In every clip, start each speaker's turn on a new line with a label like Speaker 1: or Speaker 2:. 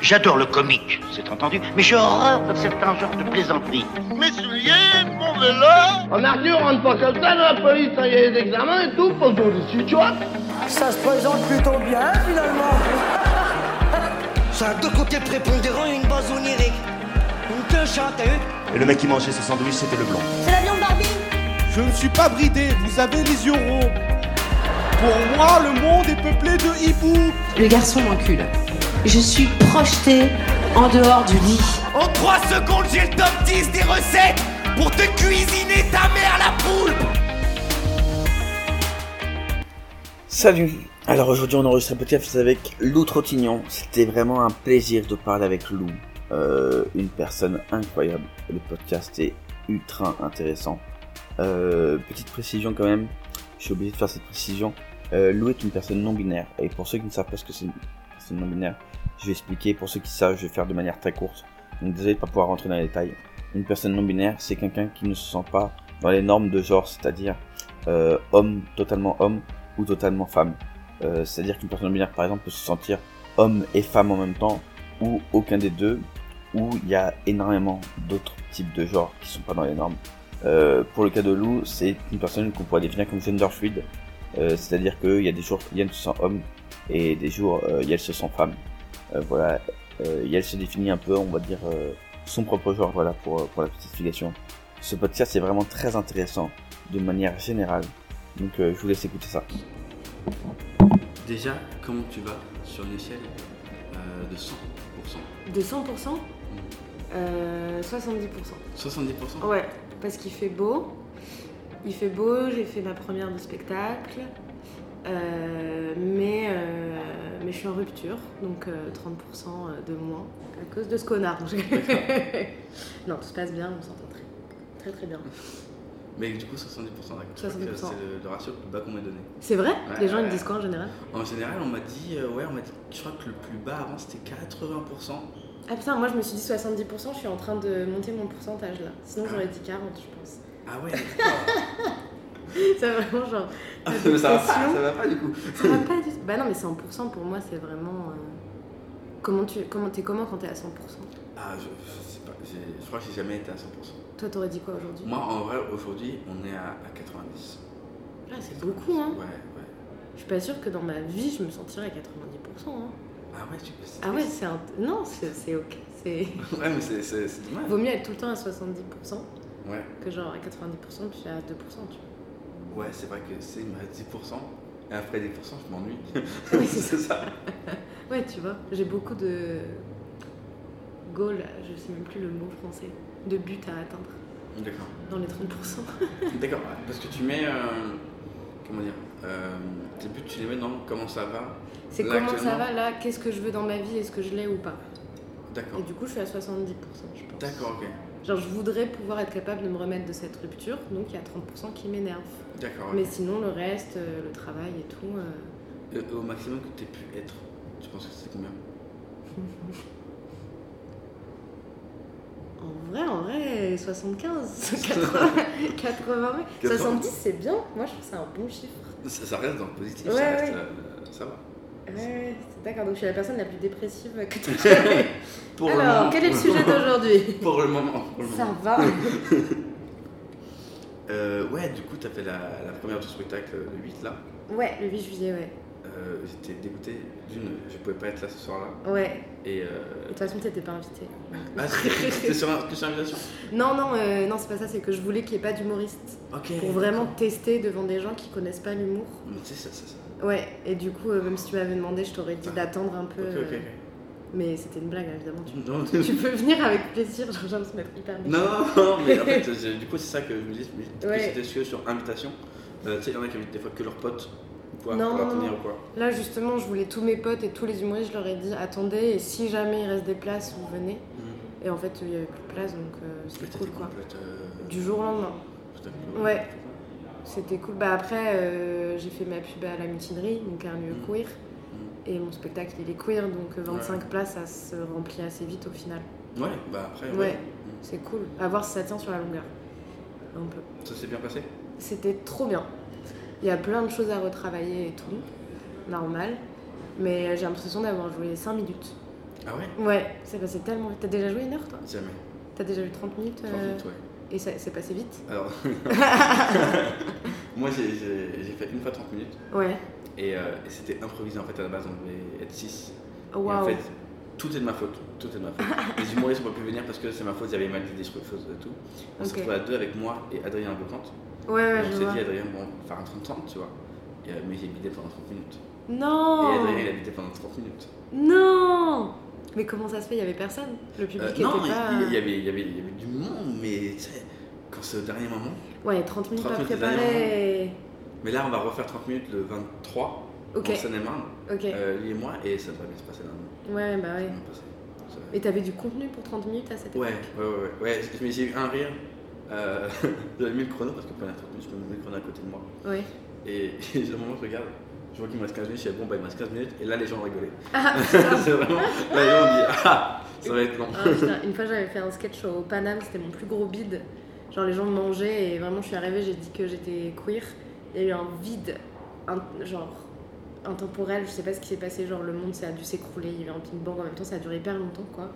Speaker 1: J'adore le comique, c'est entendu, mais j'ai horreur de certains genres de plaisanteries.
Speaker 2: Mes souliers, mon vélo
Speaker 3: En Arthur, on rentre pas comme ça dans la police, il y a les examens et tout, pour nous dessus, tu vois
Speaker 4: Ça se présente plutôt bien, finalement.
Speaker 5: Ça a deux côtés prépondérants et une base onirique. Une queue t'as vu
Speaker 6: Et le mec qui mangeait ce sandwich, c'était le blanc.
Speaker 7: C'est la viande Barbie
Speaker 8: Je ne suis pas bridé, vous avez les yeux ronds. Pour moi, le monde est peuplé de hiboux.
Speaker 9: Le garçon m'encule. Je suis projeté en dehors du lit.
Speaker 10: En 3 secondes, j'ai le top 10 des recettes pour te cuisiner ta mère la poule.
Speaker 11: Salut Alors aujourd'hui on enregistre un podcast avec Lou Trottignon. C'était vraiment un plaisir de parler avec Lou. Euh, une personne incroyable. Le podcast est ultra intéressant. Euh, petite précision quand même. Je suis obligé de faire cette précision. Euh, Lou est une personne non binaire. Et pour ceux qui ne savent pas ce que c'est c'est non binaire. Je vais expliquer pour ceux qui savent, je vais faire de manière très courte. Donc désolé de pas pouvoir rentrer dans les détails. Une personne non binaire, c'est quelqu'un qui ne se sent pas dans les normes de genre, c'est-à-dire euh, homme totalement homme ou totalement femme. Euh, c'est-à-dire qu'une personne non binaire, par exemple, peut se sentir homme et femme en même temps ou aucun des deux, ou il y a énormément d'autres types de genres qui sont pas dans les normes. Euh, pour le cas de Lou, c'est une personne qu'on pourrait définir comme gender fluid, c'est-à-dire qu'il y a des jours où Yann se sent homme et des jours euh, Yael se sent femme. Euh, voilà, euh, Yael se définit un peu, on va dire, euh, son propre genre, voilà, pour, pour la petite explication. Ce podcast est vraiment très intéressant, de manière générale. Donc euh, je vous laisse écouter ça.
Speaker 12: Déjà, comment tu vas sur une échelle euh, de 100%
Speaker 13: De 100% mmh. 70%.
Speaker 12: 70%
Speaker 13: Ouais, parce qu'il fait beau. Il fait beau, j'ai fait ma première de spectacle. Euh, mais, euh, mais je suis en rupture, donc euh, 30% de moins à cause de ce connard. non, tout se passe bien, on s'entend très, très très bien.
Speaker 12: Mais du coup, 70%, d'accord.
Speaker 13: 70%.
Speaker 12: C'est le, le, ratio le plus bas qu'on m'a donné.
Speaker 13: C'est vrai
Speaker 12: ouais,
Speaker 13: Les gens, ils me disent quoi en général
Speaker 12: En général, on m'a dit, euh, ouais, on m'a dit, je crois que le plus bas avant c'était 80%.
Speaker 13: Ah putain, moi je me suis dit 70%, je suis en train de monter mon pourcentage là. Sinon, j'aurais dit 40, je pense.
Speaker 12: Ah ouais
Speaker 13: c'est vraiment genre.
Speaker 12: Ah, mais ça va, pas, ça va pas du coup.
Speaker 13: ça va pas du tout. Bah non, mais 100% pour moi, c'est vraiment. Euh... Comment tu comment, es comment quand t'es à 100%
Speaker 12: Ah, je, je, sais pas. Je crois que j'ai jamais été à 100%.
Speaker 13: Toi, t'aurais dit quoi aujourd'hui
Speaker 12: Moi, en vrai, aujourd'hui, on est à, à 90.
Speaker 13: Ah, c'est beaucoup, hein
Speaker 12: Ouais, ouais.
Speaker 13: Je suis pas sûre que dans ma vie, je me sentirais à 90%. Hein.
Speaker 12: Ah ouais, tu peux.
Speaker 13: Ah ouais, c'est un. Non, c'est ok.
Speaker 12: ouais, mais c'est dommage.
Speaker 13: Vaut mieux être tout le temps à 70%
Speaker 12: ouais.
Speaker 13: que genre à 90%, puis à 2%, tu vois.
Speaker 12: Ouais, c'est vrai que c'est, il me reste 10%. Et après 10%, je m'ennuie.
Speaker 13: Oui, c'est ça. ouais, tu vois, j'ai beaucoup de goals, je sais même plus le mot français, de buts à atteindre.
Speaker 12: D'accord.
Speaker 13: Dans les 30%.
Speaker 12: D'accord, parce que tu mets. Euh, comment dire euh, Tes buts, tu les mets dans comment ça va
Speaker 13: C'est comment ça va là Qu'est-ce que je veux dans ma vie Est-ce que je l'ai ou pas
Speaker 12: D'accord.
Speaker 13: Et du coup, je suis à 70%, je pense.
Speaker 12: D'accord, ok.
Speaker 13: Genre, je voudrais pouvoir être capable de me remettre de cette rupture, donc il y a 30% qui m'énerve.
Speaker 12: D'accord.
Speaker 13: Mais sinon, le reste, euh, le travail et tout. Euh...
Speaker 12: Et au maximum que tu aies pu être, tu penses que c'est combien
Speaker 13: En vrai, en vrai, 75, 80, 80, 70, c'est bien. Moi, je trouve que c'est un bon chiffre.
Speaker 12: Ça, ça, reste dans le positif,
Speaker 13: ouais,
Speaker 12: ça,
Speaker 13: ouais.
Speaker 12: Reste, euh, ça va.
Speaker 13: Ouais, d'accord, donc je suis la personne la plus dépressive que tu connais.
Speaker 12: pour
Speaker 13: Alors,
Speaker 12: le moment,
Speaker 13: quel est le sujet d'aujourd'hui
Speaker 12: Pour le moment. Pour le
Speaker 13: Ça
Speaker 12: moment.
Speaker 13: va.
Speaker 12: euh, ouais, du coup, t'as fait la, la première du spectacle le 8 là
Speaker 13: Ouais, le 8 juillet, ouais.
Speaker 12: Euh, J'étais dégoûté d'une, je pouvais pas être là ce soir-là.
Speaker 13: Ouais.
Speaker 12: Et euh...
Speaker 13: De toute façon, t'étais pas invité.
Speaker 12: Ah, c'était sur, sur, invitation
Speaker 13: Non, non, euh, non c'est pas ça, c'est que je voulais qu'il n'y ait pas d'humoriste.
Speaker 12: Okay,
Speaker 13: pour vraiment tester devant des gens qui connaissent pas l'humour.
Speaker 12: Mais tu sais, ça, ça, ça.
Speaker 13: Ouais, et du coup, euh, même si tu m'avais demandé, je t'aurais dit ah. d'attendre un peu.
Speaker 12: Okay, okay. Euh,
Speaker 13: mais c'était une blague, évidemment. Tu, tu, peux venir avec plaisir, genre, genre se mettre hyper
Speaker 12: bien. Non, non, mais en fait, du coup, c'est ça que je me dis. Ouais. C'était sûr sur invitation. Euh, tu sais, il y en a qui invitent des fois que leurs potes. Pour,
Speaker 13: non,
Speaker 12: pour
Speaker 13: non,
Speaker 12: tenir, ou quoi.
Speaker 13: là justement, je voulais tous mes potes et tous les humoristes, je leur ai dit attendez, et si jamais il reste des places, vous venez. Mm. Et en fait, il n'y avait plus de place, donc euh, c'était cool quoi.
Speaker 12: euh,
Speaker 13: Du jour au lendemain. Ouais c'était cool. Bah après, euh, j'ai fait ma pub à la mutinerie, donc un lieu queer. Et mon spectacle, il est queer, donc 25 ouais. places, ça se remplit assez vite au final.
Speaker 12: Ouais, bah après. Ouais,
Speaker 13: ouais. c'est cool. À voir si ça tient sur la longueur. Un peu.
Speaker 12: Ça s'est bien passé
Speaker 13: C'était trop bien. Il y a plein de choses à retravailler et tout, normal. Mais j'ai l'impression d'avoir joué 5 minutes.
Speaker 12: Ah ouais
Speaker 13: Ouais, c'est passé tellement vite. T'as déjà joué une heure toi
Speaker 12: Jamais.
Speaker 13: T'as déjà eu 30 minutes euh,
Speaker 12: 30 minutes, ouais.
Speaker 13: Et ça c'est passé vite
Speaker 12: Alors, moi j'ai- j'ai j'ai fait une fois 30 minutes.
Speaker 13: Ouais.
Speaker 12: Et, euh, et c'était improvisé en fait à la base, on devait être 6.
Speaker 13: Oh,
Speaker 12: Et en
Speaker 13: waouh.
Speaker 12: fait, tout est de ma faute. Tout est de ma faute. Les humoristes ont pas pu venir parce que c'est ma faute, ils avaient mal dit des trucs, choses et tout. On
Speaker 13: Ok.
Speaker 12: s'est retrouvés à deux avec moi et Adrien Bocante.
Speaker 13: Ouais, ouais,
Speaker 12: Et
Speaker 13: je
Speaker 12: on s'est
Speaker 13: vois.
Speaker 12: dit, Adrien, bon, on va faire un 30-30, tu vois. Et, euh, mais j'ai bidé pendant 30 minutes.
Speaker 13: Non
Speaker 12: Et Adrien, il a bidé pendant 30 minutes.
Speaker 13: Non Mais comment ça se fait Il y avait personne Le public
Speaker 12: Euh,
Speaker 13: était
Speaker 12: non,
Speaker 13: pas.
Speaker 12: il, il y avait, il, y avait, il y avait du monde, mais tu sais, quand c'est au dernier moment.
Speaker 13: Ouais, 30 minutes
Speaker 12: 30
Speaker 13: pas
Speaker 12: minutes, le dernier
Speaker 13: préparées.
Speaker 12: Mais là, on va refaire 30 minutes le 23
Speaker 13: Ok.
Speaker 12: en Seine-et-Marne,
Speaker 13: Ok.
Speaker 12: euh, lui et moi, et ça devrait bien se passer normalement.
Speaker 13: Ouais, bah ouais.
Speaker 12: Ça va.
Speaker 13: Et t'avais du contenu pour 30 minutes à cette époque
Speaker 12: Ouais, ouais, ouais, ouais. ouais j'ai- mais j'ai eu un rire. Euh, J'avais mis le chrono parce que pendant 30 minutes, je me mets le chrono à côté de moi.
Speaker 13: Ouais.
Speaker 12: Et, et le moment où je regarde, je vois qu'il me reste 15 minutes, je dis bon, bah il me reste 15 minutes, et là les gens rigolaient.
Speaker 13: Ah, putain.
Speaker 12: C'est vraiment. Là les gens ont dit ah, ça va être long.
Speaker 13: Ah, putain, une fois j'avais fait un sketch au Paname, c'était mon plus gros bide. Genre les gens mangeaient et vraiment je suis arrivée, j'ai dit que j'étais queer. Il y a eu un vide, un- genre intemporel, je sais pas ce qui s'est passé, genre le monde ça a dû s'écrouler, il y a eu un ping-pong en même temps, ça a duré hyper longtemps quoi.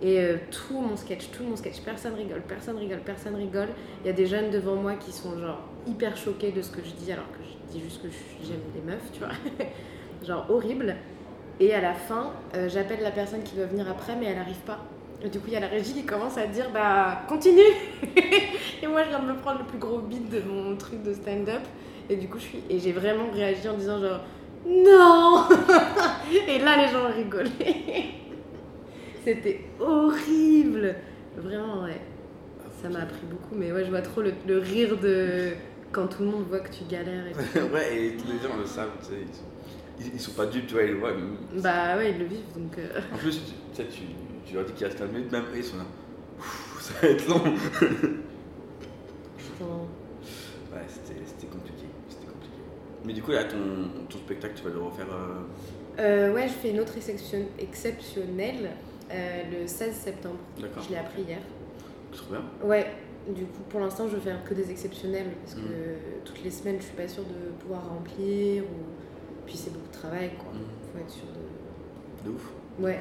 Speaker 13: Et euh, tout mon sketch, tout mon sketch, personne rigole, personne rigole, personne rigole. Il y a des jeunes devant moi qui sont genre hyper choqués de ce que je dis alors que je dis juste que je- j'aime les meufs, tu vois. genre horrible. Et à la fin, euh, j'appelle la personne qui doit venir après, mais elle n'arrive pas. Et du coup, il y a la régie qui commence à dire Bah, continue Et moi, je viens de me prendre le plus gros beat de mon truc de stand-up. Et du coup, je suis. Et j'ai vraiment réagi en disant genre Non Et là, les gens rigolaient. C'était horrible Vraiment, ouais. Ça m'a appris beaucoup, mais ouais, je vois trop le, le rire de. Quand tout le monde voit que tu galères et tout.
Speaker 12: ouais, et tous les gens le savent, tu sais. Ils, sont- ils- ils sont pas dupes, tu vois, ils le voient. mais-
Speaker 13: Bah ouais, ils le vivent donc. euh,
Speaker 12: En plus, tu, tu sais, tu, tu leur dis qu'il reste 15 minutes, même eux ils sont là. Ouh, Ça va être long.
Speaker 13: putain.
Speaker 12: Ouais, c'était c'était compliqué. C'était compliqué. Mais du coup, là, ton, ton spectacle, tu vas le refaire. euh,
Speaker 13: Euh, ouais, je fais une autre exception- exceptionnelle euh, le 16 septembre.
Speaker 12: D'accord.
Speaker 13: Je l'ai appris hier.
Speaker 12: Trop bien.
Speaker 13: Ouais, du coup, pour l'instant, je vais faire que des exceptionnels parce que
Speaker 12: Mhm.
Speaker 13: euh, toutes les semaines, je suis pas sûre de pouvoir remplir. Ou... Puis c'est beaucoup de travail, quoi.
Speaker 12: Mm.
Speaker 13: Faut être sûr de.
Speaker 12: De ouf.
Speaker 13: Ouais.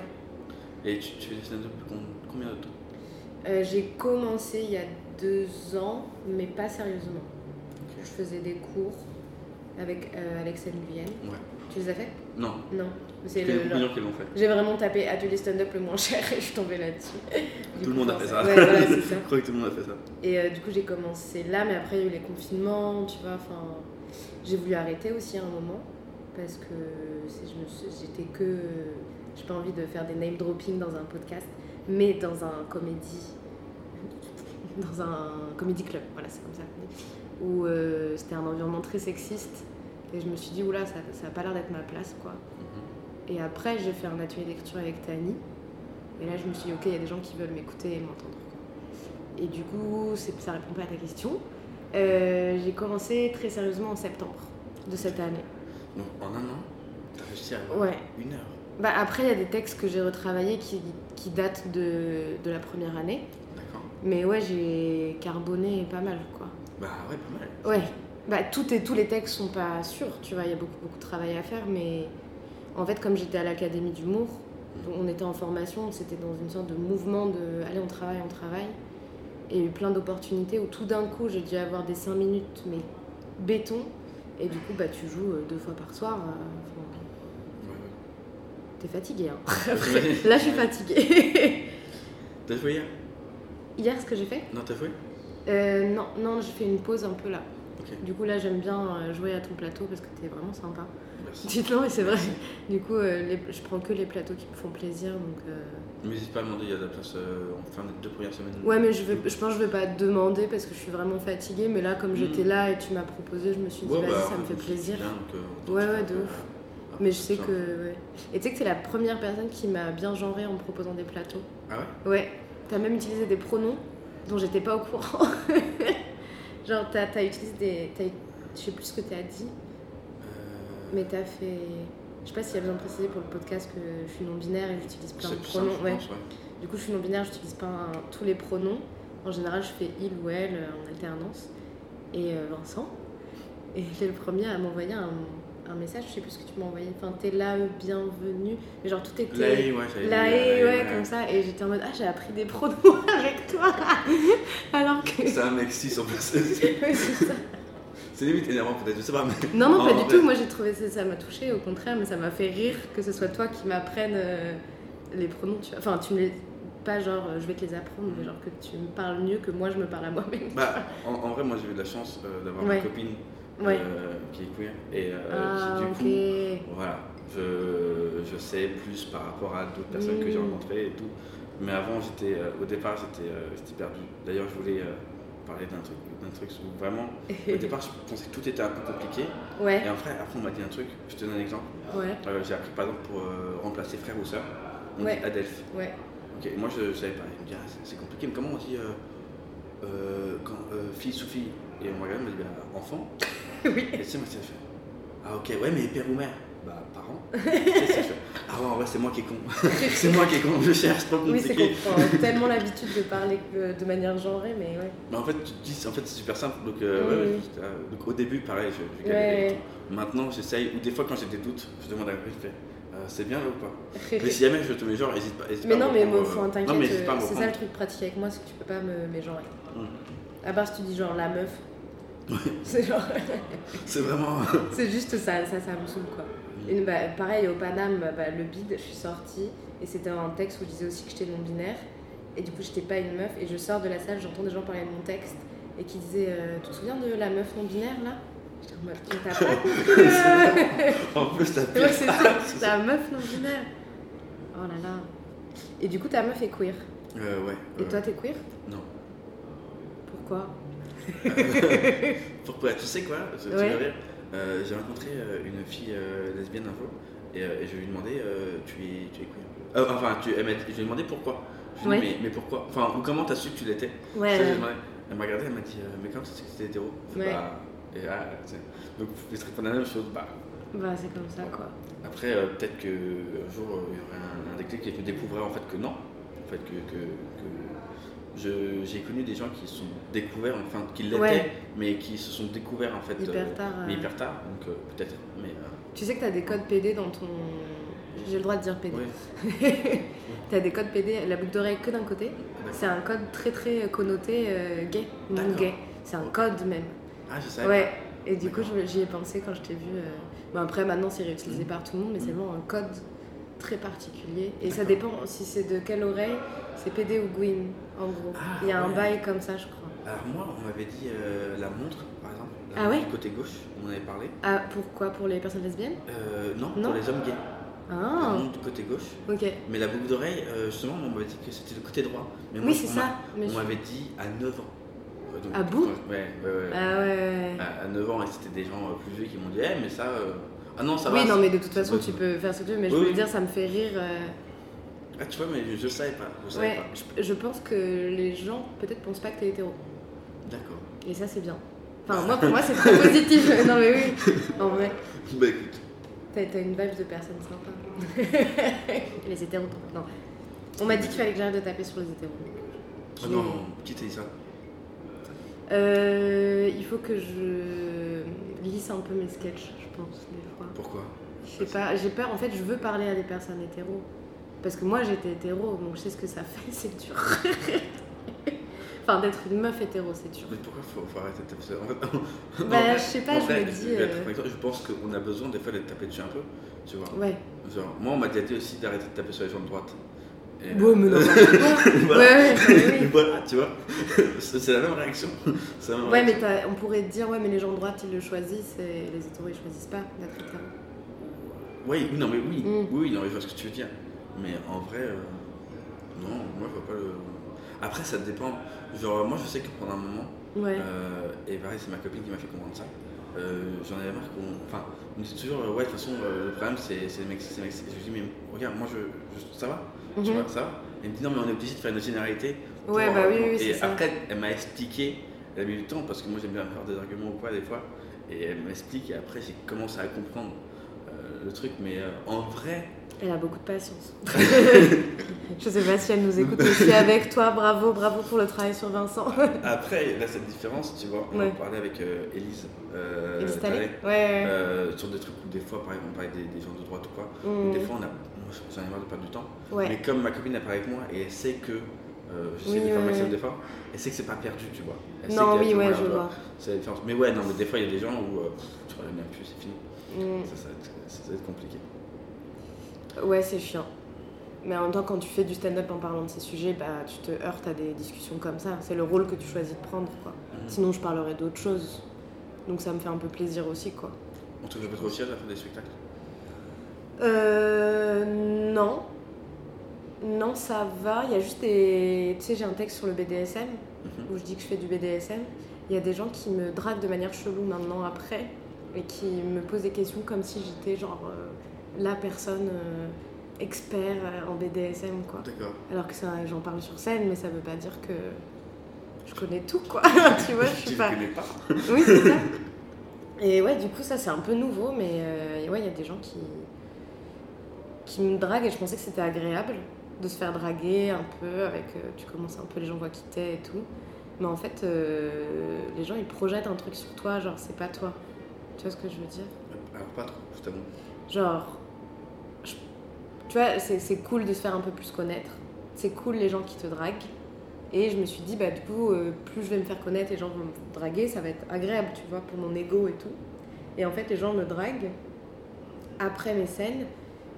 Speaker 12: Et tu, tu fais des stand-up depuis com- combien de temps
Speaker 13: Euh, J'ai commencé il y a deux ans, mais pas sérieusement. Je faisais des cours avec euh, Alex Nguyen.
Speaker 12: Ouais.
Speaker 13: Tu les as fait
Speaker 12: Non.
Speaker 13: Non. C'est
Speaker 12: Je connais
Speaker 13: le-
Speaker 12: beaucoup de gens qui l'ont fait.
Speaker 13: J'ai vraiment tapé atelier stand-up le moins cher et je suis tombée là-dessus. Du
Speaker 12: Tout le
Speaker 13: coup,
Speaker 12: monde a fait ça.
Speaker 13: Ouais, voilà, c'est ça.
Speaker 12: Je crois que tout le monde a fait ça.
Speaker 13: Et euh, du coup, j'ai commencé là, mais après, il y a eu les confinements, tu vois. Enfin, j'ai voulu arrêter aussi à un moment parce que c'est- je me suis- j'étais que. J'ai pas envie de faire des name dropping dans un podcast, mais dans un comédie. Dans un comédie club, voilà, c'est comme ça. Où euh, c'était un environnement très sexiste. Et je me suis dit, oula, ça, ça a pas l'air d'être ma place, quoi. Et après, j'ai fait un atelier d'écriture avec Tani. Et là, je me suis dit, ok, il y a des gens qui veulent m'écouter et m'entendre. quoi. Et du coup, c'est- ça répond pas à ta question. Euh, j'ai commencé très sérieusement en septembre de cette année.
Speaker 12: Donc en un an, t'as réussi à
Speaker 13: Ouais.
Speaker 12: une heure.
Speaker 13: Bah, après, il y a des textes que j'ai retravaillés qui, qui datent de, de la première année.
Speaker 12: D'accord.
Speaker 13: Mais ouais, j'ai carboné pas mal, quoi.
Speaker 12: Bah ouais, pas mal.
Speaker 13: Ouais, bah tout et tous les textes sont pas sûrs, tu vois, il y a beaucoup beaucoup de travail à faire, mais en fait comme j'étais à l'académie d'humour, on était en formation, c'était dans une sorte de mouvement de allez on travaille, on travaille, et il y a eu plein d'opportunités où tout d'un coup j'ai dû avoir des 5 minutes mais béton, et du coup bah tu joues euh, deux fois par soir, euh, enfin, t'es fatigué hein. Après, là je suis fatiguée.
Speaker 12: T'as joué hier
Speaker 13: Hier ce que j'ai fait
Speaker 12: Non, t'as joué
Speaker 13: Euh, non, non, j'ai fait une pause un peu là.
Speaker 12: Ok.
Speaker 13: Du coup, là, j'aime bien euh, jouer à ton plateau parce que t'es vraiment sympa.
Speaker 12: Merci.
Speaker 13: Dites-le, mais c'est vrai. Du coup, euh, les- je prends que les plateaux qui me font plaisir. Donc, euh,
Speaker 12: N'hésite pas à demander, il y a de la place euh, en fin des deux premières semaines.
Speaker 13: Ouais, mais je, vais, je pense que je vais pas te demander parce que je suis vraiment fatiguée. Mais là, comme
Speaker 12: Mm.
Speaker 13: j'étais là et tu m'as proposé, je me suis dit,
Speaker 12: Ouais,
Speaker 13: vas-y,
Speaker 12: bah,
Speaker 13: ça me fait plaisir.
Speaker 12: bien, donc, euh,
Speaker 13: ouais, ouais, de ouf. Mais je sais
Speaker 12: ça.
Speaker 13: que. ouais. Et tu sais que t'es la première personne qui m'a bien genrée en me proposant des plateaux.
Speaker 12: Ah ouais
Speaker 13: Ouais, t'as même utilisé des pronoms dont j'étais pas au courant. Genre, t'as as utilisé des. t'as- Je sais plus ce que t'as dit. Mais t'as fait. Je sais pas s'il y a besoin de préciser pour le podcast que je suis non-binaire et j'utilise plein de
Speaker 12: C'est plus simple,
Speaker 13: pronoms.
Speaker 12: je
Speaker 13: ouais.
Speaker 12: pense, ouais.
Speaker 13: Du coup, je suis non-binaire, j'utilise pas un- tous les pronoms. En général, je fais il ou elle euh, en alternance. Et euh, Vincent était le premier à m'envoyer un, un message, je sais plus ce que tu m'as envoyé. Enfin, t'es là, euh, bienvenue. Mais genre, tout était.
Speaker 12: La haie, ouais, j'avais
Speaker 13: La
Speaker 12: vu, la
Speaker 13: haie,
Speaker 12: haie,
Speaker 13: ouais,
Speaker 12: ouais.
Speaker 13: comme ça. Et j'étais en mode, ah, j'ai appris des pronoms avec toi. Alors que.
Speaker 12: C'est un mec 6 en plus.
Speaker 13: Ouais, c'est ça.
Speaker 12: C'est limite énervant peut-être, je sais pas. mais-
Speaker 13: Non, non, pas
Speaker 12: En
Speaker 13: du
Speaker 12: vrai,
Speaker 13: tout. Moi, j'ai trouvé ça, ça m'a touché, au contraire, mais ça m'a fait rire que ce soit toi qui m'apprennes euh, les pronoms. tu vois. Enfin, tu me les. Pas genre, euh, je vais te les apprendre, mais genre que tu me parles mieux que moi, je me parle à moi-même.
Speaker 12: Bah, en, en vrai, moi j'ai eu de la chance euh, d'avoir
Speaker 13: Ouais.
Speaker 12: une copine euh,
Speaker 13: Ouais.
Speaker 12: qui est queer et euh,
Speaker 13: Ah,
Speaker 12: qui, du coup,
Speaker 13: ok.
Speaker 12: voilà, je, je sais plus par rapport à d'autres personnes que j'ai
Speaker 13: Mm.
Speaker 12: rencontrées et tout. Mais avant, j'étais, euh, au départ, j'étais, euh, j'étais perdu. D'ailleurs, je voulais euh, parler d'un truc, d'un truc où vraiment, au départ, je pensais que tout était un peu compliqué.
Speaker 13: Ouais.
Speaker 12: Et après, après, on m'a dit un truc, je te donne un exemple.
Speaker 13: Ouais.
Speaker 12: Euh, j'ai appris par exemple pour euh, remplacer frère ou sœur, on
Speaker 13: Ouais.
Speaker 12: dit Adelph.
Speaker 13: Ouais.
Speaker 12: Ok, moi je, je savais pas. Il me dit, ah, c'est- c'est compliqué, mais comment on dit euh, euh, quand, euh, fille sous fille Et on regarde, on me dit bah, enfant.
Speaker 13: oui.
Speaker 12: Et tu sais, moi ça fait. Ah ok, ouais, mais père ou mère Bah, parents. Tu sais, ça fait, ah ouais, en vrai, c'est moi qui est con. c'est moi qui est con, je cherche, trop
Speaker 13: Oui, c'est
Speaker 12: compliqué.
Speaker 13: qu'on prend tellement l'habitude de parler euh, de manière genrée, mais ouais.
Speaker 12: Mais en fait, tu te dis, en fait, c'est super simple. Donc, euh,
Speaker 13: Mm.
Speaker 12: ouais, ouais, j'étais, euh, donc, au début, pareil, je, je galérais et
Speaker 13: Ouais.
Speaker 12: tout. Maintenant, j'essaye, ou des fois, quand j'ai des doutes, je demande à la personne, je fais, euh, c'est bien là ou pas Mais si jamais je te mets genre, hésite pas. hésite
Speaker 13: Mais
Speaker 12: pas à
Speaker 13: non,
Speaker 12: me
Speaker 13: mais
Speaker 12: prendre,
Speaker 13: moi,
Speaker 12: euh,
Speaker 13: faut t'inquiète,
Speaker 12: non, mais hésite pas à
Speaker 13: euh,
Speaker 12: me
Speaker 13: c'est ça le
Speaker 12: prendre.
Speaker 13: truc pratique avec moi, c'est que tu peux pas me mégenrer.
Speaker 12: Mm.
Speaker 13: À part si tu dis genre la meuf. C'est genre.
Speaker 12: C'est vraiment.
Speaker 13: c'est juste ça, ça, ça me saoule quoi.
Speaker 12: Mm.
Speaker 13: Une- bah, pareil, au Paname, bah, le bide, je suis sortie et c'était un texte où je disais aussi que j'étais non-binaire. Et du coup, j'étais pas une meuf. Et je sors de la salle, j'entends des gens parler de mon texte et qui disaient euh, Tu te souviens de la meuf non-binaire là J'étais en mode Mais t'as pas compris, euh.
Speaker 12: En plus, la pire.
Speaker 13: Ouais, c'est ça, la meuf non binaire. Oh là là. Et du coup, ta meuf est queer.
Speaker 12: Euh, ouais.
Speaker 13: Et
Speaker 12: euh,
Speaker 13: toi, t'es queer
Speaker 12: Non.
Speaker 13: Pourquoi
Speaker 12: Pourquoi Tu sais quoi Tu- tu
Speaker 13: Ouais.
Speaker 12: vas rire. Euh, J'ai rencontré euh, une fille euh, lesbienne un jour et, euh, et je lui ai demandé euh, tu, es, tu es queer Euh, Enfin, tu, elle m'a dit- je lui ai demandé pourquoi. Je lui ai dit,
Speaker 13: Ouais.
Speaker 12: mais, mais pourquoi Enfin, ou comment t'as su que tu l'étais
Speaker 13: Ouais,
Speaker 12: Ça, j'ai
Speaker 13: ouais.
Speaker 12: demandé. Elle m'a regardé, elle m'a dit euh, mais comment tu sais que tu étais hétéro Je fais,
Speaker 13: Ouais.
Speaker 12: Bah, et là, tu sais. Donc, vous pouvez se répondre à la même chose. Bah,
Speaker 13: Bah, c'est comme ça quoi.
Speaker 12: après, euh, peut-être qu'un jour, euh, il y aurait un, un déclic et je découvrirai en fait que non. En fait, que, que- que je- j'ai connu des gens qui se sont découverts, enfin, qui l'étaient,
Speaker 13: Ouais.
Speaker 12: mais qui se sont découverts en fait.
Speaker 13: Hyper tard,
Speaker 12: mais
Speaker 13: euh.
Speaker 12: hyper tard, donc euh, peut-être. Mais, euh,
Speaker 13: Tu sais que t'as des codes PD dans ton. J'ai le droit de dire PD. t'as des codes PD, la boucle d'oreille que d'un côté. C'est un code très très connoté euh, gay, non gay. C'est un code même.
Speaker 12: Ah, je savais
Speaker 13: Ouais.
Speaker 12: pas.
Speaker 13: Et du coup, je- j'y ai pensé quand je t'ai vu. euh, Bon, après, maintenant, c'est
Speaker 12: Mm.
Speaker 13: réutilisé par tout le monde, mais c'est vraiment un code très particulier. Et ça dépend si c'est de quelle oreille, c'est PD ou Gwyn, en gros. Il y a un
Speaker 12: Ah, ouais.
Speaker 13: bail comme ça, je crois.
Speaker 12: alors moi, on m'avait dit euh, la montre, par exemple, la
Speaker 13: Ah
Speaker 12: montre
Speaker 13: ouais
Speaker 12: du côté gauche, on en avait parlé.
Speaker 13: Ah, pourquoi Pour les personnes lesbiennes
Speaker 12: Euh, non,
Speaker 13: Non.
Speaker 12: pour les hommes gays.
Speaker 13: Ah.
Speaker 12: La montre du côté gauche.
Speaker 13: Ok.
Speaker 12: Mais la boucle d'oreille, euh, justement, on m'avait dit que c'était le côté droit. Mais
Speaker 13: Oui,
Speaker 12: moi,
Speaker 13: c'est
Speaker 12: on
Speaker 13: ça,
Speaker 12: m'a-
Speaker 13: mais
Speaker 12: On
Speaker 13: je-
Speaker 12: m'avait dit à 9 ans. Euh, donc,
Speaker 13: Ah bon
Speaker 12: quand- Ouais, ouais, ouais.
Speaker 13: Ah ouais.
Speaker 12: À, à 9 ans, et c'était des gens euh, plus vieux qui m'ont dit, eh, mais ça. euh, Ah non, ça
Speaker 13: oui,
Speaker 12: va.
Speaker 13: non,
Speaker 12: c'est-
Speaker 13: mais de toute
Speaker 12: c'est
Speaker 13: façon,
Speaker 12: pas-
Speaker 13: tu peux faire ce que tu veux, mais je
Speaker 12: Oui,
Speaker 13: voulais
Speaker 12: oui.
Speaker 13: dire, ça me fait rire. euh,
Speaker 12: Ah, tu vois, mais je, je savais pas. Je savais
Speaker 13: Ouais,
Speaker 12: pas.
Speaker 13: je, je pense que les gens, peut-être, pensent pas que t'es hétéro.
Speaker 12: D'accord.
Speaker 13: Et ça, c'est bien. Enfin, moi, pour moi, c'est très positif. Non, mais oui, en vrai.
Speaker 12: Bah écoute.
Speaker 13: T'as t'as une vibe de personne sympa. les hétéros, non. On m'a dit qu'il fallait que j'arrête de taper sur les hétéros.
Speaker 12: Ah non, qui t'a dit ça
Speaker 13: Euh, il faut que je lisse un peu mes sketchs, je pense, des fois.
Speaker 12: Pourquoi
Speaker 13: Je sais pas, j'ai peur, en fait, je veux parler à des personnes hétéros. Parce que moi, j'étais hétéro, donc je sais ce que ça fait, c'est dur. enfin, d'être une meuf hétéro, c'est dur.
Speaker 12: Mais pourquoi faut, faut arrêter de taper ça En fait,
Speaker 13: Bah,
Speaker 12: en vrai-
Speaker 13: je sais pas,
Speaker 12: en
Speaker 13: je
Speaker 12: vrai,
Speaker 13: me dis,
Speaker 12: vais être
Speaker 13: euh,
Speaker 12: honnête, je pense qu'on a besoin des fois d'être tapé dessus un peu. Tu vois
Speaker 13: Ouais.
Speaker 12: Genre, moi, on m'a déjà dit aussi d'arrêter de taper sur les gens de droite. Et, euh,
Speaker 13: Bon, mais non, mais bon.
Speaker 12: voilà.
Speaker 13: Ouais, ouais, bah oui.
Speaker 12: Voilà, tu vois. C'est c'est la même réaction. C'est la même
Speaker 13: Ouais, mais
Speaker 12: réaction.
Speaker 13: t'as- on pourrait te dire, ouais, mais les gens de droite, ils le choisissent, et les hétéros, ils choisissent pas d'être hétéro.
Speaker 12: Oui, oui, non, mais oui.
Speaker 13: Mm.
Speaker 12: Oui, oui, non, mais je vois ce que tu veux dire. Mais en vrai, euh, non, moi je vois pas le. Après, ça dépend. Genre, euh, moi je sais que pendant un moment,
Speaker 13: Ouais.
Speaker 12: euh, et pareil, c'est ma copine qui m'a fait comprendre ça. euh, J'en avais marre qu'on. Enfin, on me dit toujours, euh, ouais, de toute façon, euh, le problème c'est c'est les mecs. c'est les mecs. Je lui dis, mais regarde, moi je. je- ça va Euh, Tu
Speaker 13: Mhm.
Speaker 12: vois, ça va Et elle me dit, non, mais on est obligé de faire une généralité.
Speaker 13: Ouais, bah oui, oui,
Speaker 12: Et
Speaker 13: c'est ça.
Speaker 12: après, elle m'a expliqué, elle a mis du temps parce que moi j'aime bien faire des arguments ou quoi des fois. Et elle m'explique et après j'ai commencé à comprendre euh, le truc. Mais euh, en vrai,
Speaker 13: Elle a beaucoup de patience. je sais pas si elle nous écoute aussi avec toi. Bravo, bravo pour le travail sur Vincent.
Speaker 12: Euh, Après, là, cette différence, tu vois, on en
Speaker 13: Ouais.
Speaker 12: parlait avec euh, Élise. euh,
Speaker 13: Élise Talley
Speaker 12: Talley,
Speaker 13: Ouais, ouais.
Speaker 12: euh, sur des trucs où des fois, par exemple, on parlait des, des gens de droite ou quoi.
Speaker 13: Mm.
Speaker 12: où Des fois, on a, moi, j'en ai marre de perdre du temps.
Speaker 13: Ouais.
Speaker 12: Mais comme ma copine n'est pas avec moi et elle sait que euh, j'essaie
Speaker 13: Oui,
Speaker 12: de faire
Speaker 13: ouais,
Speaker 12: un maximum
Speaker 13: ouais.
Speaker 12: d'efforts, elle sait que c'est pas perdu, tu vois. Elle
Speaker 13: Non,
Speaker 12: sait qu'il y a
Speaker 13: oui,
Speaker 12: tout
Speaker 13: ouais,
Speaker 12: moyen,
Speaker 13: je
Speaker 12: tu
Speaker 13: vois.
Speaker 12: C'est la différence. Mais ouais, non, mais des fois, il y a des gens où euh, tu reviens même plus, c'est fini.
Speaker 13: Mm.
Speaker 12: Ça, ça va être- ça va être compliqué.
Speaker 13: Ouais, c'est chiant. Mais en même temps, quand tu fais du stand-up en parlant de ces sujets, bah, tu te heurtes à des discussions comme ça. C'est le rôle que tu choisis de prendre, quoi.
Speaker 12: Mhm.
Speaker 13: Sinon, je parlerais d'autres choses. Donc ça me fait un peu plaisir aussi, quoi.
Speaker 12: On te pas trop fier de la fin des spectacles
Speaker 13: Euh... Non. Non, ça va. Il y a juste des... Tu sais, j'ai un texte sur le BDSM, où je dis que je fais du BDSM. Il y a des gens qui me draguent de manière chelou maintenant, après, et qui me posent des questions comme si j'étais, genre, euh, la personne euh, expert euh, en BDSM, quoi.
Speaker 12: D'accord.
Speaker 13: Alors que ça, j'en parle sur scène, mais ça veut pas dire que je connais tout, quoi. tu vois, je suis
Speaker 12: Tu
Speaker 13: pas...
Speaker 12: les connais pas
Speaker 13: Oui, c'est ça. Et ouais, du coup, ça c'est un peu nouveau, mais euh, ouais, il y a des gens qui, qui me draguent et je pensais que c'était agréable de se faire draguer un peu avec. euh, tu commences un peu, les gens voient qui t'es et tout. Mais en fait, euh, les gens ils projettent un truc sur toi, genre c'est pas toi. Tu vois ce que je veux dire
Speaker 12: Euh, Alors, pas trop, je t'avoue.
Speaker 13: Genre, je- tu vois, c'est c'est cool de se faire un peu plus connaître. C'est cool les gens qui te draguent. Et je me suis dit, bah du coup, euh, plus je vais me faire connaître, les gens vont me draguer, ça va être agréable, tu vois, pour mon ego et tout. Et en fait, les gens me draguent après mes scènes.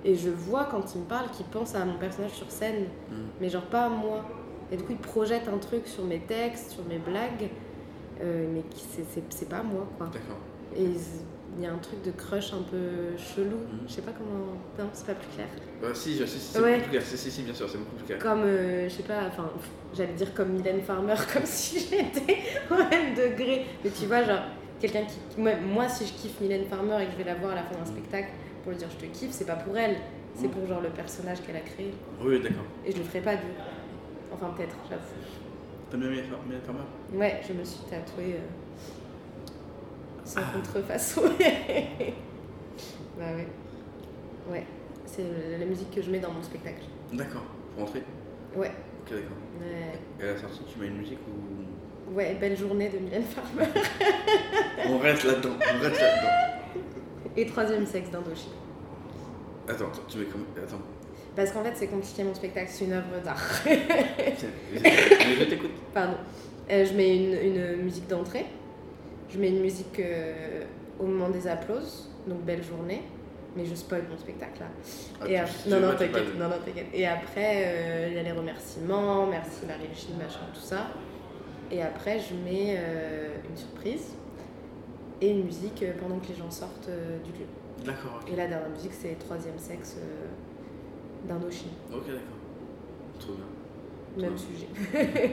Speaker 13: Et je vois quand ils me parlent qu'ils pensent à mon personnage sur scène,
Speaker 12: Mm.
Speaker 13: mais genre pas à moi. Et du coup, ils projettent un truc sur mes textes, sur mes blagues, euh, mais qui- c'est- c'est c'est pas moi, quoi.
Speaker 12: D'accord.
Speaker 13: Et ils- il y a un truc de crush un peu chelou. Je sais pas comment. Non, c'est pas plus clair.
Speaker 12: Euh, si, je- si, si, c'est
Speaker 13: Ouais.
Speaker 12: beaucoup plus clair. Si, si, si, bien sûr, c'est beaucoup plus clair.
Speaker 13: Comme, euh, je sais pas, enfin, pff, j'allais dire comme Mylène Farmer, comme si j'étais au même degré. Mais tu vois, genre, quelqu'un qui. qui- Moi, moi, si je kiffe Mylène Farmer et que je vais la voir à la fin d'un spectacle pour lui dire je te kiffe, c'est pas pour elle, c'est
Speaker 12: Mm.
Speaker 13: pour genre le personnage qu'elle a créé.
Speaker 12: Oui, d'accord.
Speaker 13: Et je le ferai pas du. Enfin, peut-être, j'avoue.
Speaker 12: T'as bien mis la ferme- mis la ferme là
Speaker 13: Ouais, je me suis tatouée euh, sans contrefaçon. bah ouais. Ouais, c'est le- la musique que je mets dans mon spectacle.
Speaker 12: D'accord. Pour rentrer
Speaker 13: Ouais.
Speaker 12: Ok, d'accord.
Speaker 13: Ouais.
Speaker 12: Et à la sortie, tu mets une musique ou.
Speaker 13: Ouais, belle journée de Mylène Farmer.
Speaker 12: On reste là-dedans, on reste là-dedans.
Speaker 13: Et troisième sexe d'Indochine.
Speaker 12: Attends, attends, tu mets comme. Attends.
Speaker 13: Parce qu'en fait, c'est compliqué mon spectacle, c'est une œuvre d'art.
Speaker 12: Tiens, je je t'écoute.
Speaker 13: Pardon. Euh, je mets une, une musique d'entrée. Je mets une musique euh, au moment des applauses, donc belle journée. Mais je spoil mon spectacle hein. là.
Speaker 9: Ah,
Speaker 13: Et
Speaker 9: tu-
Speaker 13: ap-
Speaker 9: tu
Speaker 13: non,
Speaker 9: veux
Speaker 13: non,
Speaker 9: pas, tu veux
Speaker 13: t'inquiète,
Speaker 9: pas,
Speaker 13: non, non, t'inquiète. Et après, euh, il y a les remerciements, merci Marie-Luchine, machin, tout ça. Et après, je mets euh, une surprise et une musique euh, pendant que les gens sortent euh, du lieu.
Speaker 12: D'accord, ok.
Speaker 13: Et la dernière musique, c'est Troisième Sexe euh, d'Indochine.
Speaker 12: Ok, d'accord. Trop bien.
Speaker 13: Même
Speaker 9: Mmh.
Speaker 12: Ouais.
Speaker 13: sujet.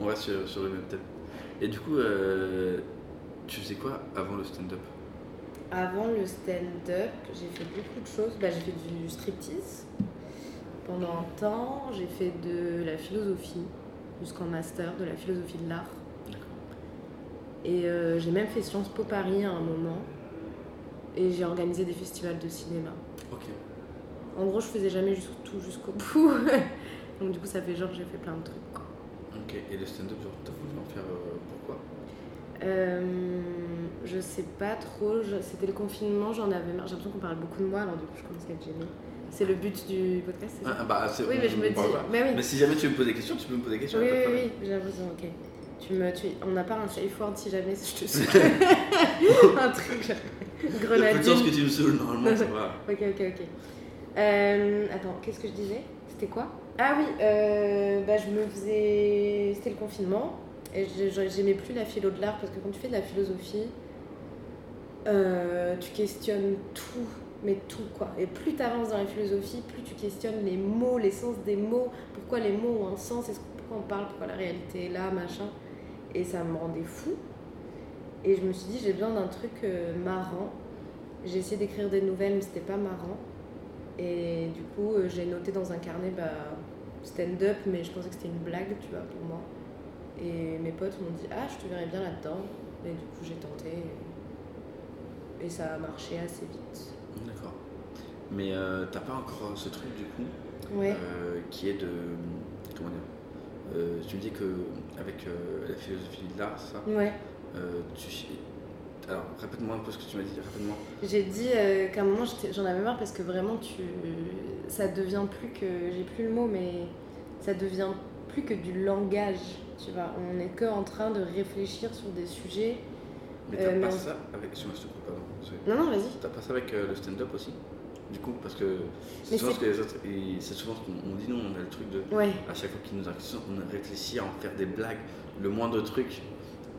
Speaker 12: On reste sur, sur le même thème. Et du coup, euh, tu faisais quoi avant le stand-up
Speaker 13: Avant le stand-up, j'ai fait beaucoup de choses. Bah, j'ai fait du striptease pendant un temps. J'ai fait de la philosophie jusqu'en master, de la philosophie de l'art. Et euh, j'ai même fait Sciences Po Paris à un moment. Et j'ai organisé des festivals de cinéma.
Speaker 12: Ok.
Speaker 13: En gros, je faisais jamais jusqu- tout jusqu'au bout. Donc du coup, ça fait genre que j'ai fait plein de trucs. quoi.
Speaker 12: Ok, et le stand-up, genre, t'as voulu en faire euh, pourquoi
Speaker 13: Euh, je sais pas trop, je- c'était le confinement, j'en avais marre. J'ai l'impression qu'on parle beaucoup de moi, alors du coup je commence à être gênée. C'est le but du podcast, c'est ça
Speaker 12: Ah, bah, c'est-
Speaker 13: Oui, mais je
Speaker 12: on
Speaker 13: me dis.
Speaker 12: parle pas.
Speaker 13: Mais oui,
Speaker 12: Mais si jamais tu veux me poser des questions, tu peux me poser des
Speaker 13: oui,
Speaker 12: questions. y a pas de
Speaker 13: oui,
Speaker 12: problème.
Speaker 13: oui, j'ai l'impression, ok. Tu me, tu, on n'a pas un safe word si jamais je te suis. un truc, genre,
Speaker 12: Il y a peu
Speaker 13: grenadine.
Speaker 12: de chance que tu me saoules, normalement, ça va.
Speaker 13: ok, ok, ok. Euh, attends, qu'est-ce que je disais C'était quoi Ah oui, euh, bah, je me faisais. C'était le confinement. Et je- je- j'aimais plus la philo de l'art parce que quand tu fais de la philosophie, euh, tu questionnes tout, mais tout quoi. Et plus tu avances dans la philosophie, plus tu questionnes les mots, l'essence des mots, pourquoi les mots ont un sens, est-ce que- pourquoi on parle, pourquoi la réalité est là, machin. Et ça me rendait fou. Et je me suis dit, j'ai besoin d'un truc euh, marrant. J'ai essayé d'écrire des nouvelles, mais c'était pas marrant. Et du coup, euh, j'ai noté dans un carnet bah, stand-up, mais je pensais que c'était une blague, tu vois, pour moi. Et mes potes m'ont dit, ah, je te verrais bien là-dedans. Et du coup, j'ai tenté. Et ça a marché assez vite.
Speaker 12: D'accord. Mais euh, t'as pas encore ce truc du coup
Speaker 13: Ouais.
Speaker 12: euh, qui est de. Comment dire Euh, Tu me dis que avec euh, la philosophie de l'art, ça
Speaker 13: Ouais.
Speaker 12: euh, tu- Alors répète-moi un peu ce que tu m'as dit, répète-moi.
Speaker 13: J'ai dit euh, qu'à un moment j'étais- j'en avais marre parce que vraiment tu ça devient plus que j'ai plus le mot mais ça devient plus que du langage tu vois on est que en train de réfléchir sur des sujets
Speaker 12: Mais
Speaker 13: euh,
Speaker 12: t'as pas
Speaker 13: on-
Speaker 12: ça avec. excuse-moi, je te coupe, pardon. C'est-
Speaker 13: Non, non, vas-y.
Speaker 12: T'as pas ça avec euh, le stand-up aussi Du coup, parce que c'est
Speaker 13: Mais
Speaker 12: souvent
Speaker 13: c'est-
Speaker 12: ce que les autres. ils- C'est souvent ce qu'on on dit, nous, on a le truc de.
Speaker 13: Ouais.
Speaker 12: À chaque fois qu'ils nous accusent, on réfléchit à en faire des blagues, le moindre truc.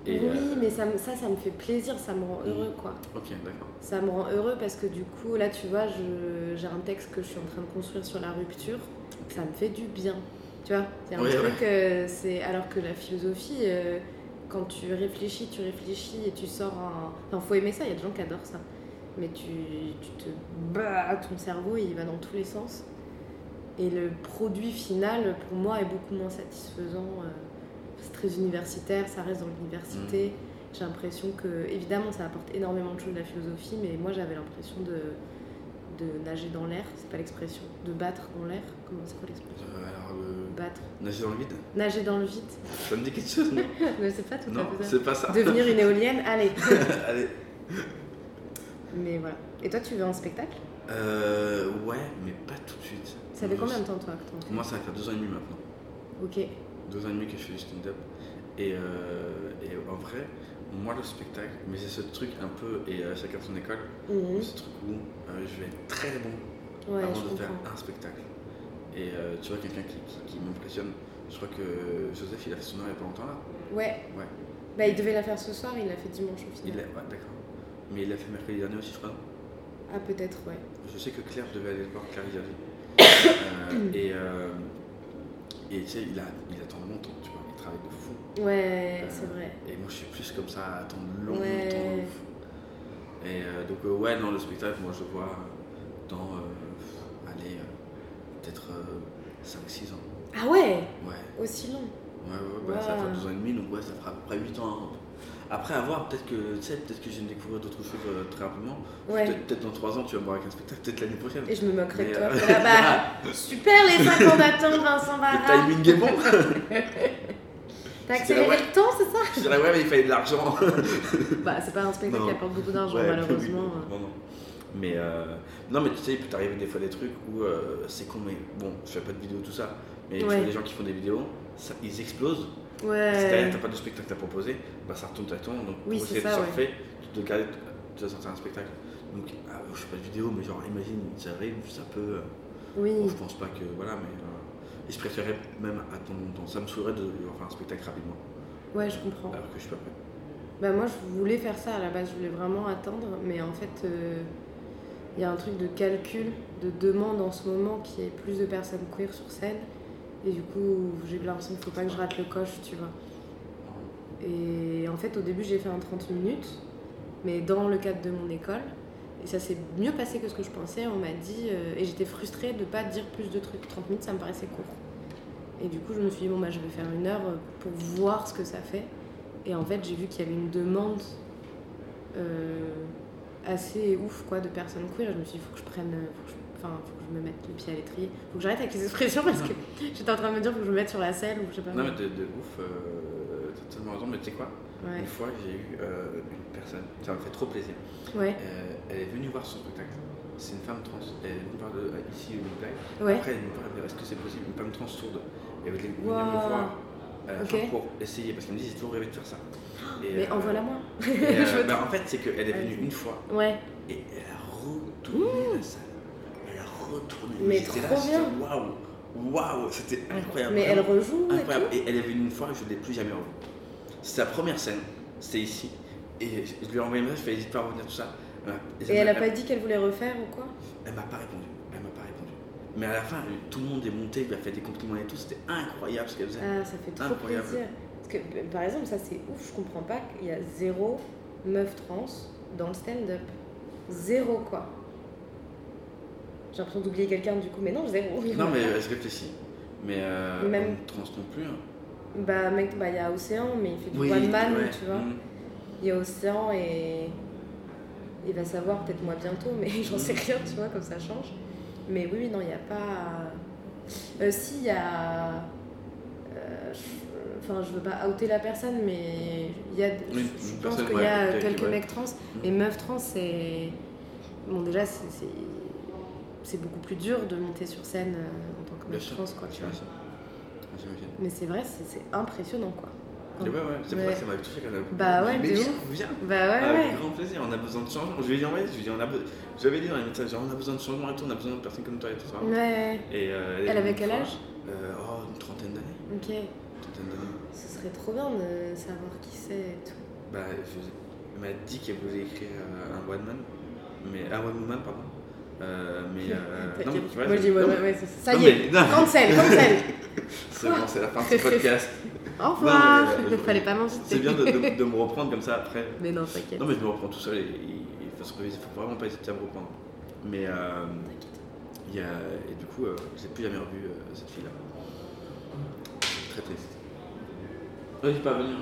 Speaker 12: Et,
Speaker 13: oui
Speaker 12: euh, Mm.
Speaker 13: mais ça, me- ça ça me fait plaisir ça me rend heureux quoi
Speaker 12: Ok, d'accord.
Speaker 13: ça me rend heureux parce que du coup là tu vois je- j'ai un texte que je suis en train de construire sur la rupture ça me fait du bien tu vois c'est un
Speaker 7: Ouais,
Speaker 13: truc euh, c'est alors que la philosophie euh, quand tu réfléchis tu réfléchis et tu sors un enfin faut aimer ça il y a des gens qui adorent ça mais tu, tu te bats ton cerveau il va dans tous les sens et le produit final pour moi est beaucoup moins satisfaisant euh, c'est très universitaire ça reste dans
Speaker 12: Mmh.
Speaker 13: l'université j'ai l'impression que, évidemment, ça apporte énormément de choses de la philosophie, mais moi j'avais l'impression de, de nager dans l'air, c'est pas l'expression, de battre dans l'air, comment c'est quoi l'expression
Speaker 12: Euh, alors, euh,
Speaker 13: Battre.
Speaker 12: Nager dans le vide
Speaker 13: Nager dans le vide.
Speaker 12: Ça me dit quelque chose, non
Speaker 13: mais c'est pas tout
Speaker 12: Non,
Speaker 13: à fait
Speaker 12: c'est pas ça.
Speaker 13: Devenir une éolienne, allez.
Speaker 12: Allez.
Speaker 13: mais voilà. Et toi, tu veux un spectacle
Speaker 12: Euh, ouais, mais pas tout de suite.
Speaker 13: Ça fait
Speaker 12: Je-
Speaker 13: combien de temps, toi, que t'en fais
Speaker 12: Moi, ça va faire deux ans et demi maintenant.
Speaker 13: Ok.
Speaker 12: Deux ans et demi que je fais du stand-up. Et, euh, et en vrai, moi, le spectacle, mais c'est ce truc un peu, et euh, chacun son école,
Speaker 13: Mhm.
Speaker 12: ce truc où euh, je vais être très bon
Speaker 13: Ouais,
Speaker 12: avant de
Speaker 13: je
Speaker 12: faire
Speaker 13: comprends.
Speaker 12: un spectacle. Et euh, tu vois, quelqu'un qui, qui- qui m'impressionne, je crois que Joseph, il a fait son heure il y a pas longtemps là.
Speaker 13: Ouais.
Speaker 12: Ouais.
Speaker 13: Bah, il devait la faire ce soir, il l'a fait dimanche au
Speaker 12: Il
Speaker 13: final.
Speaker 12: l'a- ouais, d'accord. Mais il l'a fait mercredi dernier aussi, je crois. non
Speaker 13: Ah, peut-être, ouais.
Speaker 12: Je sais que Claire devait aller le voir, Claire Yavi. et euh, et tu sais, il, a- il attend longtemps, tu vois, il travaille de fou.
Speaker 13: Ouais, c'est vrai.
Speaker 12: Et moi, je suis plus comme ça, à attendre longtemps
Speaker 13: Ouais.
Speaker 12: de fou. Et euh, donc, euh, ouais, dans le spectacle, moi, je vois euh, dans, euh, allez, euh, peut-être 5-6 ans.
Speaker 13: Ah ouais
Speaker 12: Ouais.
Speaker 13: Aussi long
Speaker 12: Ouais, ouais, bah, ça
Speaker 13: Wow.
Speaker 12: fera deux ans et demi, donc ouais, ça fera à peu près 8 ans. hein. Après, à voir, peut-être que, tu sais, peut-être que je vais découvrir d'autres choses euh, très rapidement.
Speaker 13: Ouais.
Speaker 12: Peut-être peut-être dans 3 ans, tu vas me voir avec un spectacle, peut-être l'année prochaine.
Speaker 13: Et je me moquerai de
Speaker 12: Mais,
Speaker 13: toi.
Speaker 12: euh,
Speaker 13: Ah bah, super les 5 ans d'attente, Vincent Barra.
Speaker 12: Le timing est bon. Je
Speaker 13: T'as
Speaker 12: dirais,
Speaker 13: accéléré
Speaker 12: ah ouais.
Speaker 13: le temps, c'est ça
Speaker 12: Je dirais, ouais, mais il fallait de l'argent.
Speaker 13: Bah, c'est pas un spectacle
Speaker 12: Non.
Speaker 13: qui apporte beaucoup d'argent,
Speaker 12: Ouais, mais oui,
Speaker 13: malheureusement. euh.
Speaker 12: non, non. Mais euh, non, mais tu sais, il peut t'arriver des fois des trucs où euh, c'est con, mais bon, je fais pas de vidéo, tout ça. Mais tu
Speaker 13: Ouais.
Speaker 12: vois, les gens qui font des vidéos, ça- ils explosent.
Speaker 13: Ouais.
Speaker 12: Si derrière, t'as pas de spectacle à proposer, bah ça retourne, ça tourne. Donc,
Speaker 13: Oui,
Speaker 12: pour
Speaker 13: c'est
Speaker 12: essayer de
Speaker 13: ça, ouais.
Speaker 12: surfer, tu dois garder, tu dois sortir un spectacle. Donc, ah, je fais pas de vidéo, mais genre, imagine, ça arrive, ça peut. euh,
Speaker 13: Oui.
Speaker 12: bon, je pense pas que. Voilà, mais. euh, et je préférerais même attendre longtemps. Ça me saoulerait de faire un spectacle rapidement.
Speaker 13: Ouais, je comprends.
Speaker 12: Alors que je suis pas prêt.
Speaker 13: Bah, moi, je voulais faire ça à la base, je voulais vraiment attendre, mais en fait, euh, il y a un truc de calcul, de demande en ce moment qui est plus de personnes queer sur scène. Et du coup, j'ai l'impression qu'il faut pas que je rate le coche, tu vois. Et en fait, au début, j'ai fait un 30 minutes, mais dans le cadre de mon école. Et ça s'est mieux passé que ce que je pensais. On m'a dit, euh, et j'étais frustrée de pas dire plus de trucs. 30 minutes, ça me paraissait court. Et du coup, je me suis dit, bon, bah, je vais faire une heure euh, pour voir ce que ça fait. Et en fait, j'ai vu qu'il y avait une demande euh, assez ouf quoi, de personnes queer. Je me suis dit, faut que je prenne. euh, Faut que je- Enfin, faut que je me mette le pied à l'étrier. Faut que j'arrête avec les expressions parce que j'étais en train de me dire, faut que je me mette sur la selle ou je sais pas.
Speaker 12: Non, mais de, de ouf, euh, t'as tellement raison, mais tu sais quoi
Speaker 13: Ouais.
Speaker 12: Une fois, j'ai eu euh, une personne, ça m'a fait trop plaisir.
Speaker 13: Ouais.
Speaker 12: Euh, elle est venue voir son spectacle. C'est une femme trans. Elle est venue voir de- euh, ici au Winnipeg.
Speaker 13: Ouais.
Speaker 12: Après, elle est venue me voir, elle me dit, est-ce que c'est possible Une femme trans sourde. Et elle est venue
Speaker 13: Wow.
Speaker 12: me voir à la fin
Speaker 13: Ok.
Speaker 12: pour essayer, parce qu'elle me dit, j'ai toujours rêvé de faire ça. Et,
Speaker 13: Mais
Speaker 12: euh,
Speaker 13: envoie-la-moi.
Speaker 12: et, euh,
Speaker 13: Je veux
Speaker 12: bah,
Speaker 13: trop.
Speaker 12: en fait, c'est qu'elle est venue
Speaker 13: Vas-y.
Speaker 12: une fois.
Speaker 13: Ouais.
Speaker 12: Et elle a retourné la salle. Elle a retourné.
Speaker 13: Mais
Speaker 12: J'étais là,
Speaker 13: trop
Speaker 12: j'étais,
Speaker 13: bien.
Speaker 12: Waouh, waouh, c'était incroyable.
Speaker 13: Mais elle
Speaker 12: vraiment
Speaker 13: rejoue et
Speaker 12: Incroyable. Et, elle est venue une fois et je ne l'ai plus jamais revue. C'était la première scène, c'était ici. Et je je lui ai envoyé un message, je lui ai dit de pas revenir tout ça. Elle m'a-
Speaker 13: Et elle a pas dit qu'elle voulait refaire ou quoi
Speaker 12: Elle m'a pas répondu. Elle m'a pas répondu. Mais à la fin, elle- tout le monde est monté, elle lui a fait des compliments et tout. C'était incroyable ce qu'elle faisait.
Speaker 13: Ah, ça fait trop
Speaker 12: Incroyable.
Speaker 13: plaisir. Parce que, bah, par exemple, ça c'est ouf, je comprends pas qu'il y a zéro meuf trans dans le stand-up. Zéro quoi. J'ai l'impression d'oublier quelqu'un du coup, mais non, zéro.
Speaker 12: Non, mais euh, je réfléchis. Mais euh,
Speaker 13: Ah, Même-
Speaker 12: homme trans non plus. hein.
Speaker 13: Bah, mec, bah, il y a Océan, mais il fait du
Speaker 12: Oui,
Speaker 13: one man,
Speaker 12: ouais,
Speaker 13: tu vois.
Speaker 12: mm.
Speaker 13: Il y a Océan et. Il va savoir peut-être moi bientôt, mais j'en sais rien, tu vois, comme ça change. Mais oui, oui, non, il n'y a pas. Euh, si, il y a. euh, je- Enfin, je veux pas outer la personne, mais il y a. je-
Speaker 12: Oui,
Speaker 13: je
Speaker 12: une
Speaker 13: pense
Speaker 12: personne,
Speaker 13: qu'il y
Speaker 12: ouais,
Speaker 13: a
Speaker 12: quelques-
Speaker 13: quelques
Speaker 12: ouais. Mm.
Speaker 13: mecs trans. Et meufs trans, c'est. Bon, déjà, c'est. c'est- C'est beaucoup plus dur de monter sur scène euh, en tant que
Speaker 12: Bien
Speaker 13: meuf
Speaker 12: sûr.
Speaker 13: trans, quoi, tu vois.
Speaker 12: Ah, j'imagine.
Speaker 13: Mais c'est vrai, c'est c'est impressionnant, quoi.
Speaker 12: Et ouais, ouais, c'est pour ça que ça m'avait touché quand même.
Speaker 13: Ah. Bah ouais,
Speaker 12: mais
Speaker 13: de
Speaker 12: viens,
Speaker 13: ouf.
Speaker 12: viens.
Speaker 13: Bah ouais,
Speaker 12: Avec
Speaker 13: ouais.
Speaker 12: grand plaisir, on a besoin de changement. Je lui ai dit, en vrai, je lui ai dit, on a be- j'avais dit dans les messages, genre, on a besoin de changement et tout, on a besoin de personnes comme toi et tout ça.
Speaker 13: Ouais.
Speaker 12: Et, euh,
Speaker 13: Elle
Speaker 12: est
Speaker 13: avait
Speaker 12: venue
Speaker 13: quel
Speaker 12: une fois.
Speaker 13: âge
Speaker 12: Euh, Oh, une trentaine d'années.
Speaker 13: Ok.
Speaker 12: Une trentaine d'années.
Speaker 13: Ce serait trop bien de savoir qui c'est et tout.
Speaker 12: Bah, je- elle m'a dit qu'elle voulait écrire euh, un one man, mais un one woman, pardon. Euh, mais euh, non, mais tu vois,
Speaker 13: Moi,
Speaker 12: je-
Speaker 13: j'ai- ouais,
Speaker 12: non,
Speaker 13: ouais,
Speaker 12: mais-
Speaker 13: ouais, ça- ça
Speaker 12: non,
Speaker 13: y est.
Speaker 12: mais- non.
Speaker 13: Cancel, cancel.
Speaker 12: C'est bon, c'est la fin de ce podcast.
Speaker 13: Au revoir.
Speaker 12: Non, mais, euh,
Speaker 13: Il fallait pas m'inviter.
Speaker 12: C'est bien de, de- de me reprendre comme ça après.
Speaker 13: Mais non, t'inquiète.
Speaker 12: Non, mais je me reprends tout seul et il faut, faut vraiment pas hésiter à me reprendre. Mais euh, il y a, et du coup, euh, j'ai plus jamais revu euh, cette fille-là. Très triste. Ouais, j'ai pas hein. à venir.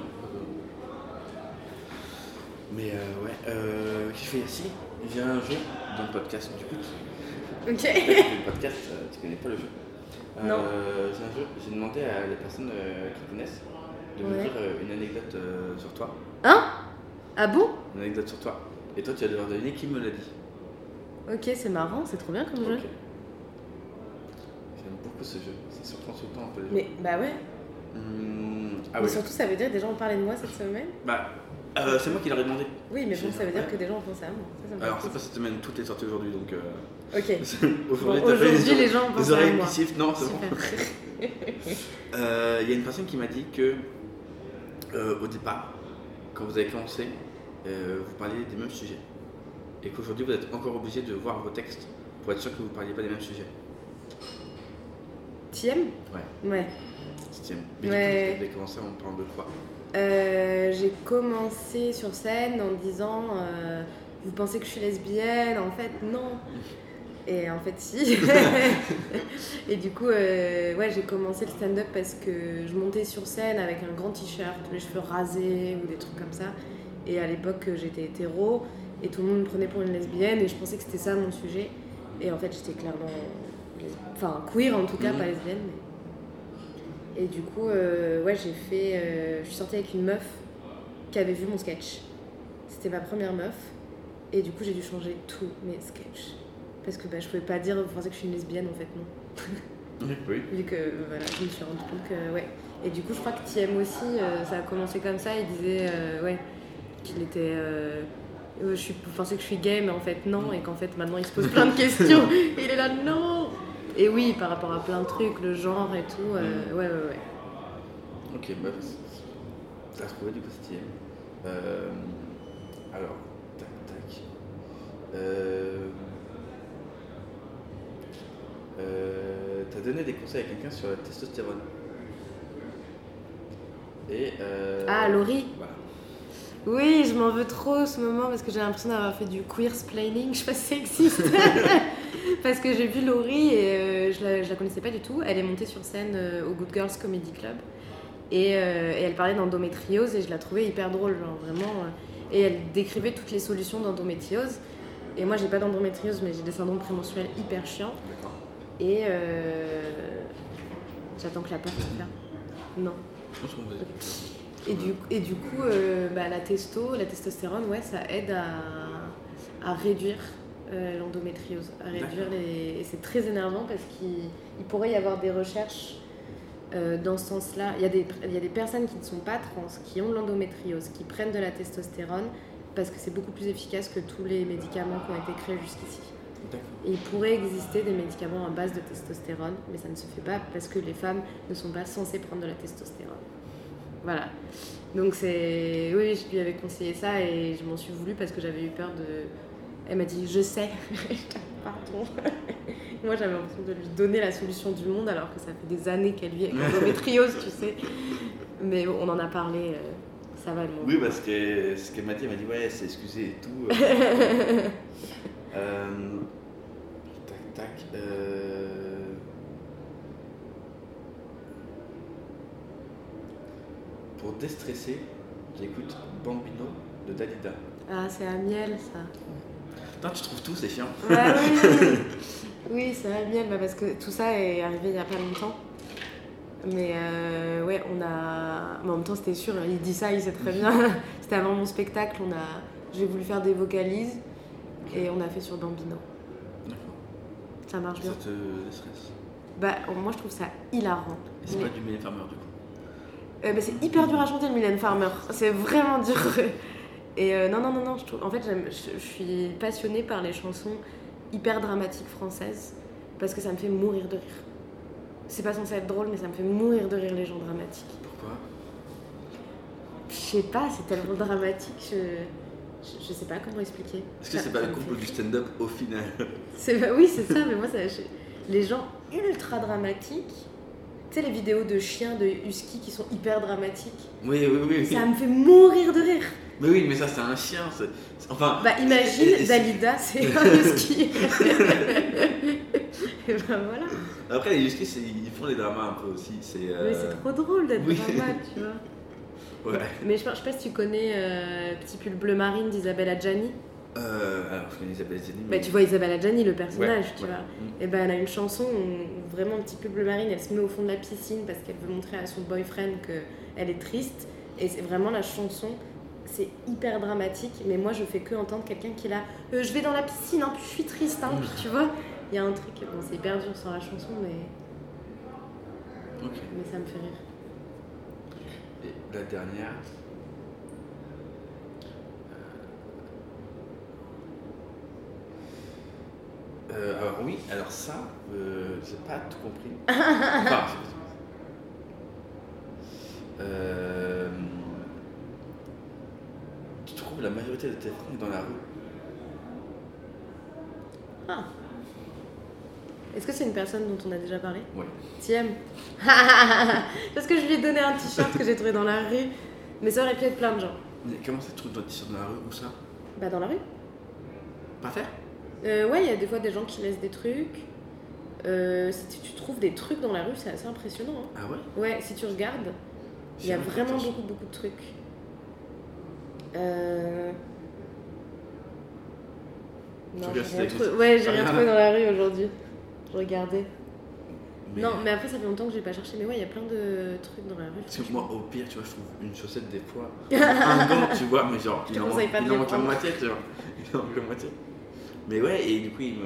Speaker 12: Mais euh, ouais, euh, qu'est-ce que je fais Si, il vient un jeu dans le podcast du coup.
Speaker 13: Ok.
Speaker 12: Le podcast, euh, tu connais pas le jeu. Euh, c'est un jeu, j'ai demandé à les personnes euh, qui connaissent de me
Speaker 13: Ouais.
Speaker 12: dire euh, une anecdote euh, sur toi.
Speaker 13: Hein Ah bon
Speaker 12: Une anecdote sur toi. Et toi, tu vas devoir deviner qui me l'a dit.
Speaker 13: Ok, c'est marrant, c'est trop bien comme jeu.
Speaker 12: J'aime beaucoup ce jeu, ça surprend tout le temps un peu les gens.
Speaker 13: Mais bah ouais.
Speaker 12: Hmm, ah
Speaker 13: mais
Speaker 12: oui.
Speaker 13: surtout, ça veut dire que des gens ont parlé de moi cette semaine.
Speaker 12: Bah, euh, c'est moi qui l'aurais demandé.
Speaker 13: Oui, mais bon, ça veut dire
Speaker 12: Ouais.
Speaker 13: que des gens ont pensé à moi. Ça, ça me fait
Speaker 12: Alors, c'est
Speaker 13: plaisir.
Speaker 12: pas cette semaine, toutes les sorties aujourd'hui donc. euh,
Speaker 13: Ok.
Speaker 12: aujourd'hui,
Speaker 13: Bon,
Speaker 12: t'as fait
Speaker 13: aujourd'hui,
Speaker 12: oreilles-
Speaker 13: les gens ont
Speaker 12: Les
Speaker 13: pensé à
Speaker 12: oreilles
Speaker 13: moi.
Speaker 12: qui sifflent, non, c'est bon.
Speaker 13: Super.
Speaker 12: Euh, Il y a une personne qui m'a dit que, euh, au départ, quand vous avez commencé, euh, vous parliez des mêmes sujets. Et qu'aujourd'hui, vous êtes encore obligé de voir vos textes pour être sûr que vous ne parliez pas des mêmes sujets.
Speaker 13: Tiem
Speaker 12: Ouais.
Speaker 13: Ouais.
Speaker 12: Septième. Mais
Speaker 13: Ouais.
Speaker 12: du coup, vous avez commencé en parlant de quoi
Speaker 13: Euh, j'ai commencé sur scène en disant euh, Vous pensez que je suis lesbienne En fait, non. Et en fait, si. et du coup, euh, ouais, j'ai commencé le stand-up parce que je montais sur scène avec un grand t-shirt, les cheveux rasés ou des trucs comme ça. Et à l'époque, j'étais hétéro et tout le monde me prenait pour une lesbienne et je pensais que c'était ça mon sujet. Et en fait, j'étais clairement. les- Enfin, queer en tout cas,
Speaker 9: Mhm.
Speaker 13: pas lesbienne. mais- et du coup, euh, ouais, j'ai fait. euh, je suis sortie avec une meuf qui avait vu mon sketch. C'était ma première meuf. Et du coup, j'ai dû changer tous mes sketchs. Parce que bah, je pouvais pas dire, vous pensez que je suis une lesbienne, en fait, non.
Speaker 12: Oui.
Speaker 13: Vu que, euh, voilà, je me suis rendu compte que, ouais. Et du coup, je crois que Tiem aussi, euh, ça a commencé comme ça. Il disait, euh, ouais, qu'il était. euh, euh, je suis, vous pensez que je suis gay, mais en fait, non. Et qu'en fait, maintenant, il se pose plein de questions. Et il est là, non Et oui, par rapport à plein de trucs, le genre et tout. euh, Ouais, ouais, ouais.
Speaker 12: Ok, bah, t'as trouvé du positif. Euh, alors, tac, tac. Euh, euh, t'as donné des conseils à quelqu'un sur la testostérone. Et. euh,
Speaker 13: Ah, Laurie
Speaker 12: Voilà.
Speaker 13: Oui, je m'en veux trop ce moment parce que j'ai l'impression d'avoir fait du queer splaining, je sais pas si ça existe. parce que j'ai vu Laurie et euh, je, la, je la connaissais pas du tout. Elle est montée sur scène euh, au Good Girls Comedy Club et, euh, et elle parlait d'endométriose et je la trouvais hyper drôle, genre vraiment. euh, et elle décrivait toutes les solutions d'endométriose. Et moi, j'ai pas d'endométriose, mais j'ai des syndromes prémenstruels hyper chiants. Et euh, j'attends que la porte ferme. Non.
Speaker 12: Je pense qu'on va-
Speaker 13: Et du, et du coup, euh, bah, la testo, la testostérone, ouais, ça aide à, à réduire euh, l'endométriose, à réduire
Speaker 9: D'accord.
Speaker 13: les... Et c'est très énervant parce qu'il il pourrait y avoir des recherches euh, dans ce sens-là. Il y, a des, il y a des personnes qui ne sont pas trans, qui ont de l'endométriose, qui prennent de la testostérone parce que c'est beaucoup plus efficace que tous les médicaments qui ont été créés jusqu'ici. Et il pourrait exister des médicaments à base de testostérone, mais ça ne se fait pas parce que les femmes ne sont pas censées prendre de la testostérone. Voilà. Donc c'est... Oui, je lui avais conseillé ça et je m'en suis voulu parce que j'avais eu peur de... Elle m'a dit, je sais. J'étais, Pardon. Moi, j'avais l'impression de lui donner la solution du monde alors que ça fait des années qu'elle vit avec l'endométriose, tu sais. Mais bon, on en a parlé, euh, ça va le monde.
Speaker 12: Oui, parce que ce qu'elle m'a dit, elle m'a dit ouais, c'est excusé et tout. Euh, euh, tac, tac. euh. Pour déstresser, j'écoute Bambino de Dalida.
Speaker 13: Ah, c'est à miel, ça.
Speaker 12: Putain, tu trouves tout, c'est chiant.
Speaker 13: Ouais, oui, oui. oui, ça va bien, bah, parce que tout ça est arrivé il n'y a pas longtemps. Mais euh, ouais, on a. Mais en même temps, c'était sûr, il dit ça, il sait très bien. c'était avant mon spectacle, on a... j'ai voulu faire des vocalises et on a fait sur Bambino.
Speaker 12: D'accord.
Speaker 13: Ça marche bien.
Speaker 12: Ça te déstresse.
Speaker 13: Bah, moi, je trouve ça hilarant.
Speaker 12: Et c'est
Speaker 13: Mais-
Speaker 12: pas du Mylène Farmer, du coup.
Speaker 13: Euh, bah, c'est hyper dur à chanter le Mylène Farmer. C'est vraiment dur. Et euh, non, non, non, non. Je trouve... En fait, j'aime- je, je suis passionnée par les chansons hyper dramatiques françaises parce que ça me fait mourir de rire. C'est pas censé être drôle, mais ça me fait mourir de rire les gens dramatiques.
Speaker 12: Pourquoi
Speaker 13: Je sais pas, c'est tellement dramatique. Je, je, je sais pas comment expliquer.
Speaker 12: Est-ce que
Speaker 13: Ça-
Speaker 12: c'est pas
Speaker 13: ça
Speaker 12: le
Speaker 13: me fait-
Speaker 12: complot du stand-up au final
Speaker 13: C'est pas- oui, c'est ça, mais moi, ça, je- les gens ultra dramatiques, tu sais, les vidéos de chiens, de husky qui sont hyper dramatiques,
Speaker 12: Oui, oui, oui.
Speaker 13: ça me fait mourir de rire.
Speaker 12: Mais oui, mais ça, c'est un chien. c'est- c'est- Enfin.
Speaker 13: Bah,
Speaker 12: et-
Speaker 13: imagine
Speaker 12: et-
Speaker 13: Dalida, c'est un husky. Et ben voilà,
Speaker 12: Après, les Huskies, c'est- ils font des dramas un peu aussi. C'est. euh,
Speaker 13: mais c'est trop drôle d'être
Speaker 12: oui.
Speaker 13: normal, tu vois.
Speaker 12: Ouais.
Speaker 13: Mais je, pense- je sais pas si tu connais euh, Petit pull bleu marine d'Isabelle Adjani.
Speaker 12: Euh, alors, je connais Isabelle Zeni.
Speaker 13: Bah, tu vois Isabelle Adjani, le personnage,
Speaker 12: Ouais,
Speaker 13: tu
Speaker 12: ouais.
Speaker 13: vois.
Speaker 12: Mm.
Speaker 13: Et ben elle a une chanson où vraiment un petit peu bleu marine, elle se met au fond de la piscine parce qu'elle veut montrer à son boyfriend qu'elle est triste. Et c'est vraiment la chanson, c'est hyper dramatique, mais moi je fais que entendre quelqu'un qui est là, Euh, je vais dans la piscine, hein, puis je suis triste, hein, puis
Speaker 12: Mm.
Speaker 13: tu vois. Il y a un truc, bon, c'est hyper dur sur la chanson, mais,
Speaker 12: Ok.
Speaker 13: mais ça me fait rire.
Speaker 12: Et la dernière. Euh, alors oui, alors ça, euh, j'ai pas tout compris. Enfin, c'est- Euh, tu trouves la majorité de tes fringues dans la rue
Speaker 13: Ah. Est-ce que c'est une personne dont on a déjà parlé
Speaker 12: Ouais.
Speaker 13: Tiem Parce que je lui ai donné un t-shirt que j'ai trouvé dans la rue, mais ça aurait pu être plein de gens.
Speaker 12: Mais Comment ça, tu trouves ton t-shirt dans la rue Où ça
Speaker 13: Bah dans la rue.
Speaker 12: Par terre
Speaker 13: Euh, ouais, il y a des fois des gens qui laissent des trucs. Euh, si tu- tu trouves des trucs dans la rue, c'est assez impressionnant. hein.
Speaker 12: Ah ouais
Speaker 13: Ouais, si tu regardes, il y a
Speaker 12: J'ai
Speaker 13: vraiment
Speaker 12: l'impression.
Speaker 13: beaucoup, beaucoup de trucs. Euh... Non,
Speaker 12: regardes si
Speaker 13: j'ai rien,
Speaker 12: t'as
Speaker 13: trouvé-
Speaker 12: existe.
Speaker 13: ouais, j'ai
Speaker 12: Ah,
Speaker 13: rien
Speaker 12: rien.
Speaker 13: trouvé dans la rue aujourd'hui. Je regardais.
Speaker 12: Mais-
Speaker 13: Non, mais après, ça fait longtemps que j'ai pas cherché. Mais ouais, il y a plein de trucs dans la rue.
Speaker 12: Parce que moi, au pire, tu vois, je trouve une chaussette des fois, un gant, tu vois, mais genre,
Speaker 13: Je te
Speaker 12: il en manque
Speaker 13: conseille pas de
Speaker 12: il en
Speaker 13: les
Speaker 12: manque la
Speaker 13: prendre.
Speaker 12: moitié, tu vois. Il en manque la moitié. Mais ouais, et du coup, il me,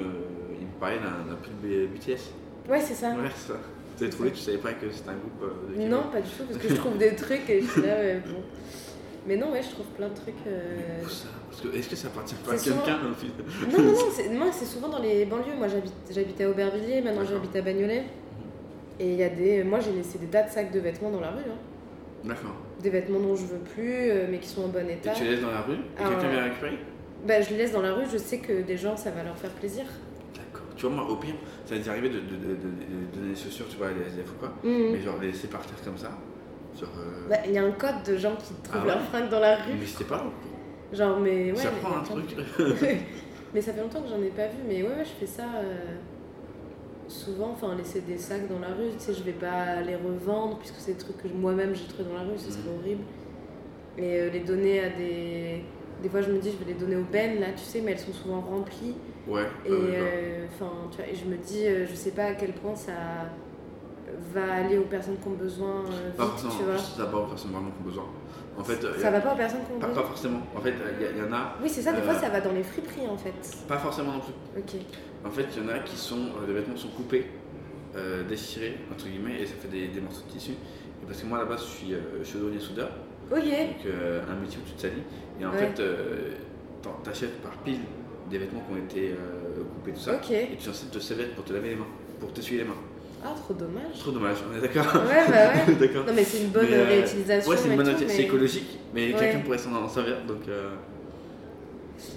Speaker 12: il me parlait d'un d'un pub B- BTS.
Speaker 13: Ouais, c'est ça.
Speaker 12: Ouais, ça. Tu t'es trouvé, tu savais pas que c'était un groupe euh, de Québec.
Speaker 13: Ah. Non, pas du tout, parce que je trouve des trucs et je suis là, ouais, bon. Mais non, ouais, je trouve plein de trucs. euh,
Speaker 12: Où ça Parce que, est-ce que ça appartient pas à
Speaker 13: C'est souvent-
Speaker 12: quelqu'un au final
Speaker 13: Non, non, non, c'est- moi c'est souvent dans les banlieues. Moi j'habite- j'habitais à Aubervilliers, maintenant
Speaker 12: D'accord.
Speaker 13: j'habite à Bagnolet. Et il y a des. Moi j'ai laissé des tas de sacs de vêtements dans la rue. hein.
Speaker 12: D'accord.
Speaker 13: Des vêtements dont je veux plus, euh, mais qui sont en bon
Speaker 12: Et
Speaker 13: état.
Speaker 12: tu les laisses dans la rue et
Speaker 13: Ah,
Speaker 12: quelqu'un
Speaker 13: ouais.
Speaker 12: vient récupérer
Speaker 13: Bah je les laisse dans la rue, je sais que des gens ça va leur faire plaisir.
Speaker 12: D'accord. Tu vois, moi, au pire, ça m'est arrivé de, de- de- de- de donner des chaussures, tu vois, à des SDF ou quoi,
Speaker 13: Mhm.
Speaker 12: mais genre les laisser par terre comme ça. Genre. euh,
Speaker 13: Bah, Il y a un code de gens qui trouvent
Speaker 12: Ah ouais
Speaker 13: leurs fringues dans la rue.
Speaker 12: Mais c'était pas drôle.
Speaker 13: Genre, mais Bah, ouais.
Speaker 12: Ça
Speaker 13: mais
Speaker 12: prend
Speaker 13: il y a
Speaker 12: un
Speaker 13: plein de
Speaker 12: truc.
Speaker 13: trucs. mais ça fait longtemps que j'en ai pas vu, mais ouais, ouais, je fais ça euh, souvent, enfin, laisser des sacs dans la rue, tu sais, je vais pas les revendre, puisque c'est des trucs que moi-même j'ai trouvé dans la rue, ce serait
Speaker 12: Mhm.
Speaker 13: horrible. Mais euh, les donner à des. Des fois, je me dis, je vais les donner aux bennes, là, tu sais, mais elles sont souvent remplies.
Speaker 12: Ouais,
Speaker 13: Et,
Speaker 12: Ah ouais, ouais, je vois.
Speaker 13: euh, enfin, tu vois, et je me dis, euh, je sais pas à quel point ça va aller aux personnes qui ont besoin euh,
Speaker 12: Pas
Speaker 13: vite, tu
Speaker 12: forcément,
Speaker 13: vois.
Speaker 12: juste ça va pas aux personnes vraiment qui ont besoin. En fait, euh, y
Speaker 13: Ça
Speaker 12: a-
Speaker 13: va pas aux personnes qui ont
Speaker 12: pas,
Speaker 13: besoin.
Speaker 12: pas forcément. En fait, il y, en a.
Speaker 13: Oui, c'est ça, des
Speaker 12: euh,
Speaker 13: fois, ça va dans les friperies, en fait.
Speaker 12: Pas forcément non plus.
Speaker 13: Ok.
Speaker 12: En fait, il y en a qui sont. euh, les vêtements sont coupés, euh, déchirés, entre guillemets, et ça fait des, des morceaux de tissu. Et parce que moi, là-bas, je suis euh, chaudronnier soudeur.
Speaker 13: Ok.
Speaker 12: Donc, euh, un métier où tu te salis. Et en
Speaker 13: Ouais.
Speaker 12: fait, euh, t'en- t'achètes par pile des vêtements qui ont été euh, coupés, tout ça.
Speaker 13: Ok.
Speaker 12: Et tu ensuite te serviettes pour te laver les mains, pour t'essuyer les mains.
Speaker 13: Ah, trop dommage.
Speaker 12: Trop dommage, on est d'accord
Speaker 13: Ouais, bah ouais.
Speaker 12: D'accord.
Speaker 13: Non, mais c'est une bonne
Speaker 12: Mais, euh,
Speaker 13: réutilisation
Speaker 12: Ouais, c'est
Speaker 13: et
Speaker 12: une bonne
Speaker 13: tout,
Speaker 12: réutilisation.
Speaker 13: mais-
Speaker 12: C'est écologique, mais
Speaker 13: Ouais.
Speaker 12: quelqu'un pourrait s'en en servir, donc. euh,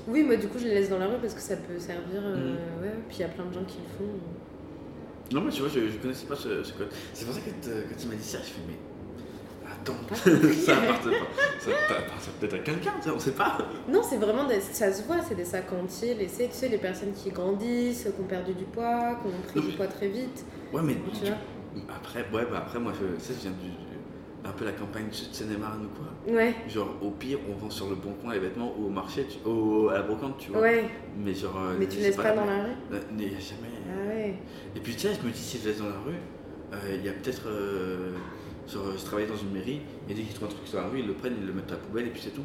Speaker 13: Oui, moi, du coup, je les laisse dans la rue parce que ça peut servir. euh,
Speaker 12: Mm.
Speaker 13: ouais, ouais. puis il y a plein de gens qui le font.
Speaker 12: Non, mais tu vois, je, je connaissais pas ce, ce code. C'est pour ça que t- quand tu m'as dit ça, je fais, mais. Attends, ça appartient pas. Ça appartient peut-être à quelqu'un, tu sais, on sait pas.
Speaker 13: Non, c'est vraiment. des- Ça se voit, c'est des sacs entiers laissés. Tu sais, les personnes qui grandissent, qui ont perdu du poids, qui ont pris du poids très vite.
Speaker 12: Ouais, mais.
Speaker 13: Tu vois
Speaker 12: Après, ouais, bah après, moi, je, ça, je viens du. du- un peu la campagne de Seine-et-Marne ou quoi.
Speaker 13: Ouais.
Speaker 12: Genre, au pire, on vend sur le bon coin les vêtements ou au marché, tu- au, à la brocante, tu vois.
Speaker 13: Ouais.
Speaker 12: Mais genre. euh,
Speaker 13: Mais tu
Speaker 12: c'est
Speaker 13: laisses pas dans la rue
Speaker 12: Euh, Il n'y a jamais.
Speaker 13: Ah ouais.
Speaker 12: Et puis tiens, je me dis, si je laisse dans la rue, euh, il y a peut-être. euh, genre, je travaillais dans une mairie, et dès qu'ils trouvent un truc sur la rue, ils le prennent, ils le mettent à la poubelle, et puis c'est tout.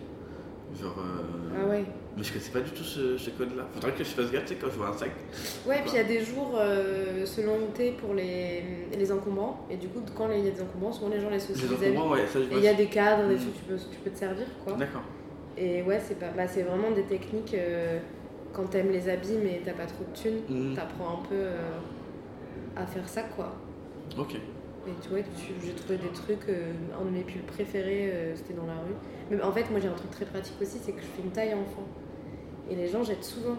Speaker 12: Genre. euh,
Speaker 13: Ah ouais.
Speaker 12: Mais je connaissais pas du tout ce, ce code-là. Faudrait que je fasse gaffe, tu sais, quand je vois un sac.
Speaker 13: Ouais, puis il y a des jours, euh, selon où t'es, pour les, les encombrants. Et du coup, quand il y a des encombrants, souvent les gens les associent
Speaker 12: Les
Speaker 13: vis-à-vis.
Speaker 12: encombrants, ouais, ça, je
Speaker 13: Et
Speaker 12: vois
Speaker 13: il y a
Speaker 12: ça.
Speaker 13: des hein. cadres, des
Speaker 12: Mhm.
Speaker 13: trucs, tu peux, tu peux te servir, quoi.
Speaker 12: D'accord.
Speaker 13: Et ouais, c'est pas, bah, c'est vraiment des techniques. euh, quand t'aimes les habits, mais t'as pas trop de thunes,
Speaker 12: Mhm.
Speaker 13: t'apprends un peu euh, à faire ça, quoi.
Speaker 12: Ok.
Speaker 13: Et tu vois, tu- j'ai trouvé des trucs, euh, un de mes pulls préférés, euh, c'était dans la rue. Mais en fait, moi j'ai un truc très pratique aussi, c'est que je fais une taille enfant. Et les gens jettent souvent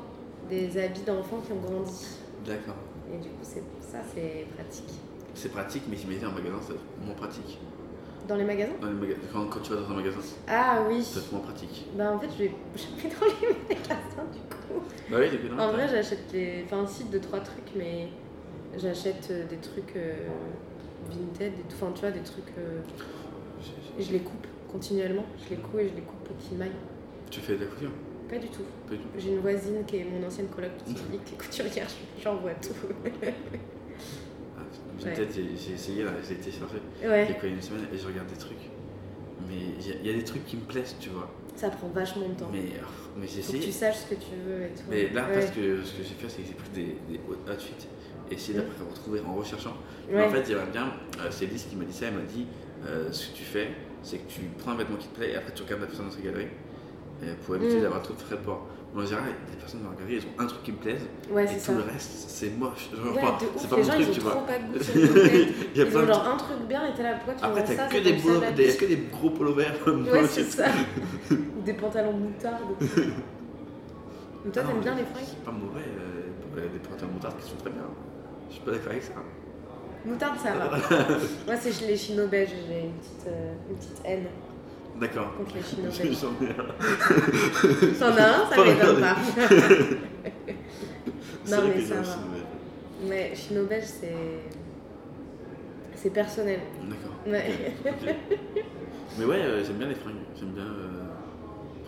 Speaker 13: des habits d'enfants qui ont grandi.
Speaker 12: D'accord.
Speaker 13: Et du coup, c'est ça, c'est pratique.
Speaker 12: C'est pratique, mais j'imagine un magasin, c'est moins pratique.
Speaker 13: Dans les magasins
Speaker 12: Dans les maga- quand, quand tu vas dans un magasin,
Speaker 13: Ah oui.
Speaker 12: c'est moins pratique.
Speaker 13: Bah en fait, je vais jamais dans les magasins du coup.
Speaker 12: Bah oui, depuis longtemps.
Speaker 13: En vrai, j'achète les. Enfin, si, deux, trois trucs, mais j'achète euh, des trucs euh, vintage, des... enfin, tu vois, des trucs. euh, Et je les coupe continuellement. Je les coupe et je les coupe pour qu'ils maillent.
Speaker 12: Tu fais de la couture
Speaker 13: Pas du tout.
Speaker 12: Pas du tout.
Speaker 13: J'ai une voisine qui est mon ancienne coloc qui dit que les couturières, j'envoie tout.
Speaker 12: J'ai
Speaker 13: Ouais.
Speaker 12: peut-être- Ah, j'ai- j'ai essayé, là, j'ai été chercher.
Speaker 13: Ouais.
Speaker 12: Il y a quoi une semaine et je regarde des trucs. Mais il y a- il y, a des trucs qui me plaisent, tu vois.
Speaker 13: Ça prend vachement de temps.
Speaker 12: Mais, oh, mais j'ai
Speaker 13: Faut que
Speaker 12: essayé.
Speaker 13: tu saches ce que tu veux et tout.
Speaker 12: Mais là,
Speaker 13: Ouais.
Speaker 12: parce que ce que j'ai fait, c'est que j'ai pris des, des hot- outfits et essayé d'après retrouver en recherchant. Mais
Speaker 13: Mm. Ouais.
Speaker 12: en fait, j'aimerais bien. euh, c'est Lise qui m'a dit ça. Elle m'a dit euh, ce que tu fais, c'est que tu prends un vêtement qui te plaît et après tu regardes la personne dans sa galerie euh, pour éviter
Speaker 13: Mm.
Speaker 12: d'avoir trop de frais de port. Moi, en général, les personnes dans la galerie, elles ont un truc qui me plaise
Speaker 13: Ouais,
Speaker 12: et
Speaker 13: c'est
Speaker 12: tout
Speaker 13: ça.
Speaker 12: le reste, c'est moche. Genre,
Speaker 13: Ouais,
Speaker 12: enfin,
Speaker 13: de ouf,
Speaker 12: c'est pas
Speaker 13: les
Speaker 12: mon
Speaker 13: gens,
Speaker 12: truc,
Speaker 13: ils ont
Speaker 12: tu
Speaker 13: trop
Speaker 12: vois.
Speaker 13: pas de goût sur le côté.
Speaker 12: Il y a
Speaker 13: Ils
Speaker 12: plein
Speaker 13: ont
Speaker 12: de-
Speaker 13: genre un truc bien et t'es là, pourquoi tu
Speaker 12: Après,
Speaker 13: vends
Speaker 12: t'as
Speaker 13: ça
Speaker 12: que,
Speaker 13: c'est
Speaker 12: des
Speaker 13: comme ça,
Speaker 12: beaux-
Speaker 13: la
Speaker 12: des-
Speaker 13: biche.
Speaker 12: que des gros polos verts.
Speaker 13: Ouais, c'est ça. Ou des pantalons moutarde. Mais toi,
Speaker 12: Ah non,
Speaker 13: t'aimes bien
Speaker 12: mais
Speaker 13: les fringues
Speaker 12: C'est pas mauvais, euh, pour- euh, des pantalons moutarde qui sont très bien. Je suis pas d'accord avec ça.
Speaker 13: Moutarde, ça va. Moi, c'est chez les chino belges, j'ai une petite, euh, une petite haine.
Speaker 12: D'accord.
Speaker 13: Contre les chinois.
Speaker 12: J'en ai un.
Speaker 13: T'en as un, ça
Speaker 12: Pas
Speaker 13: m'étonne
Speaker 12: regardé.
Speaker 13: pas.
Speaker 12: C'est
Speaker 13: non,
Speaker 12: vrai
Speaker 13: mais
Speaker 12: que
Speaker 13: ça
Speaker 12: j'aime
Speaker 13: va.
Speaker 12: aussi,
Speaker 13: Mais chino belge, c'est. C'est personnel.
Speaker 12: D'accord.
Speaker 13: Ouais.
Speaker 12: Mais ouais, euh, j'aime bien les fringues. J'aime bien euh,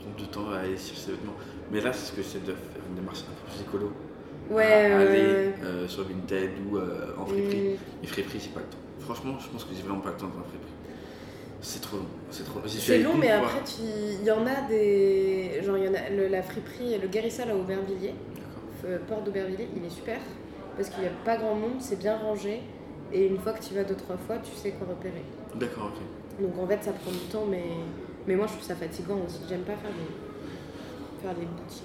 Speaker 12: prendre du temps à aller chercher ces vêtements. Mais là, c'est ce que j'essaie de faire, une démarche un peu plus écolo.
Speaker 13: Ouais,
Speaker 12: À
Speaker 13: ouais,
Speaker 12: aller
Speaker 13: ouais.
Speaker 12: euh, sur Vinted ou euh, en friperie.
Speaker 13: Mm.
Speaker 12: Et friperie, j'ai pas le temps. Franchement, je pense que j'ai vraiment pas le temps dans la friperie. C'est trop long. C'est trop j'y suis
Speaker 13: C'est
Speaker 12: allé
Speaker 13: long,
Speaker 12: une
Speaker 13: mais
Speaker 12: fois.
Speaker 13: après, tu- il y en a des. Genre, il y en a le- la friperie, le Guérissal à Aubervilliers, euh, Porte d'Aubervilliers, il est super parce qu'il n'y a pas grand monde, c'est bien rangé et une fois que tu y vas deux, trois fois, tu sais quoi repérer.
Speaker 12: D'accord, ok.
Speaker 13: Donc en fait, ça prend du temps, mais, mais moi je trouve ça fatigant aussi. J'aime pas faire les, faire les boutiques.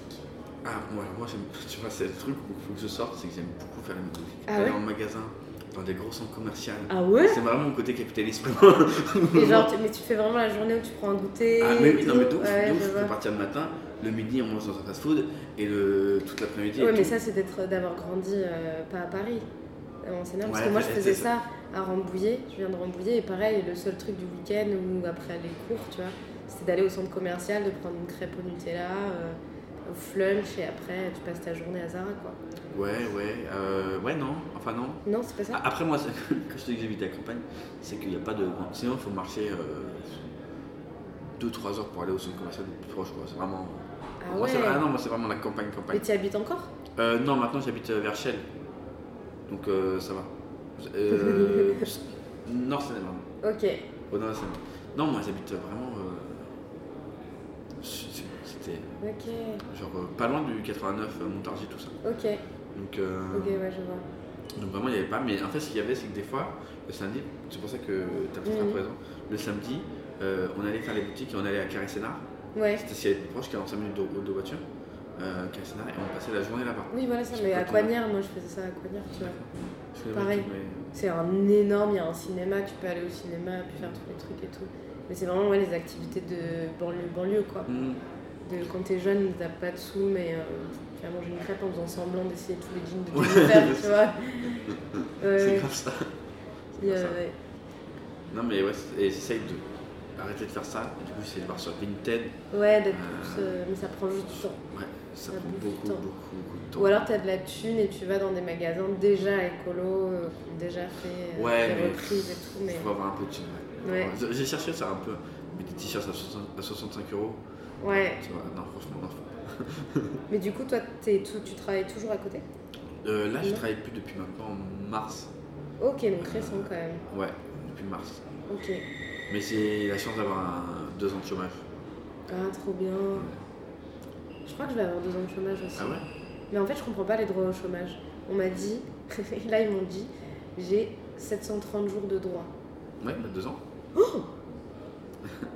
Speaker 12: Ah, moi, moi j'aime. Tu vois, c'est le truc où il faut que je sorte, c'est que j'aime beaucoup faire les boutiques.
Speaker 13: Ah
Speaker 12: aller
Speaker 13: ouais
Speaker 12: en magasin, dans des gros centres commerciaux.
Speaker 13: Ah ouais
Speaker 12: C'est vraiment mon côté capitaliste.
Speaker 13: Et genre, tu- mais tu fais vraiment la journée où tu prends un goûter.
Speaker 12: Ah mais oui, non mais de ouf,
Speaker 13: Ouais,
Speaker 12: de ouf,
Speaker 13: je
Speaker 12: tu peux
Speaker 13: vois.
Speaker 12: partir le matin, le midi on mange dans un fast food et le toute l'après-midi. et
Speaker 13: Ouais, mais
Speaker 12: tout.
Speaker 13: ça, c'est d'être, d'avoir grandi euh, pas à Paris. Euh, On s'énerve, parce
Speaker 12: Ouais,
Speaker 13: que moi, je
Speaker 12: c'est-
Speaker 13: faisais
Speaker 12: c'est
Speaker 13: ça
Speaker 12: ça.
Speaker 13: à Rambouillet. Je viens de Rambouillet et pareil, le seul truc du week-end ou après les cours, tu vois, c'était d'aller au centre commercial, de prendre une crêpe au Nutella, euh, au flunch et après, tu passes ta journée à Zara, quoi.
Speaker 12: Ouais ouais euh, ouais non enfin non.
Speaker 13: Non, c'est pas ça.
Speaker 12: A- Après moi c'est- quand je te dis que j'habite à la campagne c'est qu'il n'y a pas de sinon il faut marcher 2-3 heures pour aller au centre commercial le plus proche quoi c'est vraiment
Speaker 13: Ah
Speaker 12: Moi, c'est-
Speaker 13: ouais.
Speaker 12: ah non moi c'est vraiment la campagne campagne.
Speaker 13: Mais tu habites encore
Speaker 12: Euh, non maintenant j'habite euh, vers Chelles donc euh, ça va. Euh, Nord Seine-et-Marne.
Speaker 13: Ok.
Speaker 12: Oh non, c'est- non, moi j'habite vraiment. euh, c'est- C'était
Speaker 13: Ok.
Speaker 12: genre euh, pas loin du 89, euh, Montargis, tout ça.
Speaker 13: Ok.
Speaker 12: Donc, euh,
Speaker 13: Ok, ouais, je vois.
Speaker 12: donc vraiment il n'y avait pas. Mais en fait, ce qu'il y avait, c'est que des fois, le samedi, c'est pour ça que t'as plus
Speaker 13: Mhm.
Speaker 12: un présent. Le samedi, euh, on allait faire les boutiques et on allait à Carré-Sénard.
Speaker 13: Ouais.
Speaker 12: C'était si elle était proche, 45 minutes de, de voiture. Euh, Carré-Sénard, et on passait la journée là-bas.
Speaker 13: Oui, voilà ça,
Speaker 12: Je
Speaker 13: mais
Speaker 12: peux
Speaker 13: à
Speaker 12: te-
Speaker 13: Coignard, moi je faisais ça à Coignard, tu
Speaker 12: Je connais
Speaker 13: vois. Pareil.
Speaker 12: pas du tout, mais-
Speaker 13: C'est un énorme, il y a un cinéma, tu peux aller au cinéma, puis faire tous les trucs et tout. Mais c'est vraiment ouais, les activités de banlieue, banlieue quoi. De, quand t'es jeune, t'as pas de sous, mais euh, tu vas manger une crêpe en faisant semblant d'essayer tous les jeans de
Speaker 12: Ouais.
Speaker 13: ton père, tu vois.
Speaker 12: C'est
Speaker 13: ouais.
Speaker 12: comme ça.
Speaker 13: Il y a-
Speaker 12: C'est comme ça.
Speaker 13: ouais.
Speaker 12: Non mais ouais, c'est- et j'essaye de arrêter de faire ça. Du coup, c'est de voir sur Vinted.
Speaker 13: Ouais, d'être
Speaker 12: Euh,
Speaker 13: plus, euh, mais ça prend juste du temps.
Speaker 12: Ouais, ça
Speaker 13: Ça
Speaker 12: prend
Speaker 13: bouffe du
Speaker 12: beaucoup,
Speaker 13: temps.
Speaker 12: beaucoup, beaucoup de temps.
Speaker 13: Ou alors t'as de la thune et tu vas dans des magasins déjà écolo, euh, qui ont déjà fait euh,
Speaker 12: Ouais,
Speaker 13: des
Speaker 12: mais
Speaker 13: reprises et tout. Mais...
Speaker 12: faut avoir un peu de thune.
Speaker 13: Ouais.
Speaker 12: Ouais. J'ai cherché ça un peu, mais des t-shirts à 60 à 65 euros.
Speaker 13: Ouais.
Speaker 12: Tu vois, non, franchement, non. faut pas.
Speaker 13: mais du coup, toi, t'es tout, tu travailles toujours à côté
Speaker 12: Euh, là, je
Speaker 13: Non.
Speaker 12: travaille plus depuis maintenant mars.
Speaker 13: Ok, donc récent quand même.
Speaker 12: Ouais, depuis mars.
Speaker 13: Ok.
Speaker 12: Mais j'ai la chance d'avoir un- deux ans de chômage.
Speaker 13: Ah, trop bien. Je crois que je vais avoir deux ans de chômage aussi.
Speaker 12: Ah ouais
Speaker 13: Mais en fait, je comprends pas les droits au chômage. On m'a dit, là, ils m'ont dit, j'ai 730 jours de droits.
Speaker 12: Ouais, bah, deux ans.
Speaker 13: Oh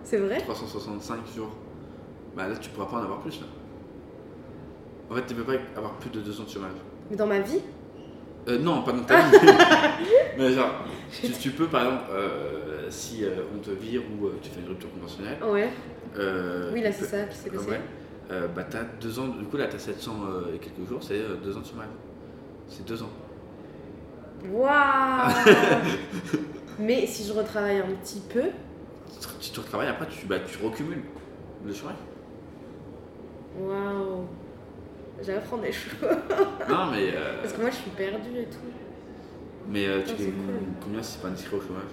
Speaker 13: C'est vrai
Speaker 12: 365 jours. Bah là, tu pourras pas en avoir plus là. En fait, tu peux pas avoir plus de deux ans de chômage.
Speaker 13: Mais dans ma vie
Speaker 12: Euh, non, pas dans ta vie. Mais genre, tu, tu peux par exemple, euh, si euh, on te vire ou euh, tu fais une rupture conventionnelle.
Speaker 13: Ouais.
Speaker 12: euh,
Speaker 13: Oui, là,
Speaker 12: tu
Speaker 13: c'est
Speaker 12: peux-
Speaker 13: ça, c'est que
Speaker 12: Ah
Speaker 13: c'est.
Speaker 12: ouais. Euh, bah t'as deux ans, du coup là t'as 700 euh, et quelques jours, c'est euh, deux ans de chômage. C'est deux ans.
Speaker 13: Waouh Mais si je retravaille un petit peu,
Speaker 12: Si tu retravailles après, tu, bah, tu recumules le chômage.
Speaker 13: waouh J'apprends des choses.
Speaker 12: Non, mais, euh,
Speaker 13: Parce que moi, je suis perdue et tout.
Speaker 12: Mais euh, tu
Speaker 13: Putain, c'est
Speaker 12: gagnes
Speaker 13: cool.
Speaker 12: combien si c'est pas inscrit au chômage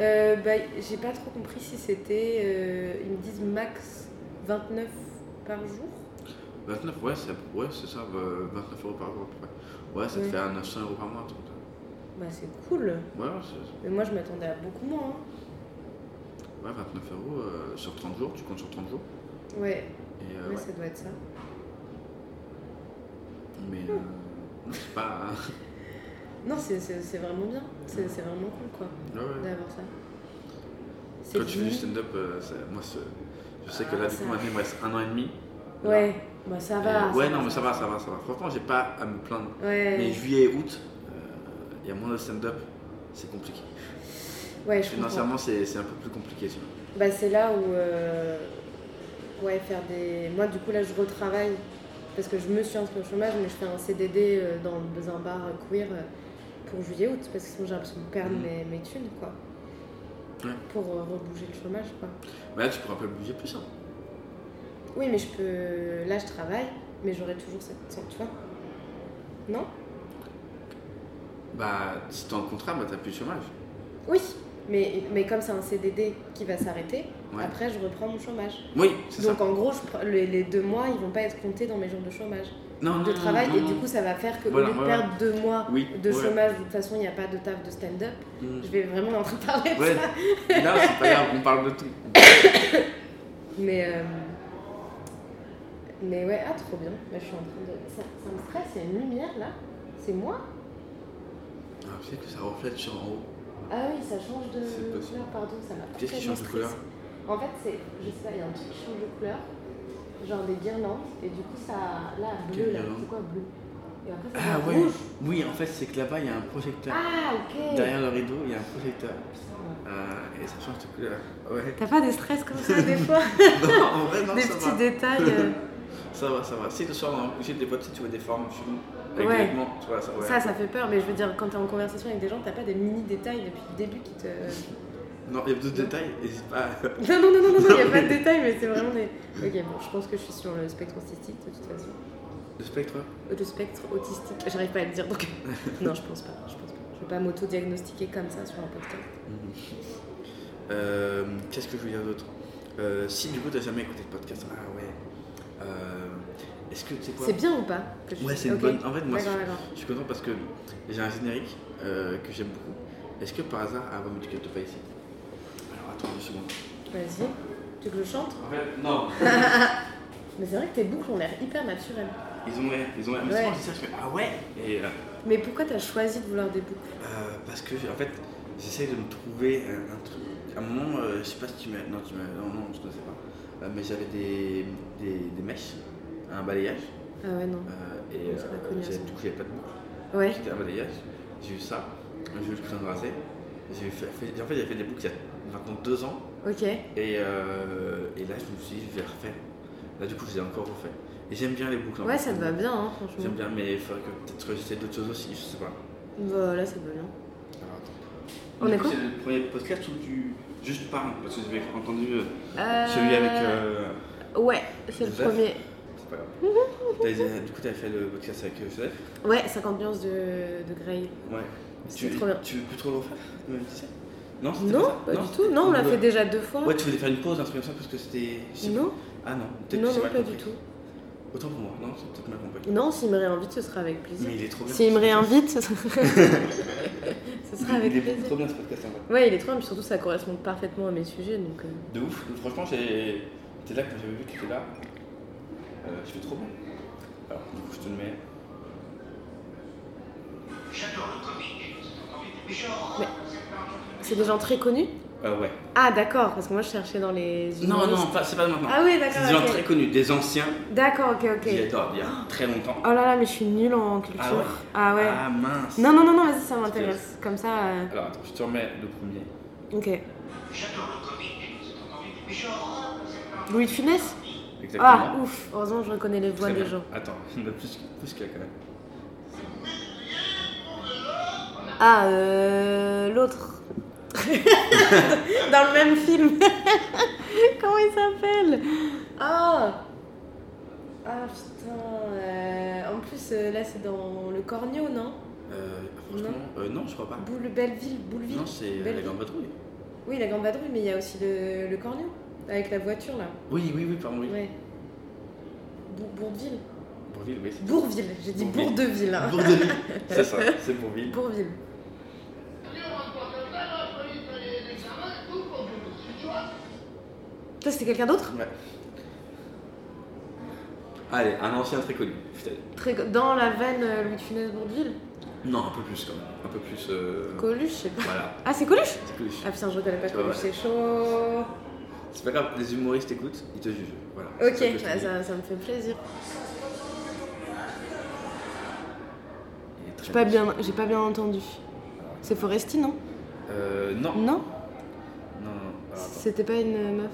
Speaker 13: Euh, bah, j'ai pas trop compris si c'était. euh, ils me disent max 29 par jour.
Speaker 12: 29, ouais, c'est ouais, c'est ça, euh, 29 euros par jour à peu près. Ouais, ça
Speaker 13: Ouais.
Speaker 12: te fait un 900 euros par mois. un truc comme ça.
Speaker 13: Bah, c'est cool.
Speaker 12: Ouais, ouais, c'est-
Speaker 13: Mais moi, je m'attendais à beaucoup moins. hein.
Speaker 12: ouais, 29 euros euh, sur 30 jours, tu comptes sur 30 jours.
Speaker 13: hein. Ouais.
Speaker 12: Et, euh,
Speaker 13: ouais,
Speaker 12: ouais.
Speaker 13: ça doit être ça.
Speaker 12: Mais euh, non, c'est pas. hein.
Speaker 13: Non, c'est- c'est c'est vraiment bien. C'est c'est vraiment cool, quoi.
Speaker 12: Ouais, ouais.
Speaker 13: D'avoir ça. C'est
Speaker 12: Quand tu fais du
Speaker 13: fini.
Speaker 12: stand-up, euh, ça- moi, c'est- je sais que
Speaker 13: Ah,
Speaker 12: là, du
Speaker 13: ça
Speaker 12: coup, maintenant, il me reste un an et demi.
Speaker 13: Ouais. Bah, ça
Speaker 12: Et,
Speaker 13: va.
Speaker 12: ouais,
Speaker 13: ça
Speaker 12: non,
Speaker 13: va,
Speaker 12: mais ça va, ça va, ça va. Franchement, j'ai pas à me plaindre.
Speaker 13: Ouais.
Speaker 12: Mais juillet et août, euh, il y a moins de stand-up, c'est compliqué.
Speaker 13: Ouais, je
Speaker 12: Financièrement, c'est c'est un peu plus compliqué. ça.
Speaker 13: Bah, c'est là où. euh, Ouais, faire des. Moi, du coup, là, je retravaille. Parce que je me suis inscrite au chômage, mais je fais un CDD euh, dans dans un bar queer euh, pour juillet-août. Parce que sinon, j'ai l'impression de perdre mes, mes thunes, quoi.
Speaker 12: Mm. Ouais.
Speaker 13: Pour euh, rebouger le chômage, quoi.
Speaker 12: Mais là, tu pourras pas le bouger plus. Hein.
Speaker 13: Oui, mais je peux. Là, je travaille, mais j'aurai toujours cette. Tu vois Non
Speaker 12: Bah, si t'es en contrat, bah, t'as plus de chômage.
Speaker 13: Oui, mais, mais comme c'est un CDD qui va s'arrêter,
Speaker 12: Ouais.
Speaker 13: après je reprends mon chômage.
Speaker 12: Oui, c'est
Speaker 13: Donc en gros, je pre- les, les deux mois, ils vont pas être comptés dans mes jours de chômage,
Speaker 12: Non,
Speaker 13: de
Speaker 12: non,
Speaker 13: travail,
Speaker 12: Ah, non,
Speaker 13: et
Speaker 12: non.
Speaker 13: du coup ça va faire que
Speaker 12: Voilà,
Speaker 13: au lieu de
Speaker 12: voilà.
Speaker 13: perdre deux mois
Speaker 12: Oui,
Speaker 13: de
Speaker 12: ouais.
Speaker 13: chômage, de toute façon il n'y a pas de taf de stand-up,
Speaker 12: Mm.
Speaker 13: je vais vraiment en parler de
Speaker 12: Ouais,
Speaker 13: ça.
Speaker 12: mais là, c'est pas grave, on parle de tout.
Speaker 13: Mais, euh, mais ouais, ah trop bien, Bah, je suis en train de... Ça, ça me stresse, il y a une lumière là, c'est moi
Speaker 12: Ah, peut-être que ça reflète sur en haut.
Speaker 13: Ah oui, ça change de
Speaker 12: C'est possible.
Speaker 13: couleur, pardon, ça m'a
Speaker 12: Qu'est-ce qui
Speaker 13: complètement
Speaker 12: change de couleur
Speaker 13: stressée. En fait, c'est, je sais pas, il y a un truc qui change de couleur, genre des guirlandes, et du coup, ça, là,
Speaker 12: Quelle
Speaker 13: bleu, là,
Speaker 12: guirlande
Speaker 13: c'est quoi bleu Et après, ça
Speaker 12: Ah
Speaker 13: devient
Speaker 12: ouais
Speaker 13: rouge.
Speaker 12: Oui, en fait, c'est que là-bas, il y a un projecteur.
Speaker 13: Ah, ok.
Speaker 12: Derrière le rideau, il y a un projecteur. Euh, et ça change de couleur. Ah Ouais.
Speaker 13: T'as pas des stress comme ça des fois
Speaker 12: Non, en vrai, non,
Speaker 13: Des
Speaker 12: ça
Speaker 13: petits
Speaker 12: va.
Speaker 13: détails. euh,
Speaker 12: Ça va, ça va. Si le soir, dans le coucher des potes, si tu vois des formes chelou, avec
Speaker 13: Ouais.
Speaker 12: des vêtements, tu vois, ça, ouais.
Speaker 13: Ça, ça fait peur, mais je veux dire, quand t'es en conversation avec des gens, t'as pas des mini détails depuis le début qui te.
Speaker 12: Non, il y a d'autres détails, n'hésite pas.
Speaker 13: Non, non, non, non, non, il n'y a pas de détails, mais c'est vraiment des. Ok, bon, je pense que je suis sur le spectre autistique de toute façon.
Speaker 12: Le spectre
Speaker 13: Euh, Le spectre autistique, j'arrive pas à le dire donc. non, je pense pas, je pense pas. Je vais pas m'auto-diagnostiquer comme ça sur un podcast.
Speaker 12: Mhm. Euh, Qu'est-ce que je veux dire d'autre Euh, Si du coup t'as jamais écouté de podcast, ah ouais. Euh, Est-ce que tu sais quoi
Speaker 13: C'est bien ou pas que je-
Speaker 12: Ouais, c'est une
Speaker 13: Ok.
Speaker 12: bonne. En fait, moi, je,
Speaker 13: D'accord, d'accord.
Speaker 12: je suis content parce que j'ai un générique euh, que j'aime beaucoup. Est-ce que par hasard, ah, mais tu captes pas ici Alors attends deux secondes.
Speaker 13: Vas-y, tu veux que je chante
Speaker 12: En fait, non.
Speaker 13: Mais c'est vrai que tes boucles ont l'air hyper naturelles.
Speaker 12: ils ont l'air, ils ont l'air. Mais
Speaker 13: Ouais.
Speaker 12: souvent, je dis ça, je fais, ah ouais. Et euh,
Speaker 13: Mais pourquoi t'as choisi de vouloir des boucles
Speaker 12: Euh, parce que en fait, j'essaie de me trouver un, un truc. À un moment, euh, je sais pas si tu m'as. Non, tu m'as. Non, non, je ne sais pas. Euh, mais j'avais des, des, des mèches, un balayage.
Speaker 13: Ah ouais, non.
Speaker 12: euh, et
Speaker 13: Ouais, c'est pas connu,
Speaker 12: euh, j'avais-
Speaker 13: Oh, ça.
Speaker 12: du coup, j'avais pas de boucle.
Speaker 13: Ouais.
Speaker 12: J'étais un balayage. J'ai eu ça. J'ai eu le crâne rasé. J'ai fait, fait- en fait, j'avais fait des boucles il y a maintenant deux ans.
Speaker 13: Ok.
Speaker 12: Et, euh, et là, je me suis dit, je vais les refaire. Là, du coup, je les ai encore refait. Et j'aime bien les boucles. en
Speaker 13: Ouais,
Speaker 12: fait.
Speaker 13: ça te va bien, hein, franchement.
Speaker 12: J'aime bien, mais il faudrait que peut-être que j'essaie d'autres choses aussi, je sais pas.
Speaker 13: Bah là, ça te va bien.
Speaker 12: Alors, attends.
Speaker 13: On
Speaker 12: Du
Speaker 13: est
Speaker 12: coup,
Speaker 13: quoi
Speaker 12: C'est le premier podcast où tu juste parles parce que j'avais entendu euh,
Speaker 13: Euh,
Speaker 12: celui avec. euh,
Speaker 13: Ouais, c'est le
Speaker 12: Joseph.
Speaker 13: premier.
Speaker 12: C'est pas grave. T'as- euh, du coup, t'avais fait le podcast avec euh, Joseph.
Speaker 13: Ouais, 50 nuances de, de Grey.
Speaker 12: Ouais.
Speaker 13: C'était
Speaker 12: Tu,
Speaker 13: trop bien.
Speaker 12: tu veux plus trop le refaire le même petit set Non, c'était
Speaker 13: Non,
Speaker 12: ça
Speaker 13: pas du tout.
Speaker 12: c'était-
Speaker 13: Non, on l'a
Speaker 12: Ouais.
Speaker 13: fait déjà deux fois.
Speaker 12: Ouais, tu voulais faire une pause, un truc comme ça, parce que c'était. je sais
Speaker 13: Non.
Speaker 12: plus. Ah non, peut-être
Speaker 13: Non,
Speaker 12: que j'ai
Speaker 13: non,
Speaker 12: mal
Speaker 13: pas
Speaker 12: compris.
Speaker 13: du tout.
Speaker 12: Autant pour moi, non, c'est peut-être mal compris.
Speaker 13: Non, s'il me réinvite, ce sera avec plaisir.
Speaker 12: Mais il est trop bien.
Speaker 13: S'il me réinvite, ce sera, ce
Speaker 12: Il-
Speaker 13: sera avec
Speaker 12: Il est
Speaker 13: plaisir.
Speaker 12: trop bien ce podcast en vrai.
Speaker 13: Ouais, il est trop bien, puis surtout ça correspond parfaitement à mes sujets, donc... euh,
Speaker 12: De ouf, franchement, j'ai. T'es là quand j'avais vu que t'étais là. Euh, je fais trop bien. Alors, du coup, je te le mets.
Speaker 13: mais C'est des gens très connus
Speaker 12: Euh, ouais.
Speaker 13: Ah, d'accord, parce que moi, je cherchais dans les...
Speaker 12: Non,
Speaker 13: humoristes.
Speaker 12: non, pas- c'est pas maintenant.
Speaker 13: Ah oui, d'accord,
Speaker 12: C'est des gens
Speaker 13: ok.
Speaker 12: très connus, des anciens.
Speaker 13: D'accord, ok, ok.
Speaker 12: J'y adore, il y a très longtemps.
Speaker 13: Oh là là, mais je suis nulle en culture.
Speaker 12: Ah ouais
Speaker 13: Ah ouais.
Speaker 12: Ah, mince.
Speaker 13: Non, non, non, non, vas-y, ça m'intéresse. Comme ça... euh,
Speaker 12: Alors, attends, je te remets le premier.
Speaker 13: Ok. Louis de Funès
Speaker 12: Exactement.
Speaker 13: Ah, ouf, heureusement, je reconnais les voix
Speaker 12: Très
Speaker 13: des
Speaker 12: bien.
Speaker 13: gens.
Speaker 12: Attends, il y en a plus, plus qu'il y a quand même.
Speaker 13: Ah, euh, l'autre. Dans le même film. Comment il s'appelle Ah Ah putain. euh, en plus, euh, là, c'est dans le Cornio, non
Speaker 12: Euh, franchement,
Speaker 13: Non.
Speaker 12: non. non, je crois pas.
Speaker 13: Boule Belleville, Bouleville.
Speaker 12: Non, c'est euh, la
Speaker 13: Belleville.
Speaker 12: grande patrouille.
Speaker 13: Oui, la Grande Vadrouille, mais il y a aussi le, le Cornio. Avec la voiture, là.
Speaker 12: Oui, oui, oui, pardon, oui.
Speaker 13: Ouais. Bou- Bourdeville.
Speaker 12: Bourville, oui. c'est-
Speaker 13: Bourville, j'ai dit
Speaker 12: Bourville.
Speaker 13: Bourdeville. hein.
Speaker 12: Bourdeville, c'est ça, c'est Bourville.
Speaker 13: Bourville. Toi, c'était quelqu'un d'autre
Speaker 12: Ouais. Allez, un ancien très connu. Putain.
Speaker 13: Très- Dans la veine euh, Louis de Funès Bourdeville
Speaker 12: Non, un peu plus quand même. Un peu plus. euh,
Speaker 13: Coluche, je sais pas.
Speaker 12: Voilà.
Speaker 13: Ah, c'est Coluche
Speaker 12: C'est Coluche.
Speaker 13: Ah putain, je reconnais pas
Speaker 12: Ouais, ouais.
Speaker 13: Coluche, c'est chaud.
Speaker 12: C'est pas grave, les humoristes écoutent, ils te jugent. Voilà.
Speaker 13: Ok,
Speaker 12: C'est ça que je te
Speaker 13: bah,
Speaker 12: dis.
Speaker 13: ça, ça me fait plaisir.
Speaker 12: Il est très
Speaker 13: J'ai pas
Speaker 12: bon.
Speaker 13: bien, j'ai pas bien entendu. C'est Foresti, non
Speaker 12: Euh, non. Non,
Speaker 13: Non
Speaker 12: non, non. Alors, attends.
Speaker 13: C'était pas une euh, meuf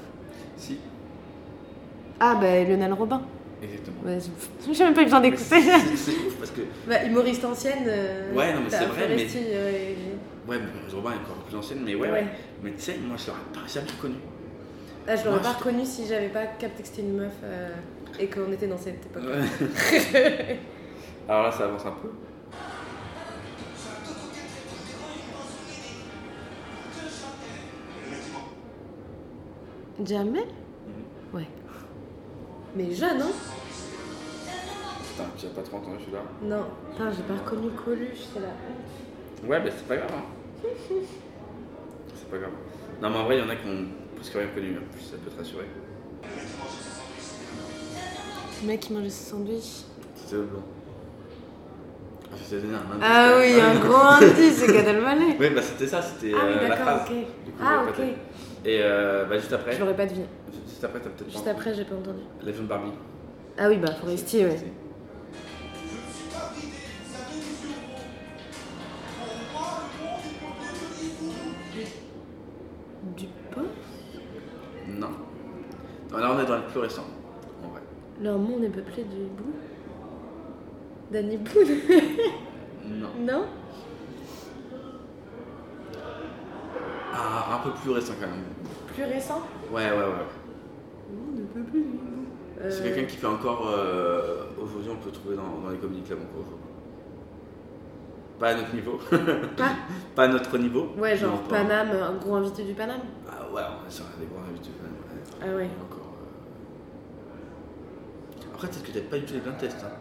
Speaker 12: Si,
Speaker 13: Ah bah Lionel Robin.
Speaker 12: exactement.
Speaker 13: Ouais, j'ai- j'ai même pas eu besoin d'écouter.
Speaker 12: C'est c'est ouf parce que.
Speaker 13: bah, humoriste ancienne. euh,
Speaker 12: Ouais, non, mais
Speaker 13: t'as
Speaker 12: c'est vrai, mais-
Speaker 13: Foresti, ouais.
Speaker 12: Ouais, mais Robin est encore plus ancienne, mais ouais, ouais.
Speaker 13: Ouais.
Speaker 12: Mais tu sais, moi je l'aurais pas jamais reconnu.
Speaker 13: Ah, je l'aurais
Speaker 12: Moi,
Speaker 13: pas
Speaker 12: je-
Speaker 13: reconnu si j'avais pas capté que c'était une meuf euh, et qu'on était dans cette époque.
Speaker 12: Ouais. Alors là, ça avance un peu.
Speaker 13: Jamel
Speaker 12: Mhm.
Speaker 13: Ouais. Mais jeune, hein
Speaker 12: Putain, j'ai pas trop entendu celui-là.
Speaker 13: Non, putain, j'ai pas reconnu Coluche, c'est la
Speaker 12: Ouais, bah c'est pas grave, hein.
Speaker 13: honte.
Speaker 12: C'est pas grave. Non, mais en vrai, il y en a qui ont presque rien connu, en plus, ça peut te rassurer.
Speaker 13: Le mec qui mangeait ses sandwichs.
Speaker 12: C'était le blanc. Ah, je t'ai donné un indice.
Speaker 13: Ah oui, un gros indice, c'est Gad Elmaleh.
Speaker 12: Oui, bah c'était ça, c'était
Speaker 13: Ah oui,
Speaker 12: euh, la
Speaker 13: d'accord,
Speaker 12: phrase.
Speaker 13: ok.
Speaker 12: Du coup,
Speaker 13: Ah,
Speaker 12: j'aurais pas
Speaker 13: ok.
Speaker 12: dit. Et euh, bah juste après.
Speaker 13: Je l'aurais pas deviné.
Speaker 12: Juste après, t'as peut-être.
Speaker 13: Juste
Speaker 12: pas-
Speaker 13: après, j'ai pas entendu.
Speaker 12: La jeune Barbie.
Speaker 13: Ah oui, bah Forestier, ouais. Dupont
Speaker 12: Non. Non, là, on est dans le plus récent. En vrai.
Speaker 13: Leur monde est peuplé de boue. Danny Boone
Speaker 12: Non.
Speaker 13: Non
Speaker 12: Ah, un peu plus récent quand même.
Speaker 13: Plus récent
Speaker 12: Ouais, ouais, ouais.
Speaker 13: Euh,
Speaker 12: C'est quelqu'un qui fait encore. euh, Aujourd'hui, on peut le trouver dans, dans les comédies clubs encore. aujourd'hui. Pas à notre niveau.
Speaker 13: Pas
Speaker 12: Pas à notre niveau.
Speaker 13: Ouais, genre
Speaker 12: Non, pas-
Speaker 13: Paname, un gros invité du Paname.
Speaker 12: Ah ouais, on est sur un des grands habitudes quand même. ouais.
Speaker 13: Ah ouais.
Speaker 12: Encore. euh. Après, peut-être que t'as pas du tout les blind tests. Hein.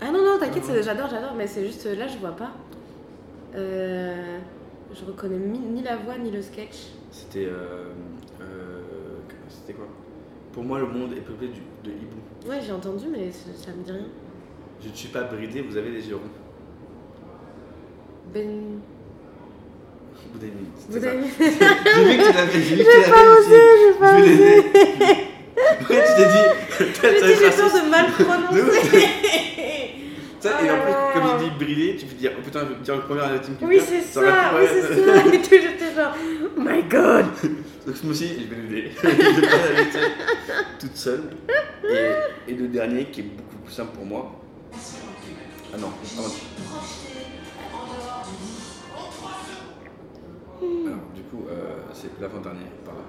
Speaker 13: Ah non, non, t'inquiète, c'est- j'adore, j'adore, mais c'est juste euh, là, je vois pas. Euh, je reconnais mi- ni la voix ni le sketch.
Speaker 12: C'était. euh, euh, C'était quoi Pour moi, le monde est peuplé du- de hibou.
Speaker 13: Ouais, j'ai entendu, mais c- ça me dit rien.
Speaker 12: Je ne suis pas bridé, vous avez les yeux ronds.
Speaker 13: Ben.
Speaker 12: Vous avez mis, c'était
Speaker 13: Vous
Speaker 12: ça.
Speaker 13: avez-
Speaker 12: J'ai vu que tu l'avais j'ai vu que
Speaker 13: J'ai
Speaker 12: tu
Speaker 13: pas
Speaker 12: l'avais
Speaker 13: osé, j'ai pas
Speaker 12: Je l'ai
Speaker 13: osé.
Speaker 12: Ouais, tu t'es dit.
Speaker 13: J'ai
Speaker 12: ça
Speaker 13: dit, j'ai
Speaker 12: va faire
Speaker 13: peur de mal prononcer.
Speaker 12: Ça, et en plus, comme je dis briller, tu peux dire, oh putain, je vais me dire le premier à la team qui
Speaker 13: Oui,
Speaker 12: perd,
Speaker 13: c'est
Speaker 12: aurait pu-
Speaker 13: ça, oui,
Speaker 12: ouais.
Speaker 13: c'est ça. Et tout, j'étais genre, oh my god.
Speaker 12: Donc ce mois-ci, je vais l'aider. je vais pas la laisser toute seule. Et, et le dernier qui est beaucoup plus simple pour moi. Ah non, avant-
Speaker 13: Hmm.
Speaker 12: Alors, du coup, euh, c'est l'avant-dernier par là.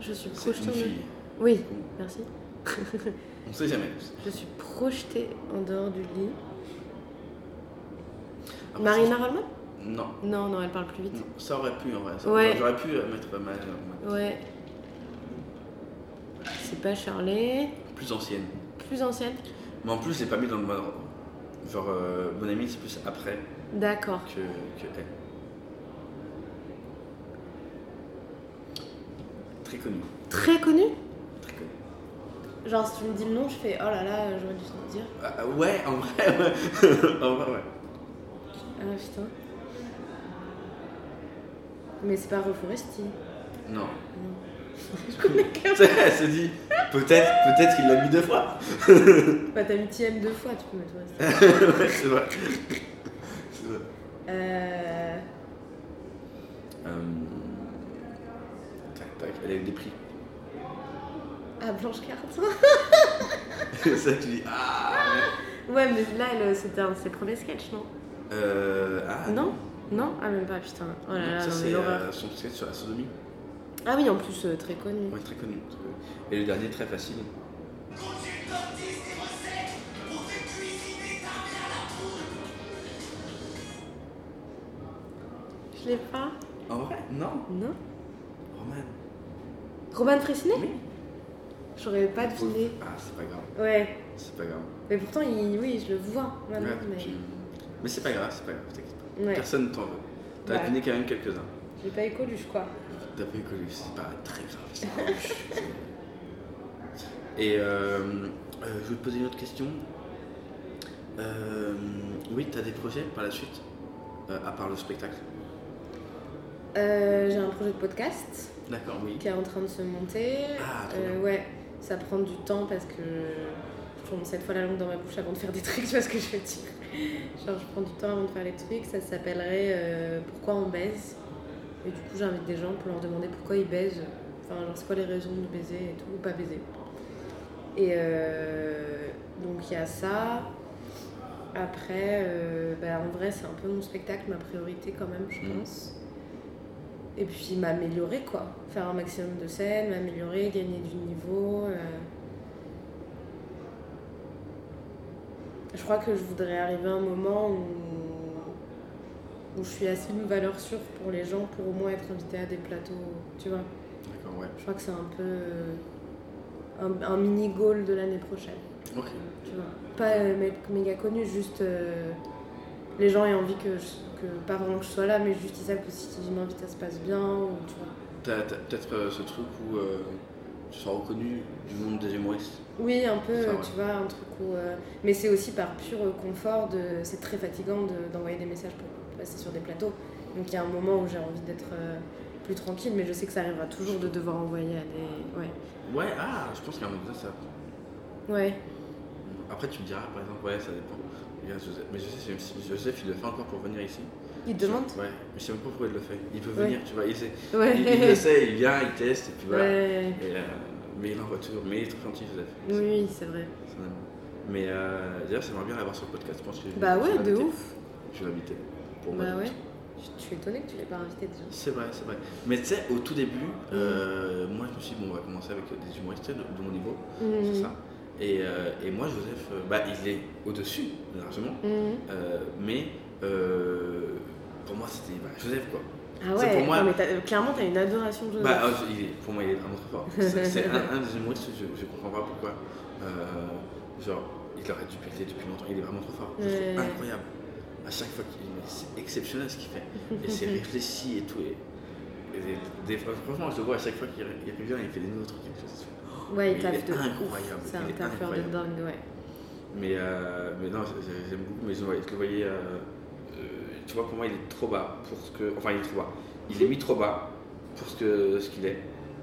Speaker 13: Je suis
Speaker 12: C'est
Speaker 13: projetée.
Speaker 12: une
Speaker 13: en-
Speaker 12: fille.
Speaker 13: Oui, merci.
Speaker 12: On sait jamais.
Speaker 13: Je suis projetée en dehors du lit. Marina Rollman
Speaker 12: Non.
Speaker 13: Non, non, elle parle plus vite.
Speaker 12: Non, Ça aurait pu en vrai. ça.
Speaker 13: Ouais.
Speaker 12: J'aurais pu euh, mettre ma, ma-
Speaker 13: Ouais. C'est pas Shirley.
Speaker 12: plus ancienne.
Speaker 13: Plus ancienne.
Speaker 12: Mais en plus, je l'ai pas mis dans le bon ordre. Genre, euh, mon ami, c'est plus après
Speaker 13: D'accord.
Speaker 12: que, que elle. Très connue.
Speaker 13: Très connue
Speaker 12: Très connue.
Speaker 13: Genre, si tu me dis le nom, je fais oh là là, j'aurais dû te le dire.
Speaker 12: Ah, ah, ouais, en vrai, ouais. en vrai, ouais.
Speaker 13: Ah putain. Mais c'est pas Reforesti.
Speaker 12: Non.
Speaker 13: Non.
Speaker 12: Elle se dit, peut-être peut-être qu'il l'a mis deux fois.
Speaker 13: Bah, t'as mis TM deux fois, tu peux mettre Foresti.
Speaker 12: ouais, c'est vrai. C'est vrai.
Speaker 13: Euh.
Speaker 12: Euh, Tac, tac, elle a eu des prix.
Speaker 13: Ah, Blanche Carton
Speaker 12: ça, tu dis, ah
Speaker 13: Ouais, mais là, elle, c'était un de ses premiers sketchs, non
Speaker 12: Euh, ah,
Speaker 13: Non Non Ah, même pas, putain. Oh là là,
Speaker 12: ça
Speaker 13: non, mais
Speaker 12: c'est
Speaker 13: l'horreur.
Speaker 12: euh, son sketch sur la sodomie.
Speaker 13: Ah oui, en plus, euh, très connu.
Speaker 12: Ouais, très connu. très connu. Et le dernier, très facile.
Speaker 13: Je l'ai pas.
Speaker 12: En vrai Non
Speaker 13: Non
Speaker 12: Roman.
Speaker 13: Roman Frissinet J'aurais pas deviné.
Speaker 12: Ah, c'est pas grave.
Speaker 13: Ouais.
Speaker 12: C'est pas grave.
Speaker 13: Mais pourtant, il... oui, je le vois maintenant.
Speaker 12: Ouais,
Speaker 13: mais...
Speaker 12: tu- Mais c'est pas grave, c'est pas grave, t'inquiète pas.
Speaker 13: Ouais.
Speaker 12: Personne ne t'en veut. T'as
Speaker 13: Ouais.
Speaker 12: deviné quand même quelques-uns.
Speaker 13: J'ai pas eu Coluche, quoi.
Speaker 12: T'as pas eu connu, c'est pas très grave. c'est pas grave. Et euh, euh, je vais te poser une autre question. Euh, oui, t'as des projets par la suite Euh, À part le spectacle
Speaker 13: Euh, J'ai un projet de podcast
Speaker 12: D'accord, oui. Ah,
Speaker 13: qui est en train de se monter. Euh, ouais, ça prend du temps parce que je tourne cette fois la langue dans ma bouche avant de faire des trucs, tu vois ce que je veux dire. Genre, je prends du temps avant de faire les trucs. Ça s'appellerait euh, Pourquoi on baise Et du coup, j'invite des gens pour leur demander pourquoi ils baisent. Enfin, genre, c'est quoi les raisons de baiser et tout, ou pas baiser. Et euh, donc, il y a ça. Après, euh, bah, en vrai, c'est un peu mon spectacle, ma priorité quand même, je
Speaker 12: Mhm.
Speaker 13: pense. Et puis m'améliorer, quoi. Faire un maximum de scènes, m'améliorer, gagner du niveau. euh. Je crois que je voudrais arriver à un moment où, où je suis assez une valeur sûre pour les gens pour au moins être invité à des plateaux, tu vois.
Speaker 12: D'accord, ouais.
Speaker 13: Je crois que c'est un peu euh, un, un mini goal de l'année prochaine.
Speaker 12: Ok.
Speaker 13: Tu vois. Pas euh, mé- méga connu, juste euh, les gens aient envie que, je- que pas vraiment que je sois là, mais juste ils savent que si ils m'invitent, ça se passe bien. Ou, tu vois.
Speaker 12: T'as t'as peut-être euh, ce truc où euh, tu seras reconnu du monde des humoristes.
Speaker 13: Oui, un peu,
Speaker 12: Ça,
Speaker 13: euh,
Speaker 12: ouais.
Speaker 13: tu vois, un truc où. euh, mais c'est aussi par pur euh, confort, de, c'est très fatigant de- d'envoyer des messages pour passer sur des plateaux. Donc il y a un moment où j'ai envie d'être euh, plus tranquille, mais je sais que ça arrivera toujours de devoir envoyer à des. Ouais.
Speaker 12: Ouais, ah, je pense qu'à un moment donné, ça.
Speaker 13: Ouais.
Speaker 12: Après, tu me diras, par exemple, ouais, ça dépend. Il y a Joseph- Mais Joseph, Joseph, il le fait encore pour venir ici.
Speaker 13: Il te demande
Speaker 12: Ouais, mais je sais même pas pourquoi il le fait. Il peut
Speaker 13: Ouais.
Speaker 12: venir, tu vois, il sait.
Speaker 13: Ouais.
Speaker 12: Il, il le sait, il vient, il teste, et puis voilà.
Speaker 13: Ouais.
Speaker 12: Et, euh, mais il envoie toujours. Mais il est trop gentil, Joseph.
Speaker 13: Oui, oui, c'est vrai.
Speaker 12: C'est un amour. Mais euh, d'ailleurs, j'aimerais bien l'avoir sur le podcast. Je pense que je vais-
Speaker 13: Bah
Speaker 12: je vais
Speaker 13: ouais, de
Speaker 12: l'inviter.
Speaker 13: ouf.
Speaker 12: Je vais l'inviter. Pour moi.
Speaker 13: Bah ouais. Je- Je suis étonnée que tu l'aies pas invité déjà.
Speaker 12: C'est vrai, c'est vrai. Mais tu sais, au tout début, euh, moi je me suis dit, bon, on va commencer avec des humoristes de, de mon niveau,
Speaker 13: Mhm.
Speaker 12: c'est ça. Et, euh, et moi, Joseph, euh, bah, il est au-dessus, largement.
Speaker 13: Mhm.
Speaker 12: Euh, mais euh, pour moi, c'était bah, Joseph, quoi.
Speaker 13: Ah
Speaker 12: C'est
Speaker 13: ouais,
Speaker 12: pour moi,
Speaker 13: non, mais t'as- euh, clairement t'as une adoration de Joseph.
Speaker 12: bah, euh, il est- pour moi, il est vraiment trop fort. C'est c'est un, un des humoristes, je, je comprends pas pourquoi. Euh, genre, il aurait dû péter depuis longtemps, il est vraiment trop fort. Je le trouve
Speaker 13: Ouais.
Speaker 12: incroyable. À chaque fois qu'il mais c'est exceptionnel ce qu'il fait. Et c'est réfléchi et tout. Et, et des- des- franchement, je le vois à chaque fois qu'il il revient, il fait des nouveaux trucs. et tout, c'est fou.
Speaker 13: ouais, il
Speaker 12: euh, Mais
Speaker 13: taffe
Speaker 12: est
Speaker 13: de ouf.
Speaker 12: incroyable.
Speaker 13: C'est un
Speaker 12: il est
Speaker 13: taffeur de
Speaker 12: incroyable.
Speaker 13: dingue, ouais.
Speaker 12: Mais, euh, mais non, j'ai- j'aime beaucoup, mais je, le voyais- je le voyais. euh, euh, tu vois, pour moi, il est trop bas pour ce que. Enfin, il est trop bas. Il est mis trop bas pour ce que ce qu'il est.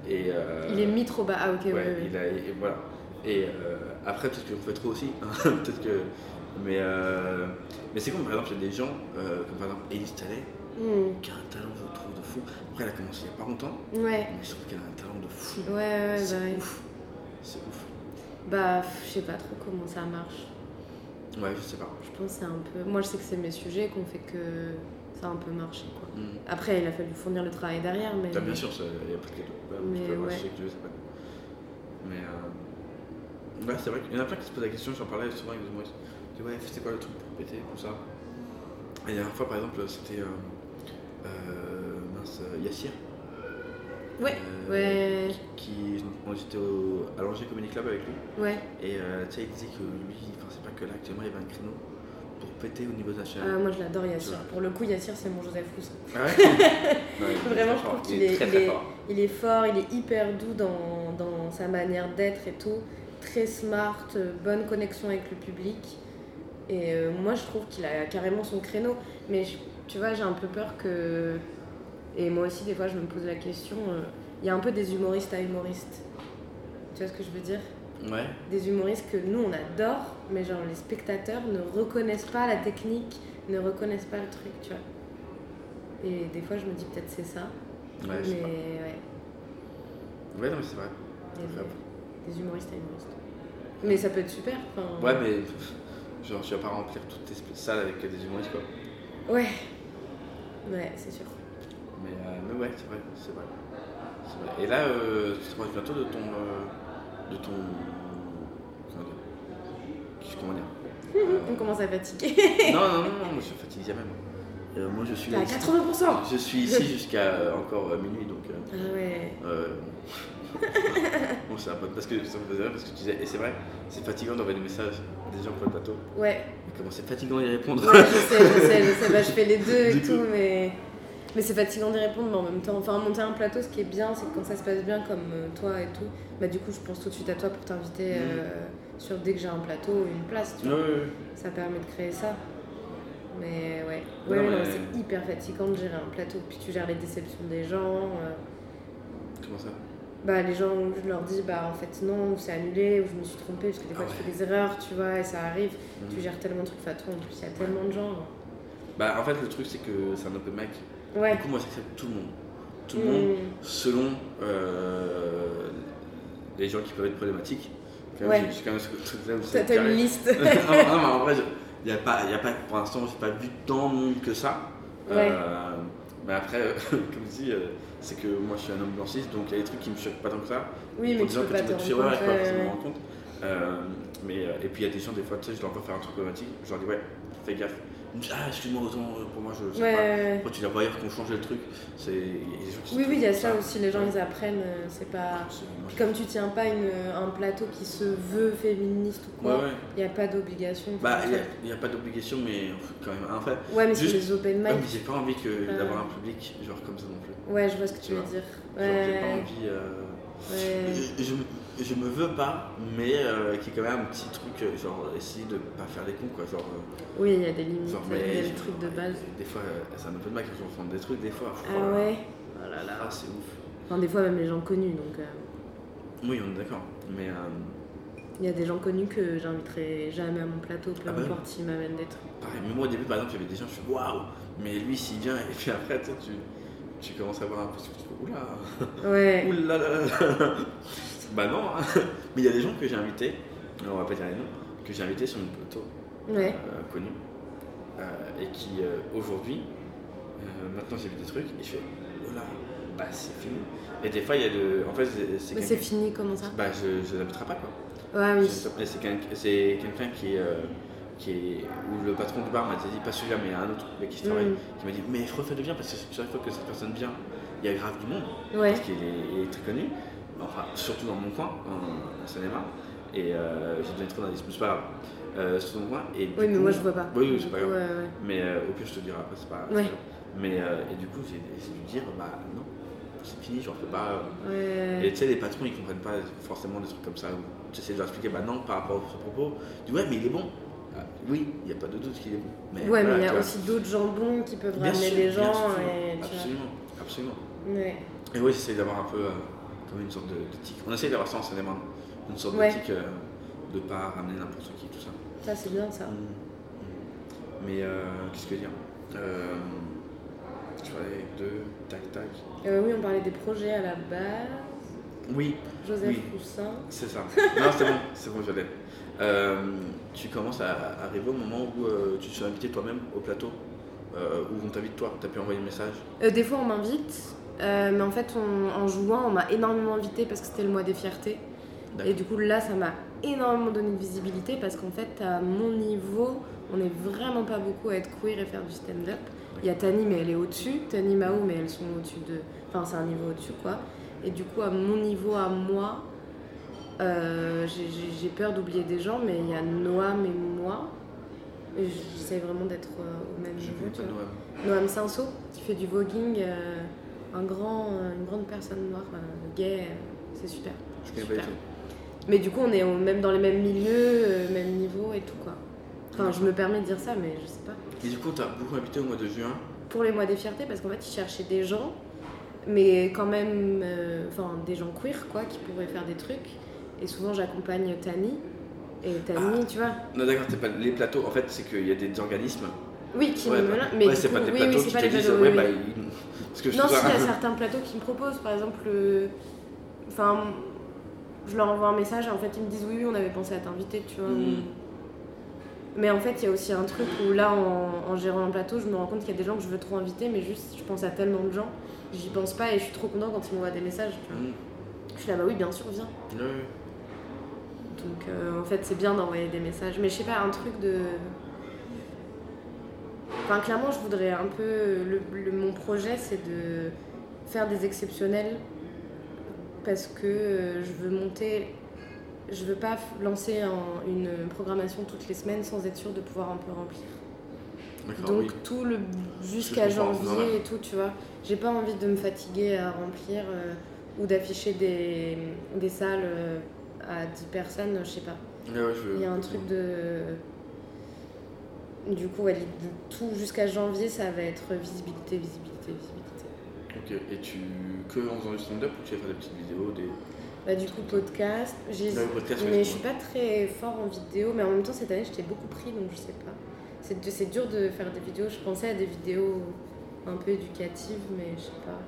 Speaker 12: Et, euh,
Speaker 13: Il est mis trop bas. Ah ok, ouais,
Speaker 12: ouais,
Speaker 13: ouais.
Speaker 12: il a- et voilà. Et euh, après, peut-être que j'en fais trop aussi. hein, peut-être que. Mais, euh, mais c'est comme par exemple, il y a des gens, euh, comme par exemple Elise Talley,
Speaker 13: Mm.
Speaker 12: qui a un talent, je trouve, de fou. Après, elle a commencé il n'y a pas longtemps.
Speaker 13: Ouais.
Speaker 12: Mais je trouve qu'elle a un talent de fou.
Speaker 13: Ouais, ouais,
Speaker 12: C'est
Speaker 13: bah ouais.
Speaker 12: ouf. C'est ouf.
Speaker 13: Bah, pff, je sais pas trop comment ça marche.
Speaker 12: Ouais, je sais pas.
Speaker 13: Je pense que c'est un peu. Moi, je sais que c'est mes sujets qu'on fait que. ça a un peu marché. Quoi.
Speaker 12: Mm.
Speaker 13: Après, il a fallu fournir le travail derrière, mais.
Speaker 12: Ah, bien sûr, il n'y a pas de cadeau. Bah,
Speaker 13: Mais
Speaker 12: tu peux avoir
Speaker 13: ouais.
Speaker 12: ce que tu veux, c'est pas grave. Mais euh, ouais, c'est vrai qu'il y en a plein qui se posent la question, j'en parlais souvent avec des humoristes. Ils disent, ouais, c'est quoi le truc pour péter, tout ça. Et la dernière fois, par exemple, c'était. euh, euh, mince, euh, Yassir. Euh,
Speaker 13: Ouais, ouais.
Speaker 12: Qui, on était au, à l'Angers Comedy Club avec lui.
Speaker 13: Ouais.
Speaker 12: Et euh, tu sais, il disait que lui, il pensait pas que là, actuellement, il y avait un créneau pour péter au niveau de la chaîne.
Speaker 13: Ah, moi je l'adore
Speaker 12: Tu
Speaker 13: Yassir.
Speaker 12: vois.
Speaker 13: Pour le coup, Yassir c'est mon Joseph Rousseau.
Speaker 12: Ah ouais Ouais, il est
Speaker 13: Vraiment,
Speaker 12: très
Speaker 13: je
Speaker 12: fort.
Speaker 13: trouve
Speaker 12: Il
Speaker 13: qu'il
Speaker 12: est
Speaker 13: est,
Speaker 12: très,
Speaker 13: il
Speaker 12: très
Speaker 13: est-
Speaker 12: fort.
Speaker 13: il est fort, il est hyper doux dans, dans sa manière d'être et tout. Très smart, euh, bonne connexion avec le public. Et euh, moi je trouve qu'il a carrément son créneau. Mais je- tu vois, j'ai un peu peur que. Et moi aussi, des fois, je me pose la question. euh, Il y a un peu des humoristes à humoristes. Tu vois ce que je veux dire
Speaker 12: Ouais.
Speaker 13: des humoristes que nous on adore, mais genre les spectateurs ne reconnaissent pas la technique, ne reconnaissent pas le truc, tu vois. Et des fois je me dis peut-être c'est ça.
Speaker 12: Ouais, je sais
Speaker 13: mais
Speaker 12: pas.
Speaker 13: ouais,
Speaker 12: Ouais, non, mais c'est vrai.
Speaker 13: il y a
Speaker 12: Grave.
Speaker 13: des, des humoristes à humoristes. Mais ça peut être super. enfin,
Speaker 12: Ouais, mais pff, genre, tu vas pas remplir toutes tes sp- salles avec euh, des humoristes, quoi.
Speaker 13: Ouais. Ouais, c'est sûr.
Speaker 12: Mais, euh, mais ouais, c'est vrai, c'est vrai. C'est vrai. Et là, euh, tu te rapproches bientôt de ton. euh, de ton. Comment dire Qu'est-ce qu'on va dire Euh,
Speaker 13: on commence à fatiguer.
Speaker 12: non, non, non, non, moi je suis fatigué jamais. Moi, Euh, moi, je suis.
Speaker 13: T'es à
Speaker 12: ici-
Speaker 13: 80%.
Speaker 12: Je suis ici jusqu'à euh, encore euh, minuit donc. euh,
Speaker 13: Ah ouais.
Speaker 12: euh, bon, c'est un peu. Parce que ça me faisait rire parce que tu disais. Et c'est vrai, c'est fatigant d'envoyer des messages des gens pour le plateau.
Speaker 13: Ouais.
Speaker 12: Mais comment c'est fatigant d'y répondre
Speaker 13: Ouais, je sais, je sais, je sais, Bah, je fais les deux et
Speaker 12: Du
Speaker 13: tout, mais, mais c'est fatigant d'y répondre, mais en même temps, enfin, monter un plateau, ce qui est bien, c'est que quand ça se passe bien, comme euh, toi et tout, bah, du coup, je pense tout de suite à toi pour
Speaker 12: Mm.
Speaker 13: t'inviter euh, sur dès que j'ai un plateau ou une place, tu vois.
Speaker 12: Ouais, ouais, ouais.
Speaker 13: Ça permet de créer ça. Mais ouais,
Speaker 12: Non,
Speaker 13: ouais, ouais, non,
Speaker 12: mais-
Speaker 13: c'est hyper fatigant de gérer un plateau, puis tu gères les déceptions des gens. euh,
Speaker 12: Comment ça
Speaker 13: bah, les gens, je leur dis, bah en fait non, ou c'est annulé, ou je me suis trompée, parce que des fois tu fais des erreurs, tu vois, et ça arrive.
Speaker 12: Ah Mhm.
Speaker 13: Tu gères tellement de trucs, enfin, toi en plus, il y a tellement de gens.
Speaker 12: Bah en fait le truc c'est que c'est un open mic.
Speaker 13: Ouais.
Speaker 12: Du coup moi j'accepte tout le monde. Tout le
Speaker 13: Mm.
Speaker 12: monde selon euh, les gens qui peuvent être problématiques. Quand même,
Speaker 13: Ouais.
Speaker 12: j'ai- j'ai quand même ce truc-là où
Speaker 13: T'as-
Speaker 12: c'est
Speaker 13: t'as une
Speaker 12: carré.
Speaker 13: liste.
Speaker 12: non, non, mais en vrai, je- y a pas, y a pas, pour l'instant j'ai pas vu tant de monde que ça.
Speaker 13: Ouais.
Speaker 12: Euh, mais après, euh, comme je dis, euh, c'est que moi je suis un homme blanciste, donc il y a des trucs qui me choquent pas tant que ça.
Speaker 13: Oui,
Speaker 12: Pour
Speaker 13: mais
Speaker 12: des
Speaker 13: tu
Speaker 12: gens
Speaker 13: peux
Speaker 12: que
Speaker 13: pas
Speaker 12: tu
Speaker 13: te
Speaker 12: mets
Speaker 13: rendre
Speaker 12: dessus, ouais,
Speaker 13: compte,
Speaker 12: ouais, je peux pas
Speaker 13: ouais,
Speaker 12: forcément me
Speaker 13: ouais.
Speaker 12: rendre compte. Euh, mais, euh, et puis il y a des gens, des fois, tu sais, je leur faire un truc problématique, je leur dis, ouais, fais gaffe. Ils me disent, ah, excuse-moi, autant euh, pour moi, je sais
Speaker 13: Ouais,
Speaker 12: pas.
Speaker 13: ouais, ouais.
Speaker 12: Moi, tu dois pas dire qu'on changeait le truc. C'est- Il y a des gens qui se
Speaker 13: Oui, oui, il y a ça aussi, les gens
Speaker 12: Ouais.
Speaker 13: ils apprennent, euh, c'est pas. Puis comme tu tiens pas une, un plateau qui se veut féministe ou quoi, il
Speaker 12: Ouais, ouais.
Speaker 13: n'y a pas d'obligation.
Speaker 12: Bah,
Speaker 13: Enfin,
Speaker 12: il y a- il n'y a, pas d'obligation, mais on fait quand même un fait.
Speaker 13: Ouais, mais c'est des open mic.
Speaker 12: Ouais, mais j'ai pas envie que
Speaker 13: Euh.
Speaker 12: d'avoir un public genre comme ça non plus.
Speaker 13: Ouais, je vois ce que tu veux
Speaker 12: vois.
Speaker 13: dire.
Speaker 12: Genre, j'ai pas
Speaker 13: Ouais.
Speaker 12: envie. euh,
Speaker 13: Ouais.
Speaker 12: Je, je- je me veux pas, mais euh, qui est quand même un petit truc, euh, genre, essayer de pas faire les cons, quoi. Genre, euh,
Speaker 13: Oui, il y a des limites,
Speaker 12: Genre,
Speaker 13: il y a
Speaker 12: mais-
Speaker 13: le truc de base.
Speaker 12: Des fois, euh, c'est un open mic, ils font des trucs, des fois.
Speaker 13: Ah ouais
Speaker 12: Oh là là, ah, c'est ouf.
Speaker 13: Enfin, des fois même les gens connus, donc euh,
Speaker 12: Oui, on est d'accord. Mais. euh,
Speaker 13: il y a des gens connus que j'inviterai jamais à mon plateau, peu
Speaker 12: Ah bah oui.
Speaker 13: importe s'ils m'amènent des trucs.
Speaker 12: pareil, mais moi, au début, par exemple, il y avait des gens, je suis waouh Mais lui, s'il vient, et puis après, tu sais, tu, tu commences à voir un peu ce que tu fais. Oula
Speaker 13: Ouais.
Speaker 12: Oula là là là. Bah non hein. Mais il y a des gens que j'ai invités, on va pas dire les noms, que j'ai invités sur mon plateau
Speaker 13: Ouais.
Speaker 12: euh, connu, euh, et qui euh, aujourd'hui, euh, maintenant j'ai vu des trucs, et je fais, oh là, bah c'est fini. Et des fois il y a de. En fait, c'est- c'est.
Speaker 13: Mais
Speaker 12: quelqu'un-
Speaker 13: c'est fini, comment ça
Speaker 12: Bah je ne l'habiterai pas quoi.
Speaker 13: Ouais, oui.
Speaker 12: Je- et C'est quelqu'un c'est quelqu'un qui est. euh, qui est, où le patron du bar m'a dit, pas celui-là, mais un autre avec qui je travaille,
Speaker 13: Mm.
Speaker 12: qui m'a dit, mais refais le bien, parce que chaque fois que cette personne vient, il y a grave du monde,
Speaker 13: Ouais.
Speaker 12: parce qu'il est, il est très connu, enfin, surtout dans mon coin, en, en Seine-et-Marne, et euh, j'ai donné trop d'indices, mais c'est pas grave, euh, surtout dans mon coin, et du
Speaker 13: Oui, mais
Speaker 12: coup-
Speaker 13: moi, je vois pas.
Speaker 12: Oui, oui,
Speaker 13: Du
Speaker 12: c'est pas
Speaker 13: coup,
Speaker 12: grave,
Speaker 13: ouais, ouais.
Speaker 12: mais euh, au pire, je te dirai après, c'est pas c'est
Speaker 13: Ouais.
Speaker 12: pas grave. mais, euh, et du coup, j'ai j'ai dû dire, bah non, c'est fini, genre, fais pas... euh,
Speaker 13: Ouais.
Speaker 12: Et tu sais, les patrons, ils comprennent pas forcément des trucs comme ça. où Tu essaies de leur expliquer, bah non, par rapport à ce propos. Tu dis, ouais, mais il est bon. Ah, oui, il n'y a pas de doute qu'il est bon. Mais
Speaker 13: ouais,
Speaker 12: voilà,
Speaker 13: mais il y
Speaker 12: tu
Speaker 13: a
Speaker 12: vois.
Speaker 13: aussi d'autres jambons qui peuvent
Speaker 12: Bien
Speaker 13: ramener
Speaker 12: sûr,
Speaker 13: les
Speaker 12: bien
Speaker 13: gens.
Speaker 12: sûr,
Speaker 13: et, tu vois.
Speaker 12: absolument, absolument.
Speaker 13: Ouais.
Speaker 12: Et oui, j'essaie d'avoir un peu euh, comme une sorte de, de tic. On essaie d'avoir ça en scène Une sorte
Speaker 13: Ouais.
Speaker 12: de tic euh, de pas ramener n'importe qui, tout ça.
Speaker 13: Ça, c'est bien ça.
Speaker 12: Mais euh, qu'est-ce que je veux dire Euh, Je parlais avec deux, tac, tac.
Speaker 13: Euh, oui, on parlait des projets à la base.
Speaker 12: Oui.
Speaker 13: Joseph
Speaker 12: oui.
Speaker 13: Poussin.
Speaker 12: C'est ça. Non, c'est bon, c'est bon, je l'ai. Euh, tu commences à à arriver au moment où euh, tu te fais inviter toi-même au plateau euh, Ou on t'invite toi T'as pu envoyer un message
Speaker 13: Euh, des fois, on m'invite, euh, mais en fait, on- en jouant, on m'a énormément invité parce que c'était le mois des fiertés.
Speaker 12: D'accord.
Speaker 13: Et du coup, là, ça m'a énormément donné de visibilité parce qu'en fait, à mon niveau, on n'est vraiment pas beaucoup à être queer et faire du stand-up. Il y a Tani, mais elle est au-dessus. Tani Mao, mais elles sont au-dessus de. Enfin, c'est un niveau au-dessus, quoi. Et du coup, à mon niveau, à moi, euh, j'ai- j'ai j'ai peur d'oublier des gens, mais il y a Noam et moi. Et J'essaie vraiment d'être euh, au même niveau.
Speaker 12: connais
Speaker 13: tu
Speaker 12: pas
Speaker 13: vois. Noam Sanso, qui fait du voguing, euh, un grand, euh, une grande personne noire, euh, gay, euh, c'est super.
Speaker 12: Je
Speaker 13: c'est
Speaker 12: connais pas du
Speaker 13: super.
Speaker 12: tout.
Speaker 13: Mais du coup, on est au- même dans les mêmes milieux, euh, même niveau et tout quoi. Enfin, je me permets de dire ça, mais je sais pas.
Speaker 12: Et du coup, t'as beaucoup invité au mois de juin.
Speaker 13: Pour les mois des fiertés, parce qu'en fait, ils cherchaient des gens, mais quand même, euh, enfin, des gens queer quoi, qui pourraient faire des trucs. Et souvent, j'accompagne Tani. Et Tani,
Speaker 12: Ah.
Speaker 13: tu vois.
Speaker 12: Non, d'accord, c'est pas les plateaux. En fait, c'est qu'il y a des organismes.
Speaker 13: Oui, qui
Speaker 12: ouais,
Speaker 13: me
Speaker 12: bah,
Speaker 13: menacent, mais
Speaker 12: ouais,
Speaker 13: du
Speaker 12: c'est
Speaker 13: coup,
Speaker 12: pas des
Speaker 13: oui,
Speaker 12: plateaux
Speaker 13: oui, c'est
Speaker 12: qui
Speaker 13: pas
Speaker 12: te
Speaker 13: les
Speaker 12: disent,
Speaker 13: plateaux,
Speaker 12: ouais,
Speaker 13: oui,
Speaker 12: bah,
Speaker 13: oui.
Speaker 12: il- parce que je
Speaker 13: non,
Speaker 12: trouve
Speaker 13: si,
Speaker 12: ça
Speaker 13: il y
Speaker 12: un
Speaker 13: a
Speaker 12: peu-
Speaker 13: certains plateaux qui me proposent. Par exemple, euh, enfin, je leur envoie un message et en fait, ils me disent oui, oui, on avait pensé à t'inviter, tu vois.
Speaker 12: Mm.
Speaker 13: Mais en fait, il y a aussi un truc où là, en, en gérant un plateau, je me rends compte qu'il y a des gens que je veux trop inviter, mais juste, je pense à tellement de gens, j'y pense pas et je suis trop contente quand ils m'envoient des messages. tu vois.
Speaker 12: Mm.
Speaker 13: Je suis là, bah oui, bien sûr, viens.
Speaker 12: Ouais, ouais.
Speaker 13: Donc, euh, en fait, c'est bien d'envoyer des messages. Mais je sais pas, un truc de. Enfin, clairement, je voudrais un peu. le- le- mon projet, c'est de faire des exceptionnels parce que euh, je veux monter. Je veux pas f- lancer un- une programmation toutes les semaines sans être sûre de pouvoir un peu remplir.
Speaker 12: D'accord,
Speaker 13: Donc
Speaker 12: Ah oui.
Speaker 13: tout le jusqu'à
Speaker 12: Je comprends, c'est normal.
Speaker 13: janvier et tout, tu vois. J'ai pas envie de me fatiguer à remplir euh, ou d'afficher des, des salles euh, à 10 personnes, je sais pas.
Speaker 12: Ouais, ouais, je-
Speaker 13: Il y a un truc de du coup, ouais, de tout jusqu'à janvier, ça va être visibilité, visibilité, visibilité.
Speaker 12: Ok, et tu. Que en faisant du stand-up ou tu vas faire des petites vidéos des...
Speaker 13: Bah, du coup, podcast, j'ai
Speaker 12: Ouais, podcast, ouais,
Speaker 13: mais
Speaker 12: c'est
Speaker 13: je suis
Speaker 12: vrai.
Speaker 13: pas très fort en vidéo, mais en même temps, cette année, j'étais beaucoup pris, donc je sais pas. C'est de- c'est dur de faire des vidéos, je pensais à des vidéos un peu éducatives, mais je sais pas.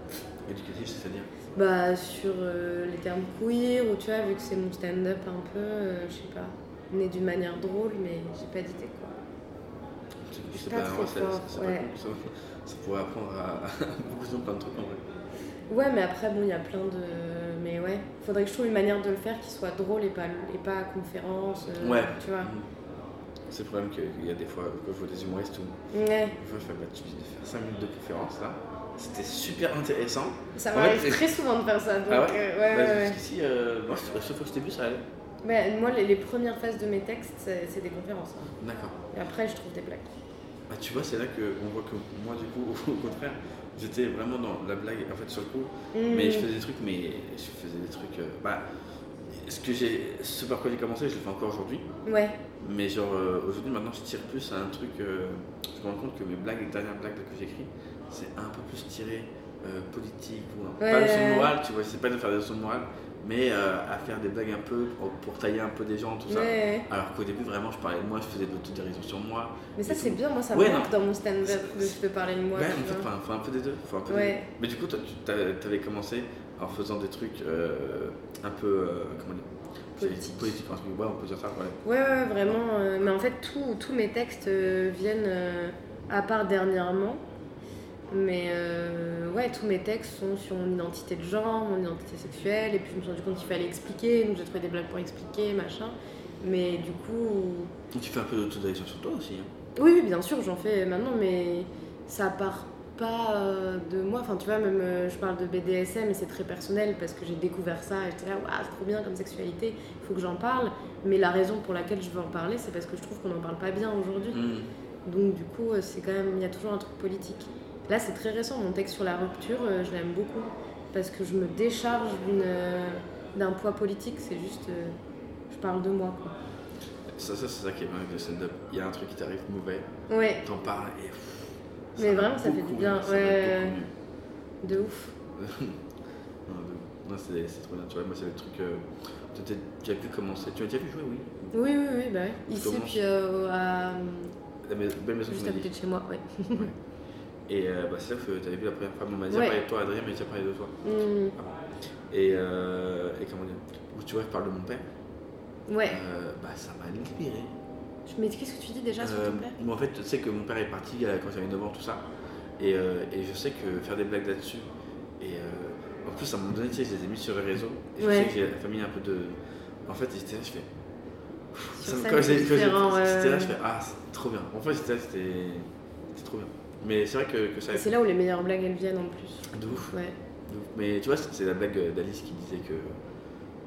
Speaker 12: Éducatif, c'est-à-dire
Speaker 13: Bah, sur euh, les termes queer, ou tu vois, vu que c'est mon stand-up un peu, euh, je sais pas. Né d'une manière drôle, mais j'ai pas d'idée quoi.
Speaker 12: C'est-
Speaker 13: suis
Speaker 12: C'est
Speaker 13: pas
Speaker 12: pas,
Speaker 13: très
Speaker 12: c'est-
Speaker 13: fort,
Speaker 12: c'est pas
Speaker 13: ouais.
Speaker 12: cool, ça. Ça pourrait apprendre à à beaucoup de gens plein de trucs en vrai.
Speaker 13: Ouais, mais après, bon, il y a plein de. Mais ouais, faudrait que je trouve une manière de le faire qui soit drôle et pas, et pas conférence, euh,
Speaker 12: Ouais.
Speaker 13: tu vois.
Speaker 12: Mhm. C'est le problème qu'il y a des fois, quand je vois des humoristes ou.
Speaker 13: Ouais.
Speaker 12: Une fois, je fais, bah, tu viens de faire 5 minutes de conférence là. C'était super intéressant.
Speaker 13: Ça
Speaker 12: En
Speaker 13: m'arrive
Speaker 12: fait,
Speaker 13: très souvent de faire ça, donc
Speaker 12: Ah ouais,
Speaker 13: euh,
Speaker 12: Bah,
Speaker 13: ouais, ouais, ouais.
Speaker 12: Jusqu'ici, euh, moi, je- la seule fois que je t'ai vu, ça allait.
Speaker 13: Mais moi, les, les premières phases de mes textes, c'est c'est des conférences. hein.
Speaker 12: D'accord.
Speaker 13: Et après, je trouve des plaques.
Speaker 12: Ah, tu vois, c'est là qu'on voit que moi, du coup, au contraire, j'étais vraiment dans la blague, en fait, sur le coup.
Speaker 13: Mm.
Speaker 12: Mais je faisais des trucs, mais je faisais des trucs. euh, bah, ce, que j'ai, ce par quoi j'ai commencé, je le fais encore aujourd'hui.
Speaker 13: Ouais.
Speaker 12: Mais genre, euh, aujourd'hui, maintenant, je tire plus à un truc. euh, je me rends compte que mes blagues, les dernières blagues que j'écris, c'est un peu plus tiré euh, politique ou un-
Speaker 13: Ouais,
Speaker 12: pas
Speaker 13: ouais,
Speaker 12: de son
Speaker 13: ouais.
Speaker 12: moral, tu vois, c'est pas de faire des leçons de morale, mais euh, à faire des blagues un peu pour, pour tailler un peu des gens, tout ça.
Speaker 13: Ouais.
Speaker 12: Alors qu'au début, vraiment, je parlais de moi, je faisais de l'autodérision sur moi.
Speaker 13: Mais ça,
Speaker 12: et
Speaker 13: c'est
Speaker 12: tout.
Speaker 13: bien, moi, ça
Speaker 12: Ouais,
Speaker 13: me manque
Speaker 12: non.
Speaker 13: dans mon stand-up de je peux parler de moi.
Speaker 12: Ouais,
Speaker 13: tu
Speaker 12: en fait,
Speaker 13: vois.
Speaker 12: enfin, faut un peu des deux. faut un peu des
Speaker 13: Ouais.
Speaker 12: deux. Mais du coup, toi, tu t'a- t'avais commencé en faisant des trucs euh, un peu. euh, comment dire Politique. Politique, un truc, ouais, on peut dire ça, ouais.
Speaker 13: Ouais, ouais, ouais, vraiment. euh, mais en fait, tous tous mes textes euh, viennent, euh, à part dernièrement, mais euh, ouais, tous mes textes sont sur mon identité de genre, mon identité sexuelle, et puis je me suis rendu compte qu'il fallait expliquer, donc j'ai trouvé des blagues pour expliquer, machin. Mais du coup,
Speaker 12: Et tu fais un peu d'autodérision sur toi aussi. hein.
Speaker 13: Oui, oui, bien sûr, j'en fais maintenant, mais ça part pas euh, de moi. Enfin, tu vois, même euh, je parle de BDSM et c'est très personnel parce que j'ai découvert ça et j'étais là, waouh, c'est trop bien comme sexualité, il faut que j'en parle. Mais la raison pour laquelle je veux en parler, c'est parce que je trouve qu'on n'en parle pas bien aujourd'hui.
Speaker 12: Mmh. Mm.
Speaker 13: Donc, du coup, euh, c'est quand même, il y a toujours un truc politique. Là, c'est très récent, mon texte sur la rupture, euh, je l'aime beaucoup parce que je me décharge d'une, euh, d'un poids politique, c'est juste, euh, je parle de moi, quoi.
Speaker 12: Ça, ça c'est ça qui est bien avec le stand-up. Il y a un truc qui t'arrive mauvais.
Speaker 13: Ouais.
Speaker 12: T'en parles et. pff,
Speaker 13: Mais
Speaker 12: va
Speaker 13: vraiment, ça fait
Speaker 12: beaucoup
Speaker 13: du bien.
Speaker 12: mieux, ça va
Speaker 13: ouais, de ouf.
Speaker 12: beaucoup mieux. Non, de- non, c'est c'est trop bien. Tu vois, moi, c'est le truc. euh, tu t'es déjà pu commencer. Tu as déjà pu jouer, oui.
Speaker 13: Oui, oui, oui, bah ouais.
Speaker 12: Je
Speaker 13: Ici,
Speaker 12: commence.
Speaker 13: puis euh, à.
Speaker 12: La mais- belle maison
Speaker 13: Juste
Speaker 12: qu'on
Speaker 13: à
Speaker 12: a dit.
Speaker 13: côté de chez moi, ouais.
Speaker 12: Et euh, bah, c'est là que t'avais vu la première fois. Bon, on m'a déjà
Speaker 13: Ouais.
Speaker 12: parlé de toi, Adrien, mais déjà parlé de toi.
Speaker 13: Mm.
Speaker 12: Et, euh, et comment dire Où tu vois, je parle de mon père.
Speaker 13: Ouais.
Speaker 12: Euh, bah, ça m'a libéré.
Speaker 13: Je- Mais qu'est-ce que tu dis déjà, s'il te
Speaker 12: Euh,
Speaker 13: plaît
Speaker 12: moi, en fait, tu sais que mon père est parti euh, quand j'avais 9 ans, tout ça. Et, euh, et je sais que faire des blagues là-dessus. Et euh, en plus, à un moment donné, tu sais, je les ai mis sur les réseaux. Et
Speaker 13: Ouais.
Speaker 12: je sais que j'ai la famille un peu de. En fait, j'étais là, je fais.
Speaker 13: Sur
Speaker 12: me-
Speaker 13: scène,
Speaker 12: quand
Speaker 13: c'est
Speaker 12: j'ai- quand j'ai-
Speaker 13: différent, euh, ouais,
Speaker 12: j'étais là,
Speaker 13: ouais.
Speaker 12: je fais Ah, c'est trop bien. En fait, j'étais là, c'était c'était trop bien. Mais c'est vrai que, que ça.
Speaker 13: Et C'est là où les meilleures blagues elles viennent en plus.
Speaker 12: De ouf.
Speaker 13: Ouais.
Speaker 12: De ouf. Mais tu vois, c'est c'est la blague euh, d'Alice qui disait que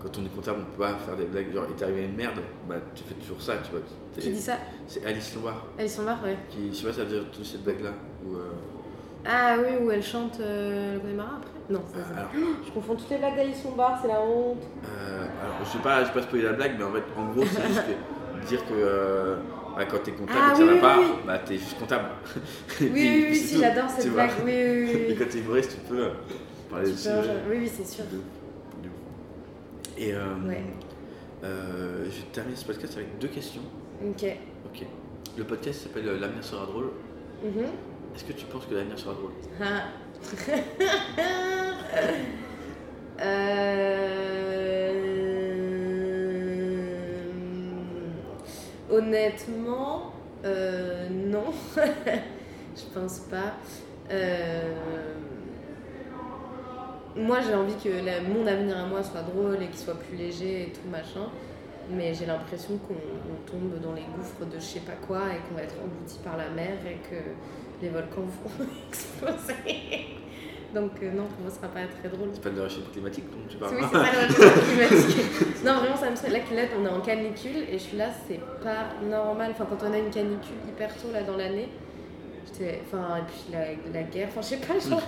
Speaker 12: quand on est comptable, on peut pas faire des blagues. Genre, il t'est arrivé une merde, bah tu fais toujours ça, tu vois. t'es-
Speaker 13: Qui dit ça
Speaker 12: C'est Alice Loire.
Speaker 13: Elles sont marre, ouais.
Speaker 12: Qui, je sais pas, ça veut dire toute cette blague là. Ou, euh,
Speaker 13: Ah oui, où elle chante euh, le Connemara après Non, c'est ça.
Speaker 12: Euh, alors,
Speaker 13: Je confonds toutes les blagues d'Alice Lombard, c'est la honte.
Speaker 12: euh, alors, je sais pas, je sais pas spoiler la blague, mais en fait, en gros, c'est juste que dire que euh, bah, quand t'es comptable
Speaker 13: Ah
Speaker 12: et que ça
Speaker 13: oui,
Speaker 12: va
Speaker 13: oui,
Speaker 12: pas,
Speaker 13: oui.
Speaker 12: bah t'es juste comptable.
Speaker 13: Oui, oui, oui, si, j'adore cette blague. Oui, oui, oui, oui.
Speaker 12: Et quand t'es humoriste, tu peux euh, parler de
Speaker 13: Tu peux-
Speaker 12: sujet.
Speaker 13: Oui, oui, c'est sûr.
Speaker 12: Et euh,
Speaker 13: Ouais.
Speaker 12: euh, je termine ce podcast avec deux questions.
Speaker 13: Ok.
Speaker 12: Ok. Le podcast s'appelle euh, L'avenir sera drôle.
Speaker 13: Mhm.
Speaker 12: Est-ce que tu penses que l'avenir sera drôle
Speaker 13: Ah. Euh, Honnêtement, euh, non. Je pense pas. Euh, Moi, j'ai envie que la- mon avenir à moi soit drôle et qu'il soit plus léger et tout machin. Mais j'ai l'impression qu'on on tombe dans les gouffres de je sais pas quoi et qu'on va être englouti par la mer et que les volcans vont exploser. Donc euh, non, pour moi, ce sera pas très drôle.
Speaker 12: C'est pas de la réchauffement climatique dont tu parles.
Speaker 13: Oui, c'est pas le réchauffement climatique. non, vraiment, ça me serait. Là, que- là, on est en canicule et je suis là, c'est pas normal. Enfin, quand on a une canicule hyper tôt là dans l'année, j'étais. Enfin, et puis la, la guerre, enfin, je sais pas, genre.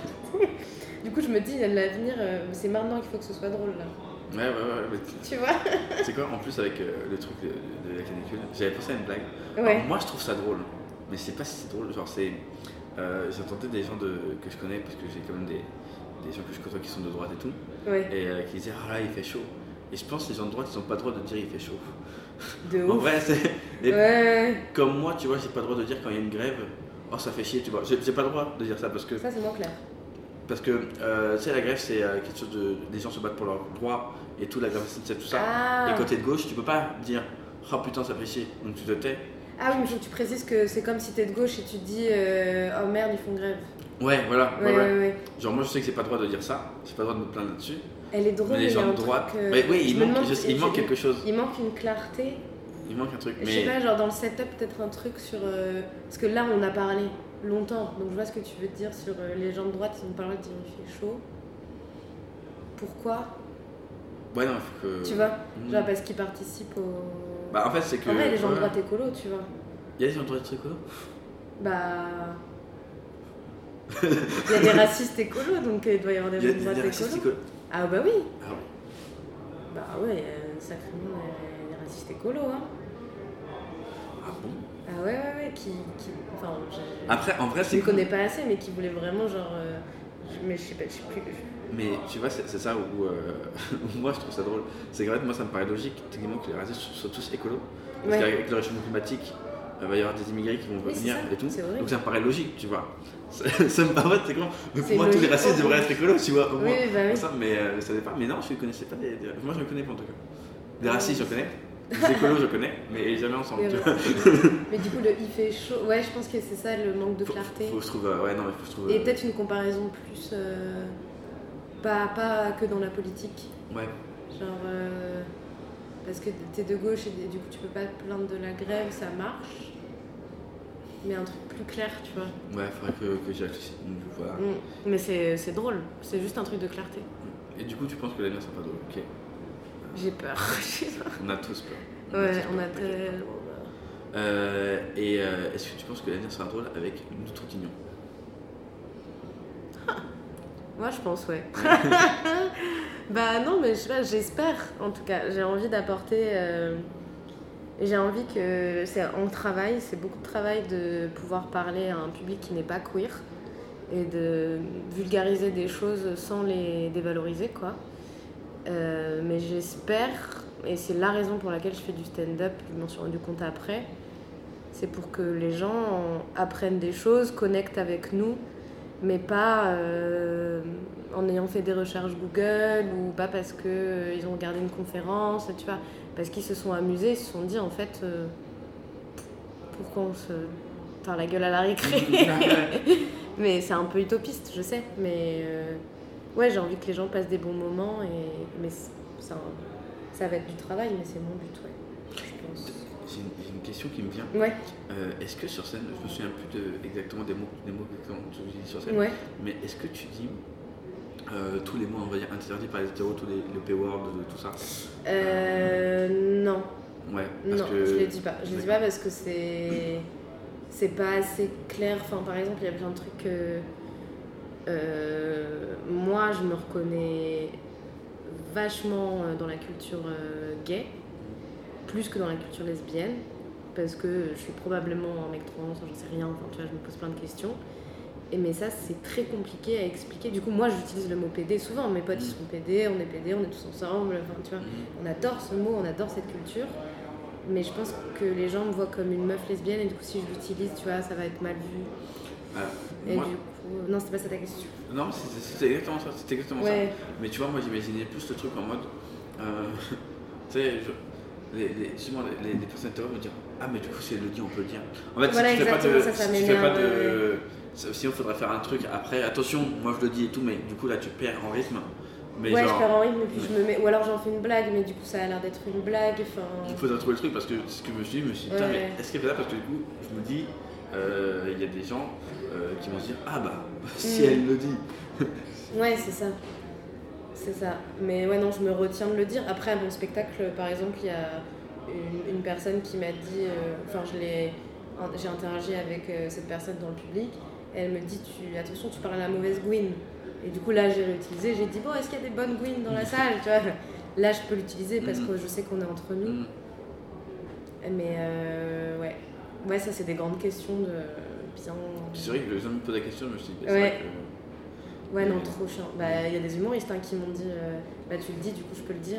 Speaker 13: du coup, je me dis, l'avenir, euh, c'est maintenant qu'il faut que ce soit drôle là.
Speaker 12: Ouais, ouais, ouais. mais tu-
Speaker 13: Tu vois
Speaker 12: Tu sais quoi, en plus avec euh, le truc de, de la canicule, j'avais pensé à une blague.
Speaker 13: Ouais.
Speaker 12: Alors, moi je trouve ça drôle, mais c'est pas si drôle. Genre, c'est. euh, j'ai entendu des gens de, que je connais, parce que j'ai quand même des, des gens que je côtoie qui sont de droite et tout,
Speaker 13: Ouais.
Speaker 12: et euh, qui disaient Ah là, il fait chaud. Et je pense que les gens de droite, ils ont pas le droit de dire il fait chaud.
Speaker 13: De
Speaker 12: En
Speaker 13: ouf.
Speaker 12: vrai, c'est. et
Speaker 13: Ouais.
Speaker 12: Comme moi, tu vois, j'ai pas le droit de dire quand il y a une grève, oh ça fait chier, tu vois. J'ai j'ai pas le droit de dire ça parce que.
Speaker 13: Ça, c'est moins clair.
Speaker 12: Parce que, euh, tu sais, la grève, c'est euh, quelque chose de. Les gens se battent pour leurs droits et tout, la grève, c'est tout ça.
Speaker 13: Ah.
Speaker 12: Et quand t'es de gauche, tu peux pas dire Ah putain, ça fait chier, donc tu te tais.
Speaker 13: Ah oui, mais faut que tu précises que c'est comme si t'es de gauche et tu te dis euh, oh merde, ils font grève.
Speaker 12: Ah Ouais, voilà.
Speaker 13: Ouais, ouais, ouais.
Speaker 12: Genre, moi, je sais que c'est pas le droit de dire ça, j'ai pas le droit de me plaindre là-dessus.
Speaker 13: Elle est drôle.
Speaker 12: Mais les
Speaker 13: il y a
Speaker 12: gens
Speaker 13: un
Speaker 12: de droite.
Speaker 13: truc, euh,
Speaker 12: Mais oui,
Speaker 13: je
Speaker 12: il
Speaker 13: me
Speaker 12: manque,
Speaker 13: demande-
Speaker 12: je- il
Speaker 13: je-
Speaker 12: manque quelque chose.
Speaker 13: Il manque une clarté.
Speaker 12: Il manque un truc.
Speaker 13: Je sais
Speaker 12: Mais
Speaker 13: pas, genre dans le setup, peut-être un truc sur. euh, Parce que là, on a parlé longtemps, donc je vois ce que tu veux dire sur euh, les gens de droite, ils ont parlé de dire il fait chaud. Pourquoi
Speaker 12: ouais, non, il faut que.
Speaker 13: Tu vois
Speaker 12: Mm.
Speaker 13: Genre parce qu'ils participent au.
Speaker 12: Bah, en fait, c'est que.
Speaker 13: En vrai, les gens de
Speaker 12: ouais.
Speaker 13: droite écolo, tu vois.
Speaker 12: Il y a des gens de droite écolo
Speaker 13: Bah. Il y a des racistes écolos, donc euh, il doit y avoir des
Speaker 12: Il y a
Speaker 13: gens de
Speaker 12: des-
Speaker 13: droite
Speaker 12: des racistes
Speaker 13: écolos.
Speaker 12: écolos.
Speaker 13: Ah bah oui
Speaker 12: Ah oui.
Speaker 13: Bah ouais, euh, sacrément, euh, des racistes écolos, hein.
Speaker 12: Ah bon
Speaker 13: Ah ouais, ouais, ouais, qui. qui- enfin, je-
Speaker 12: Après, en vrai,
Speaker 13: je
Speaker 12: c'est
Speaker 13: ne
Speaker 12: cool.
Speaker 13: connais pas assez, mais qui voulait vraiment, genre. euh, je- mais je sais pas, je sais plus.
Speaker 12: Mais tu vois, c'est c'est ça où, euh, où moi je trouve ça drôle. C'est qu'en fait, moi ça me paraît logique, techniquement, que les racistes soient tous écolos. Parce
Speaker 13: Ouais.
Speaker 12: qu'avec le réchauffement climatique, il va y avoir des immigrés qui vont
Speaker 13: Oui, c'est
Speaker 12: venir
Speaker 13: ça,
Speaker 12: et tout.
Speaker 13: c'est horrible.
Speaker 12: Donc ça me paraît logique, tu vois. Ça, ça me paraît, c'est con. Mais pour
Speaker 13: C'est
Speaker 12: moi, tous les
Speaker 13: logique,
Speaker 12: racistes devraient être
Speaker 13: horrible.
Speaker 12: écolos, tu vois. Au
Speaker 13: Oui,
Speaker 12: moins.
Speaker 13: bah oui.
Speaker 12: Comme ça, mais euh, ça dépend. Mais non, je ne connaissais pas des, des- Moi, je ne connais pas en tout cas. Des
Speaker 13: Ah,
Speaker 12: racistes, je
Speaker 13: oui.
Speaker 12: connais. Des écolos, je connais. Mais jamais ensemble,
Speaker 13: Des
Speaker 12: tu vois.
Speaker 13: racistes. mais du coup, le il fait chaud. Ouais, je pense que c'est ça le manque de clarté.
Speaker 12: Faut que je trouve. euh, ouais, non, mais faut que je trouve.
Speaker 13: Et
Speaker 12: euh,
Speaker 13: peut-être une comparaison plus. euh, pas, pas que dans la politique.
Speaker 12: Ouais.
Speaker 13: Genre. euh, parce que t'es de gauche et du coup, tu peux pas te plaindre de la grève, ça marche. Mais un truc plus clair, tu vois.
Speaker 12: Ouais, faudrait que, que j'y réfléchisse. Donc, voilà.
Speaker 13: Mm. Mais c'est c'est drôle, c'est juste un truc de clarté. Mm.
Speaker 12: Et du coup, tu penses que l'avenir sera pas drôle, ok
Speaker 13: J'ai peur.
Speaker 12: On a tous peur.
Speaker 13: ouais,
Speaker 12: tous
Speaker 13: on
Speaker 12: peur,
Speaker 13: a
Speaker 12: t'inquiète.
Speaker 13: tellement peur.
Speaker 12: Euh, et euh, est-ce que tu penses que l'avenir sera drôle avec nous trottignons
Speaker 13: Moi, je pense, ouais. bah non, mais je sais pas, j'espère, en tout cas. J'ai envie d'apporter... euh, j'ai envie que... C'est en travail, c'est beaucoup de travail de pouvoir parler à un public qui n'est pas queer et de vulgariser des choses sans les dévaloriser, quoi. Euh, mais j'espère, et c'est la raison pour laquelle je fais du stand-up, je m'en suis rendu compte après, c'est pour que les gens apprennent des choses, connectent avec nous, mais pas euh, en ayant fait des recherches Google ou pas parce que euh, ils ont regardé une conférence, tu vois, parce qu'ils se sont amusés, ils se sont dit en fait, euh, pourquoi on se tend la gueule à la récré. mais c'est un peu utopiste, je sais. Mais euh, ouais, j'ai envie que les gens passent des bons moments. Et, mais c'est- c'est un- ça va être du travail, mais c'est mon but, ouais. Je pense.
Speaker 12: C'est une, j'ai une question qui me vient.
Speaker 13: Ouais.
Speaker 12: Euh, est-ce que sur scène, je me souviens plus de, exactement des mots, des mots exactement que tu dis sur scène,
Speaker 13: Ouais.
Speaker 12: mais est-ce que tu dis euh, tous les mots, on va dire, interdits par les hétéros, tous les, le P-word, tout ça
Speaker 13: Euh, non.
Speaker 12: Ouais, parce
Speaker 13: Non,
Speaker 12: que-
Speaker 13: je le dis pas. Je le dis pas parce que c'est. C'est pas assez clair. Enfin, par exemple, il y a plein de trucs que. euh, moi, je me reconnais vachement euh, dans la culture euh, gay, plus que dans la culture lesbienne, parce que je suis probablement un mec trans, j'en sais rien, enfin, tu vois, je me pose plein de questions. Et mais ça, c'est très compliqué à expliquer. Du coup, moi, j'utilise le mot PD souvent. Mes
Speaker 12: Mm.
Speaker 13: potes, ils sont PD, on est PD, on est tous ensemble. Enfin,
Speaker 12: Mmh.
Speaker 13: tu vois, on adore ce mot, on adore cette culture. Mais je pense que les gens me voient comme une meuf lesbienne et du coup, si je l'utilise, tu vois, ça va être mal vu.
Speaker 12: Alors,
Speaker 13: Et
Speaker 12: moi-
Speaker 13: du coup, euh, non, c'est pas ça ta question.
Speaker 12: Non, c'est- c'est c'est exactement ça. C'est exactement
Speaker 13: Ouais.
Speaker 12: ça. Mais tu vois, moi j'imaginais plus le truc en mode. euh, tu sais, je- les, les, justement, les, les- les personnes terroristes vont dire Ah, mais du coup, si elle le dit, on peut le dire. En fait,
Speaker 13: Voilà,
Speaker 12: si tu fais pas de.
Speaker 13: exactement, ça, ça
Speaker 12: si tu fais pas
Speaker 13: m'énerve,
Speaker 12: de
Speaker 13: ouais,
Speaker 12: ça- sinon, faudrait faire un truc après. Attention, moi je le dis et tout, mais du coup, là, tu perds en rythme. Mais
Speaker 13: ouais,
Speaker 12: genre,
Speaker 13: je perds en rythme et puis je me mets. Ou alors j'en fais une blague, mais du coup, ça a l'air d'être une blague. Enfin.
Speaker 12: Il faudrait trouver le truc parce que c'est ce que je me suis dit, je me suis dit, putain,
Speaker 13: Ouais.
Speaker 12: mais est-ce qu'elle fait ça Parce que du coup, je me dis, euh, il y a des gens euh, qui vont se dire Ah, bah, si
Speaker 13: Mm.
Speaker 12: elle le dit.
Speaker 13: Ouais, c'est ça. C'est ça. Mais ouais, non, je me retiens de le dire. Après, à mon spectacle, par exemple, il y a une, une personne qui m'a dit. euh, Enfin, je l'ai. un- J'ai interagi avec euh, cette personne dans le public. Elle me dit tu, Attention, tu parles à la mauvaise Gwyn. Et du coup, là, j'ai réutilisé. J'ai dit Bon, est-ce qu'il y a des bonnes Gwyn dans la salle tu vois Là, je peux l'utiliser parce que je sais qu'on est entre nous.
Speaker 12: Mm.
Speaker 13: Mais euh, ouais. Ouais, ça, c'est des grandes questions de bien.
Speaker 12: C'est vrai que je viens de me poser la question, je me suis dit, bah, c'est
Speaker 13: Ouais.
Speaker 12: vrai que-
Speaker 13: Ouais, non,
Speaker 12: Mais-
Speaker 13: trop chiant. Bah, il y a des humoristes hein, qui m'ont dit euh, Bah, tu le dis, du coup, je peux le dire.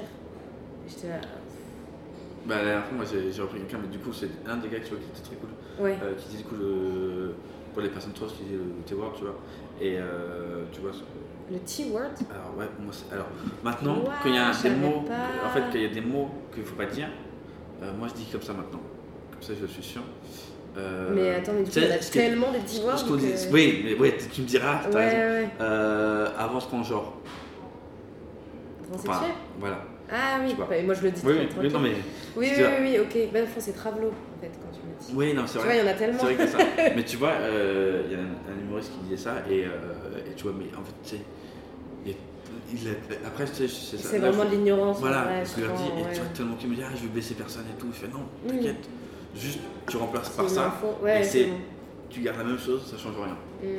Speaker 13: Et j'étais là. euh,
Speaker 12: Bah, la dernière fois, moi j'ai j'ai repris quelqu'un, mais du coup, c'est un des gars tu vois, qui était très cool.
Speaker 13: Ouais.
Speaker 12: Euh, qui disait, du coup, le- pour les personnes trans, qui disait le T-word, tu vois. Et euh, tu vois. ce-
Speaker 13: Le T-word
Speaker 12: Alors, ouais, moi, c'est- alors maintenant,
Speaker 13: Ouah,
Speaker 12: qu'il y a
Speaker 13: je
Speaker 12: des
Speaker 13: savais
Speaker 12: mots,
Speaker 13: pas.
Speaker 12: en fait, qu'il y a des mots qu'il faut pas dire, euh, moi je dis comme ça maintenant. Comme ça, je suis sûr. Euh,
Speaker 13: Mais attends, mais du coup,
Speaker 12: tu sais,
Speaker 13: il y en a
Speaker 12: ce que-
Speaker 13: tellement des petits words.
Speaker 12: ce qu'on dit-
Speaker 13: que-
Speaker 12: Oui, mais ouais, tu me diras, t'as
Speaker 13: euh, Ouais,
Speaker 12: raison.
Speaker 13: ouais.
Speaker 12: Euh, avance ton genre.
Speaker 13: Transsexuel
Speaker 12: Enfin, voilà.
Speaker 13: Ah oui,
Speaker 12: Tu vois.
Speaker 13: bah, moi je le dis
Speaker 12: Oui,
Speaker 13: très
Speaker 12: oui,
Speaker 13: tranquille.
Speaker 12: oui, non, mais-
Speaker 13: Oui,
Speaker 12: c'est
Speaker 13: oui,
Speaker 12: ça.
Speaker 13: oui, oui, ok. Bah, enfin, c'est Travelo, en fait, quand tu me dis.
Speaker 12: Oui, non, c'est
Speaker 13: Tu
Speaker 12: vrai.
Speaker 13: vois, il y en a tellement.
Speaker 12: C'est vrai que c'est ça. mais tu vois, euh, il y a un, un humoriste qui disait ça, et, euh, et tu vois, mais en fait, tu sais, il y a- il a- après, tu sais, c'est ça.
Speaker 13: C'est
Speaker 12: Là,
Speaker 13: vraiment
Speaker 12: je-
Speaker 13: de l'ignorance,
Speaker 12: Voilà,
Speaker 13: en vrai,
Speaker 12: je leur
Speaker 13: souvent,
Speaker 12: dis, et
Speaker 13: ouais.
Speaker 12: tu vois, tellement qu'ils me disent, ah, je vais baisser personne et tout. Je fais, non,
Speaker 13: Mm.
Speaker 12: t'inquiète, juste tu remplaces
Speaker 13: C'est
Speaker 12: par
Speaker 13: une
Speaker 12: ça.
Speaker 13: info, ouais,
Speaker 12: et
Speaker 13: c'est
Speaker 12: c'est,
Speaker 13: bon.
Speaker 12: tu gardes la même chose, ça change rien.
Speaker 13: Mm.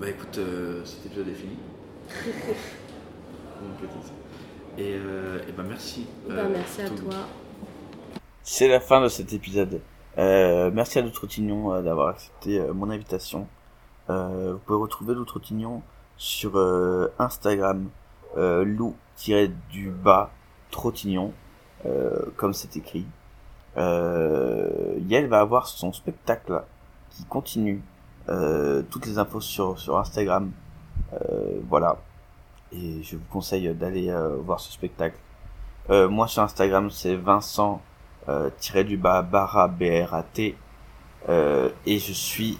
Speaker 12: Bah écoute, euh, cet épisode est fini. Donc, peut-être. Et, euh, et bah merci.
Speaker 13: Bah,
Speaker 12: euh,
Speaker 13: merci à
Speaker 12: tout-
Speaker 13: toi.
Speaker 11: C'est la fin de cet épisode. Euh, merci à Loutrotignon euh, d'avoir accepté euh, mon invitation. Euh, vous pouvez retrouver Loutrotignon sur euh, Instagram euh, lou-du-bas trottignon, euh, comme c'est écrit. Euh, Yael va avoir son spectacle qui continue. Euh, toutes les infos sur, sur Instagram. Euh, voilà. Et je vous conseille d'aller euh, voir ce spectacle. Euh, moi sur Instagram c'est Vincent euh, tiré du bas Barra B R A T Euh, et je suis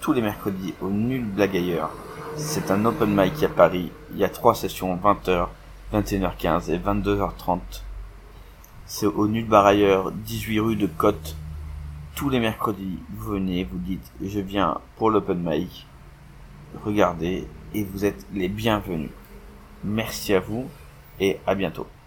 Speaker 11: tous les mercredis au Nul Blague ailleurs. C'est un open mic à Paris. Il y a trois sessions 20h, 21h15 et 22h30. C'est au Nul Bar ailleurs, 18 rue de Côte. Tous les mercredis, vous venez, vous dites je viens pour l'open mic. Regardez et vous êtes les bienvenus. Merci à vous et à bientôt.